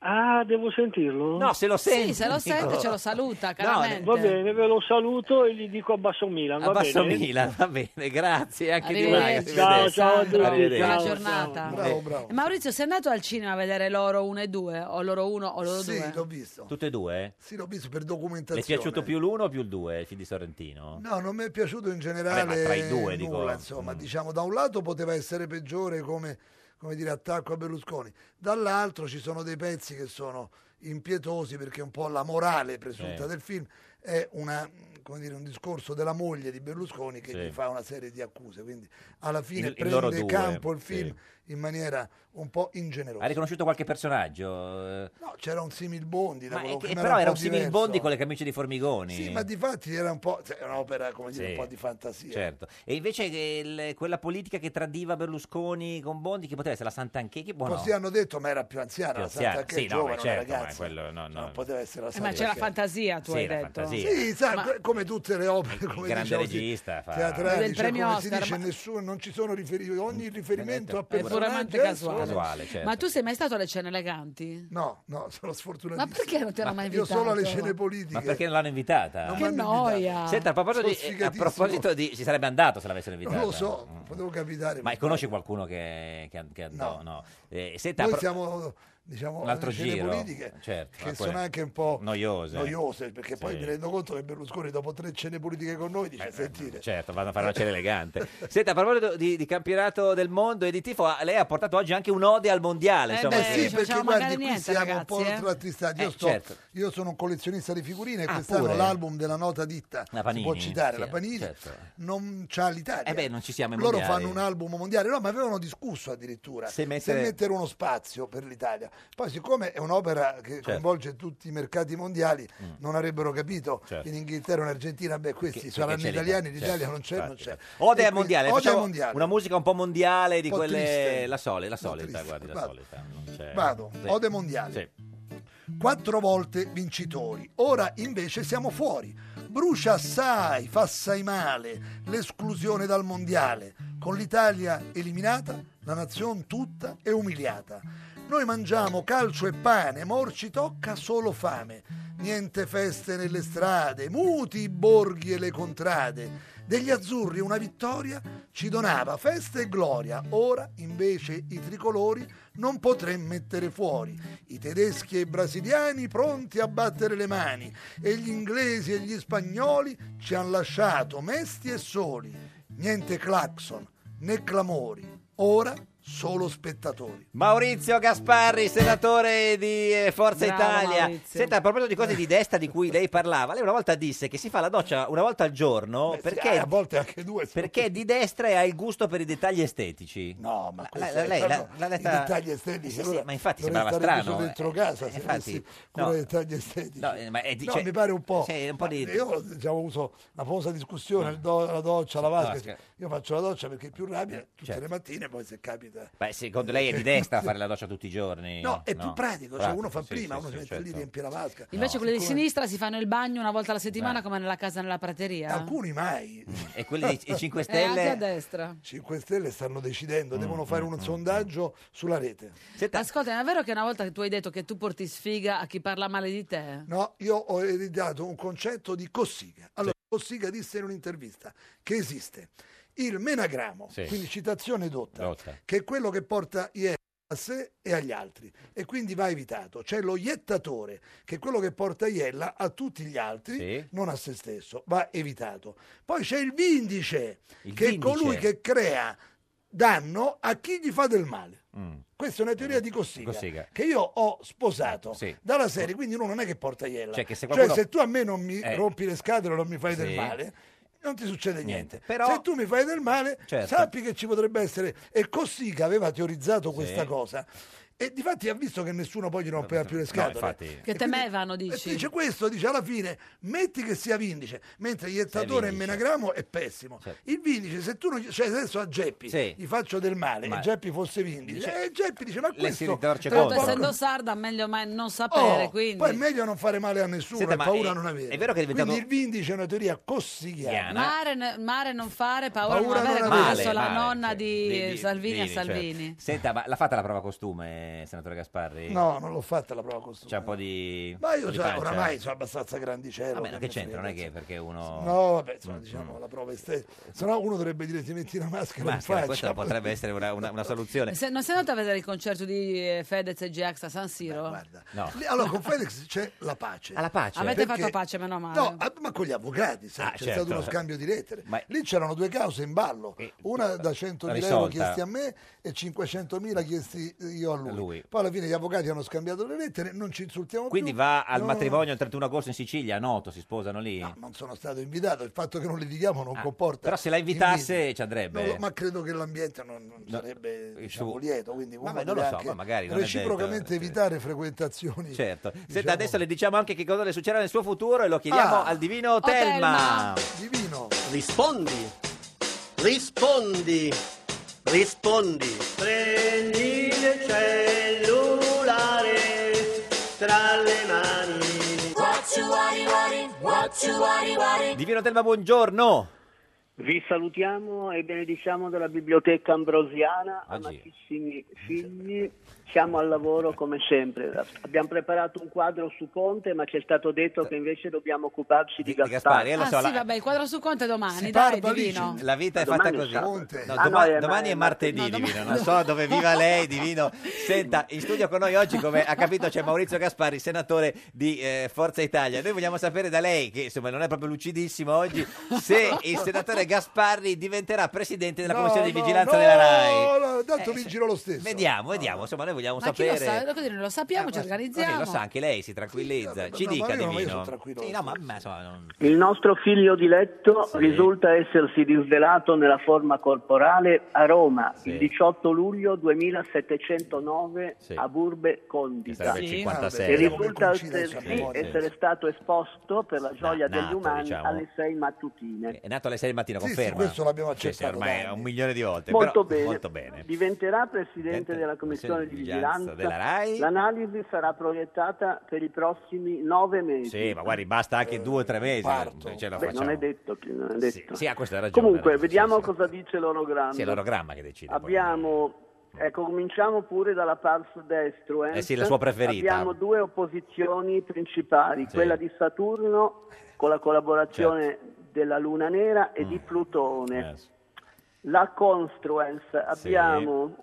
S11: Ah, devo sentirlo?
S2: No, se lo sente.
S1: Sì, se lo sente ce lo saluta caramente.
S11: va bene, ve lo saluto e gli dico a basso Milan.
S2: A
S11: va
S2: Basso
S11: bene?
S2: Milan, va bene, grazie anche di Maga,
S1: Arrivederci.
S11: Ciao,
S2: arrivederci.
S11: ciao a tutti,
S2: Arrivederci.
S1: Buona giornata.
S2: Bravo,
S1: Eh, Maurizio, sei andato al cinema a vedere loro 1 e 2? O loro 1 o loro 2?
S18: Sì, l'ho visto.
S2: eh, Tutte e due?
S18: Sì, l'ho visto per
S2: Le
S18: documentazione.
S2: è piaciuto più l'uno o più il due, il film di Sorrentino?
S18: No, non mi è piaciuto in
S2: Vabbè,
S18: generale
S2: ma tra i due, dico. mm.
S18: nulla, insomma, diciamo da un lato poteva essere peggiore come, come dire attacco a Berlusconi, dall'altro ci sono dei pezzi che sono impietosi perché un po' la morale presunta
S22: Sì.
S18: del film è una, come dire, un discorso della moglie di Berlusconi che
S22: Sì.
S18: gli fa una serie di accuse, quindi alla fine
S2: Il- il loro
S18: prende
S2: due,
S18: campo il
S2: sì.
S18: film in maniera un po' ingenerosa.
S2: Ha riconosciuto qualche personaggio? Eh,
S18: No, c'era un similbondi, da
S2: ma
S18: quello
S2: è
S18: che
S2: che-
S18: mi
S2: però era un
S18: po' diverso.
S2: similbondi con le camicie di Formigoni.
S18: Sì, ma di fatti era un po', cioè, è un'opera come dire,
S2: Sì.
S18: un po' di fantasia.
S2: Certo. E invece che il- quella politica che tradiva Berlusconi con Bondi, che poteva essere la Sant'Anché, che buono.
S18: Così hanno detto, ma era più anziana
S2: Più
S18: la
S2: anziana.
S18: Santa che
S2: Sì, no,
S18: giovane,
S2: ma certo,
S18: una
S2: ma
S18: ragazza.
S2: quello, no,
S18: Cioè,
S2: no.
S18: non poteva essere la
S1: Eh,
S18: Santa
S1: ma c'è la
S18: che-
S1: fantasia, tu
S2: Sì,
S1: hai
S2: la
S1: detto.
S2: fantasia.
S18: Sì, sai, que- come tutte le opere, come
S2: grande
S18: diciamo,
S2: regista fa-
S18: teatrali,
S1: Del
S18: cioè,
S1: premio
S18: come si
S1: Oscar,
S18: dice,
S1: ma-
S18: nessuno, non ci sono riferi- ogni riferimento a
S1: È puramente
S18: personaggi è solo-
S1: casuale.
S2: certo.
S1: Ma tu sei mai stato alle cene eleganti?
S18: No, no, sono sfortunato.
S1: Ma perché non ti hanno mai
S18: Io
S1: invitato?
S18: solo alle scene politiche.
S2: Ma perché non l'hanno invitata?
S1: Che noia.
S2: Senta, a proposito,
S18: Sono
S2: di, eh, a
S18: sfigatissimo.
S2: proposito di... ci sarebbe andato se l'avessero invitata.
S18: Non lo so, potevo capitare.
S2: mm. Ma conosci qualcuno che, che, che no. no. Eh, senta,
S18: Noi
S2: pro-
S18: siamo, diciamo,
S2: un altro
S18: alle scene
S2: giro,
S18: politiche
S2: certo, ma quelle-
S18: che sono anche un po'
S2: noiose.
S18: noiose, perché poi
S2: Sì.
S18: mi rendo conto che Berlusconi dopo tre scene politiche con noi dice, sentite,
S2: Certo, vanno a fare una cena elegante. Senta, a proposito di, di campionato del mondo e di tifo, ah, lei ha portato oggi anche un'ode al mondiale.
S18: Eh
S2: insomma,
S18: beh,
S2: che-
S18: sì, perché
S1: facciamo
S18: guardi,
S1: mancare
S18: qui
S1: niente,
S18: siamo un
S1: ragazzi,
S18: po'
S1: eh.
S18: trattistati. Io,
S2: Eh,
S18: sto-
S2: certo.
S18: io sono un collezionista di figurine e
S2: Ah,
S18: quest'anno
S2: pure?
S18: l'album della nota ditta
S2: La
S18: si
S2: Panini?
S18: può citare,
S2: Sì,
S18: la Panini,
S2: certo.
S18: non c'ha l'Italia.
S2: Eh beh, non ci siamo ai
S18: Loro
S2: mondiali.
S18: fanno un album mondiale, no, ma avevano discusso addirittura
S2: Se mettere-
S18: uno spazio per l'Italia. Poi, siccome è un'opera che
S2: Certo. Mm.
S18: coinvolge tutti i mercati mondiali, non avrebbero capito
S2: Certo.
S18: in Inghilterra e in Argentina, beh, questi
S2: che- che
S18: saranno
S2: c'è
S18: italiani,
S2: l'Italia.
S18: l'Italia
S2: Certo,
S18: non c'è, non
S2: infatti,
S18: c'è.
S2: infatti. Ode
S18: E
S2: al
S18: quindi-
S2: mondiale,
S18: Ode al
S2: facciamo
S18: mondiale.
S2: una musica un po' mondiale di
S18: Un po'
S2: quelle
S18: triste.
S2: la solita, la solita,
S18: triste,
S2: guardi, la
S18: vado.
S2: solita. non c'è-
S18: Vado,
S2: Sì.
S18: ode mondiale.
S2: Sì.
S18: Quattro volte vincitori, ora invece siamo fuori. Brucia assai, fa assai male l'esclusione dal mondiale. Con l'Italia eliminata, la nazione tutta è umiliata. Noi mangiamo calcio e pane, ma or ci tocca solo fame. Niente feste nelle strade, muti i borghi e le contrade. Degli azzurri una vittoria ci donava festa e gloria, ora invece i tricolori non potrem mettere fuori. I tedeschi e i brasiliani pronti a battere le mani e gli inglesi e gli spagnoli ci hanno lasciato mesti e soli. Niente clacson né clamori, ora solo spettatori.
S2: Maurizio Gasparri, senatore di eh, Forza
S18: Bravo,
S2: Italia.
S18: Maurizio.
S2: Senta, a proposito di cose di destra di cui lei parlava, lei una volta disse che si fa la doccia una volta al giorno perché,
S18: eh, a volte anche due.
S2: perché è di destra e ha il gusto per i dettagli estetici.
S18: No, ma
S2: la,
S18: questo è
S2: lei
S18: proprio
S2: l'ha
S18: i
S2: letta-
S18: dettagli estetici,
S2: Sì, sì,
S18: allora
S2: ma infatti
S18: dovrei
S2: sembrava strano.
S18: stare
S2: eh.
S18: chiuso dentro casa se
S2: infatti,
S18: avessi cura
S2: no.
S18: dei dettagli estetici.
S2: No, eh, ma è di-
S18: No,
S2: cioè-
S18: mi pare un po'.
S2: sì, un po'
S18: ma
S2: di-
S18: Io diciamo, uso la famosa discussione, il do- la doccia, la vasca.
S2: vasca.
S18: Io faccio la doccia perché è più rapida tutte
S2: certo.
S18: le mattine, poi se capita.
S2: Beh, secondo lei è di destra fare la doccia tutti i giorni?
S18: No, è più pratico, cioè uno fa
S2: Eh, sì,
S18: prima,
S2: sì,
S18: uno
S2: sì,
S18: si mette lì,
S2: certo.
S18: riempie la vasca.
S1: Invece
S18: No,
S1: quelli di
S18: siccome-
S1: sinistra si fanno il bagno una volta alla settimana
S2: Beh.
S1: come nella casa nella prateria.
S18: Alcuni mai.
S2: E quelli di- i 5
S1: E anche a
S2: Stelle? Mm,
S1: destra.
S18: 5 Stelle stanno decidendo, devono fare un sondaggio sulla rete.
S1: Ascolta, ma è vero che una volta che tu hai detto che tu porti sfiga a chi parla male di te?
S18: No, io ho ereditato un concetto di Cossiga. Allora, Cossiga disse in un'intervista che esiste il menagramo,
S22: Sì.
S18: quindi citazione dotta, che è quello che porta ieri a sé e agli altri e quindi va evitato. C'è lo iettatore, che è quello che porta iella a tutti gli altri,
S22: Sì.
S18: non a se stesso, va evitato. Poi c'è il vindice,
S22: Il
S18: che
S22: vindice.
S18: è colui che crea danno a chi gli fa del male. Questa è una teoria di Cossiga,
S2: Cossiga.
S18: che io ho sposato
S2: Sì.
S18: dalla serie, quindi uno non è che porta iella.
S2: Cioè che se qualcuno-
S18: tu a me non mi
S2: Eh.
S18: rompi le scatole, non mi fai del
S2: Sì.
S18: male, non ti succede niente.
S2: Però-
S18: Se tu mi fai del male,
S2: Certo.
S18: sappi che ci potrebbe essere. E Cossiga aveva teorizzato questa
S2: Sì.
S18: cosa. E difatti ha visto che nessuno poi gli rompeva più le
S2: No,
S18: scatole.
S2: infatti.
S1: Che temevano, dici?
S18: E Eh, dice questo, dice alla fine, metti che sia vindice, mentre iettatore e
S2: vindice.
S18: menagramo è pessimo. Il vindice, se tu non... gli- Cioè adesso a Geppi
S2: Sì.
S18: gli faccio del male,
S2: Ma-
S18: e Geppi fosse vindice, e Geppi dice ma
S2: le si
S18: questo...
S2: ritorce
S18: tra
S2: contro.
S18: poco-
S1: Essendo sarda, meglio mai non sapere,
S18: Oh,
S1: quindi.
S18: Poi è meglio non fare male a nessuno,
S2: Senta,
S18: e
S2: ma
S18: paura
S2: è-
S18: non avere.
S2: è vero che è diventato-
S18: Quindi il vindice è una teoria
S2: Eh,
S18: cossigliana.
S1: Mare, ne- mare non fare, paura,
S18: Paura
S1: non avere,
S18: non
S1: come ha
S2: avere.
S1: detto la
S2: Male,
S1: nonna di,
S2: Di- di-
S1: Salvini a
S2: Dini, certo.
S1: Salvini.
S2: Senta, ma l'ha fatta la prova costume, eh, senatore Gasparri?
S18: No, non l'ho fatta la prova costruita.
S2: C'è un po' di.
S18: Ma io
S2: di
S18: già
S2: pancia?
S18: oramai sono abbastanza grandicello.
S2: Vabbè, no, che
S18: me
S2: c'entra? Non
S18: frega,
S2: è che perché uno.
S18: No, vabbè, insomma,
S2: Mm,
S18: diciamo
S2: mm.
S18: la prova è stessa. Se no uno dovrebbe dire ti metti una maschera,
S2: Maschera,
S18: in
S2: questa
S18: faccia.
S2: potrebbe essere una, una- una soluzione.
S1: Se- non sei andato a vedere il concerto di eh, Fedez e GX a San Siro?
S2: No.
S18: Lì- Allora, con Fedex c'è la pace.
S2: Alla pace?
S1: Avete
S18: Perché-
S1: fatto pace, meno male.
S18: No, ah, ma con gli avvocati, sai,
S2: Ah,
S18: c'è
S2: certo.
S18: stato uno scambio di lettere.
S2: Ma- Eh,
S18: Lì c'erano due cause in ballo, una da 100.000 euro
S2: risolta.
S18: chiesti a me e 500.000 chiesti io a lui.
S2: Lui.
S18: Poi alla fine gli avvocati hanno scambiato le lettere, non ci insultiamo
S2: Quindi
S18: più.
S2: va al
S18: No,
S2: matrimonio il 31 agosto in Sicilia, a Noto, si sposano lì.
S18: Non sono stato invitato, il fatto che non litighiamo
S2: Ah,
S18: non comporta.
S2: Però se la invitasse ci andrebbe.
S18: Non lo- ma credo che l'ambiente non, non
S2: No,
S18: sarebbe
S2: il
S18: diciamo,
S2: suo-
S18: lieto, quindi uno
S2: Eh, Vabbè, non
S18: deve
S2: lo so,
S18: anche
S2: ma magari non è
S18: reciprocamente
S2: detto, eh.
S18: evitare frequentazioni.
S2: Certo. Senta,
S18: Diciamo-
S2: adesso le diciamo anche che cosa le succederà nel suo futuro e lo chiediamo
S18: Ah.
S2: al divino
S18: Oh,
S2: Telma.
S18: Telma. Divino.
S22: Rispondi. Rispondi. Rispondi. Prendi il cellulare tra le mani.
S2: Divino Telma, buongiorno.
S22: Vi salutiamo e benediciamo dalla biblioteca ambrosiana,
S2: Oggi-
S22: amatissimi figli. Siamo al lavoro come sempre. Abbiamo preparato un quadro su Conte, ma ci è stato detto che invece dobbiamo occuparci di, Gaspari.
S2: eh, lo
S1: ah,
S2: so,
S1: sì,
S2: la-
S1: vabbè, il quadro su Conte è domani,
S22: Si
S1: dai,
S22: parla lì,
S1: divino.
S2: La vita è
S22: Ma
S2: fatta
S22: domani è
S2: così. No,
S22: sabato.
S2: doma-
S22: Ah, no, è-
S2: domani
S22: è-
S2: è martedì,
S22: no, domani-
S2: Divino. Non so dove viva lei, Divino. Senta, in studio con noi oggi, come ha capito, c'è Maurizio Gasparri, senatore di eh, Forza Italia. Noi vogliamo sapere da lei, che insomma non è proprio lucidissimo oggi, se il senatore Gasparri diventerà presidente della
S18: No,
S2: commissione di
S18: no,
S2: vigilanza
S18: no,
S2: della RAI.
S18: no, tanto
S2: Eh,
S18: vi
S2: se-
S18: giro lo stesso.
S2: Vediamo, vediamo. Insomma, noi vogliamo
S1: Ma chi
S2: sapere. Eh,
S1: lo sa? Così non lo sappiamo, ci
S2: Ok,
S1: organizziamo.
S2: lo sa anche lei, si tranquillizza. Ci
S22: no, ma
S2: dica,
S22: io- ma io sono
S2: Divino.
S22: tranquillo.
S2: Sì, no, ma, ma, insomma, non-
S22: Il nostro figlio diletto risulta essersi disvelato nella forma corporale a Roma il 18 luglio 2709
S2: Sì.
S22: a Burbe Condita
S2: Che sarebbe Sì.
S22: e
S2: 56. Vediamo come
S22: risulta
S2: coincide adesso
S22: altresì
S2: a memoria.
S22: essere stato esposto per la gioia degli
S2: nato,
S22: umani
S2: diciamo. Eh,
S22: alle 6 mattutine.
S2: È nato alle 6 del mattino,
S22: Sì, sì,
S2: conferma.
S22: questo l'abbiamo
S2: Sì, sì,
S22: accettato
S2: ormai
S22: da
S2: un milione di volte.
S22: Molto
S2: però-
S22: bene.
S2: Molto bene.
S22: Diventerà presidente della commissione di vigilanza
S2: della RAI.
S22: L'analisi sarà proiettata per i prossimi nove mesi.
S2: Sì, ma guardi, basta anche due o tre mesi.
S22: parto.
S2: Ce la
S22: Beh,
S2: facciamo.
S22: non è detto che non è detto.
S2: Sì, sì, ha questa ragione.
S22: Comunque, Ah,
S2: ha ragione.
S22: vediamo cosa dice l'orogramma.
S2: Sì, è l'orogramma che decide. poi.
S22: Abbiamo, ecco, cominciamo pure dalla pars destruens.
S2: Eh sì, la sua preferita.
S22: Abbiamo due opposizioni principali,
S2: Sì. Certo.
S22: quella di Saturno con la collaborazione della Luna Nera
S2: Mm.
S22: e di Plutone. La construens, abbiamo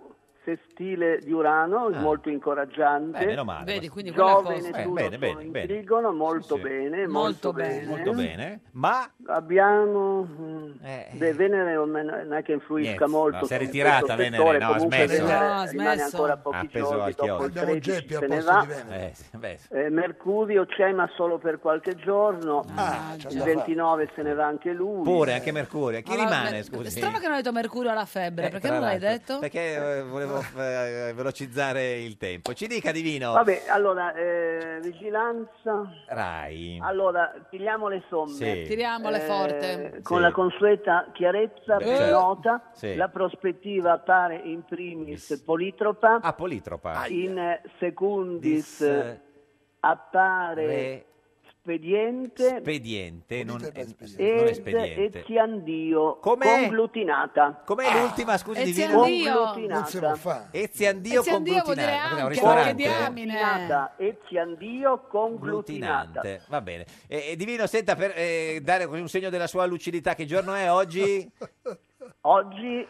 S22: sestile di Urano,
S2: Ah.
S22: molto incoraggiante.
S2: Beh, meno male.
S1: Vedi, quindi quella
S22: Giove e
S1: cosa.
S22: Nettuno
S2: bene,
S22: sono
S2: bene,
S22: in
S2: bene.
S22: trigono, molto
S2: Sì, sì.
S22: bene,
S2: Molto
S22: molto,
S2: bene.
S22: bene.
S2: Molto bene, ma- Eh.
S22: abbiamo mm, beh, Venere non è non è che influisca
S2: Niente,
S22: molto.
S2: no, si è
S22: su
S2: ritirata
S22: questo
S2: Venere,
S22: settore,
S2: no, ha
S22: comunque
S2: smesso.
S22: Venere
S2: No, ha
S22: rimane
S2: smesso.
S22: ancora pochi
S2: Appeso
S22: giorni
S2: al
S22: dopo
S2: chiodo.
S22: il
S2: Abbiamo
S22: 13
S2: Geppi a
S22: se ne
S2: posto
S22: va.
S2: di Venere. Eh, sì, beh,
S22: Eh, Mercurio c'è ma solo per qualche giorno,
S2: Ah,
S22: il 29 se ne va anche lui.
S2: Pure, anche Mercurio. Chi
S1: Allora,
S2: rimane,
S1: me-
S2: scusi?
S1: Strano che non hai detto Mercurio alla febbre,
S2: Eh,
S1: perché
S2: tra
S1: non l'hai
S2: l'altro,
S1: detto?
S2: Perché eh, volevo eh, velocizzare il tempo. Ci dica, Divino.
S22: Vabbè, allora, eh, vigilanza.
S2: Rai.
S22: Allora, tiriamo le somme. Eh,
S2: Sì.
S1: Tiriamole forte.
S22: Con
S2: Sì.
S22: la consueta chiarezza,
S2: Beh,
S22: ben
S2: certo.
S22: nota,
S2: Sì.
S22: la prospettiva appare in primis politropa,
S2: Ah, Politropa.
S22: in secundis
S2: Dis, eh,
S22: appare
S2: re-
S22: spediente,
S2: Spediente, non, eh, non
S22: ed
S2: espediente.
S22: eziandio
S2: Com'è?
S22: conglutinata.
S2: Com'è
S1: Ah,
S2: l'ultima, scusi,
S22: di
S2: Divino?
S22: Conglutinata.
S2: Non si può
S18: fare.
S22: Eziandio
S2: Eziandio
S22: vuol dire
S2: conglutinante. Ma cos'è, un
S22: anche,
S2: ristorante?
S22: Conglutinata, Eziandio conglutinata.
S2: Glutinante. Va bene. E, e Divino, senta, per eh, dare così un segno della sua lucidità, che giorno è oggi?
S22: Oggi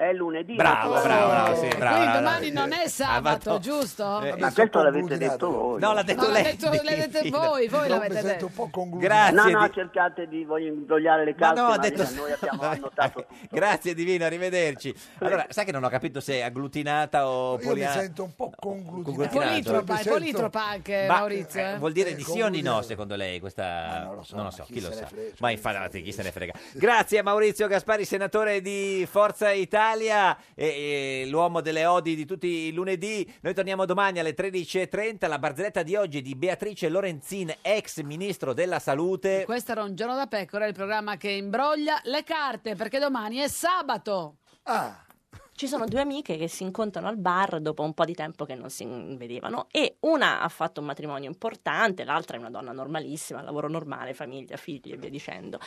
S22: è lunedì.
S2: Bravo,
S22: Eh,
S2: bravo, bravo, sì, bravo.
S1: Quindi
S2: bravo,
S1: domani
S2: bravo.
S1: non è sabato, giusto?
S2: eh,
S22: Ma questo l'avete detto voi.
S2: No, l'ha detto
S1: No, l'ha
S2: lei.
S1: detto, l'ha detto
S2: Dina.
S1: voi, voi
S18: Non
S1: l'avete
S18: mi sento
S1: detto.
S18: un po' congludato.
S2: Grazie.
S22: No, no,
S2: Di-
S22: cercate di voglio indogliare le
S2: Ma
S22: carte,
S2: no,
S22: ma,
S2: ha detto...
S22: noi abbiamo annotato
S2: Grazie Divino, arrivederci. Allora, sai che non ho capito se è agglutinata o
S18: Io mi
S2: poliana?
S18: sento un po' conglutinato.
S2: Conglutinato.
S1: Politropa, è
S18: Sento-
S1: politropa anche
S2: certo. Ma,
S1: Maurizio.
S2: eh,
S1: eh.
S2: vuol dire di sì o di no secondo lei questa non lo so, chi, lo sa ma infatti chi se ne frega grazie a Maurizio Gaspari senatore di Forza Italia e, e l'uomo delle odi di tutti i lunedì noi torniamo domani alle 13.30 la barzelletta di oggi è di Beatrice Lorenzin ex ministro della salute
S1: Questo era un giorno da pecora, il programma che imbroglia le carte, perché domani è sabato.
S2: Ah.
S5: Ci sono due amiche che si incontrano al bar dopo un po' di tempo che non si vedevano e una ha fatto un matrimonio importante, l'altra è una donna normalissima, lavoro normale, famiglia, figli e via dicendo.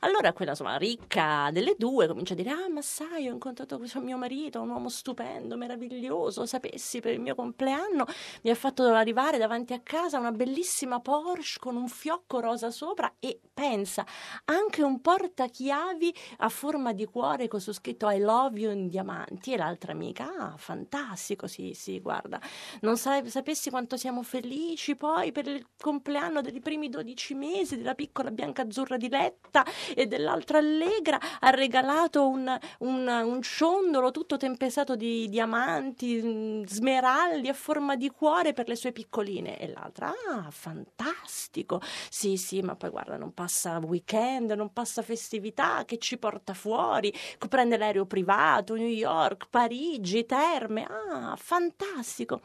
S5: Allora quella insomma ricca delle due comincia a dire ah ma sai ho incontrato questo mio marito, un uomo stupendo, meraviglioso, sapessi per il mio compleanno mi ha fatto arrivare davanti a casa una bellissima Porsche con un fiocco rosa sopra e pensa anche un portachiavi a forma di cuore con su scritto I love you in diamanti e l'altra amica ah fantastico sì sì guarda non sa- sapessi quanto siamo felici poi per il compleanno dei primi 12 mesi della piccola bianca azzurra di Letta e dell'altra Allegra ha regalato un, un- un ciondolo tutto tempestato di diamanti mm, smeraldi a forma di cuore per le sue piccoline e l'altra ah fantastico sì sì ma poi guarda non passa weekend non passa festività che ci porta fuori co- prende l'aereo privato New York Parigi Terme ah fantastico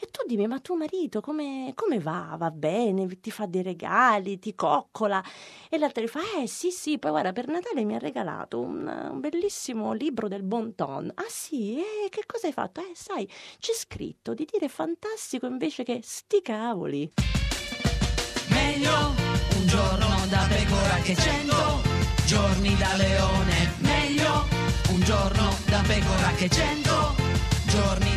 S5: e tu dimmi ma tuo marito come, come va va bene ti fa dei regali ti coccola e l'altra gli fa eh sì sì poi guarda per Natale mi ha regalato un, un bellissimo libro del bon ton ah sì e che cosa hai fatto eh sai c'è scritto di dire fantastico invece che sti cavoli
S8: Meglio un giorno da pecora che cento giorni da leone. Meglio un giorno da pecora che cento giorni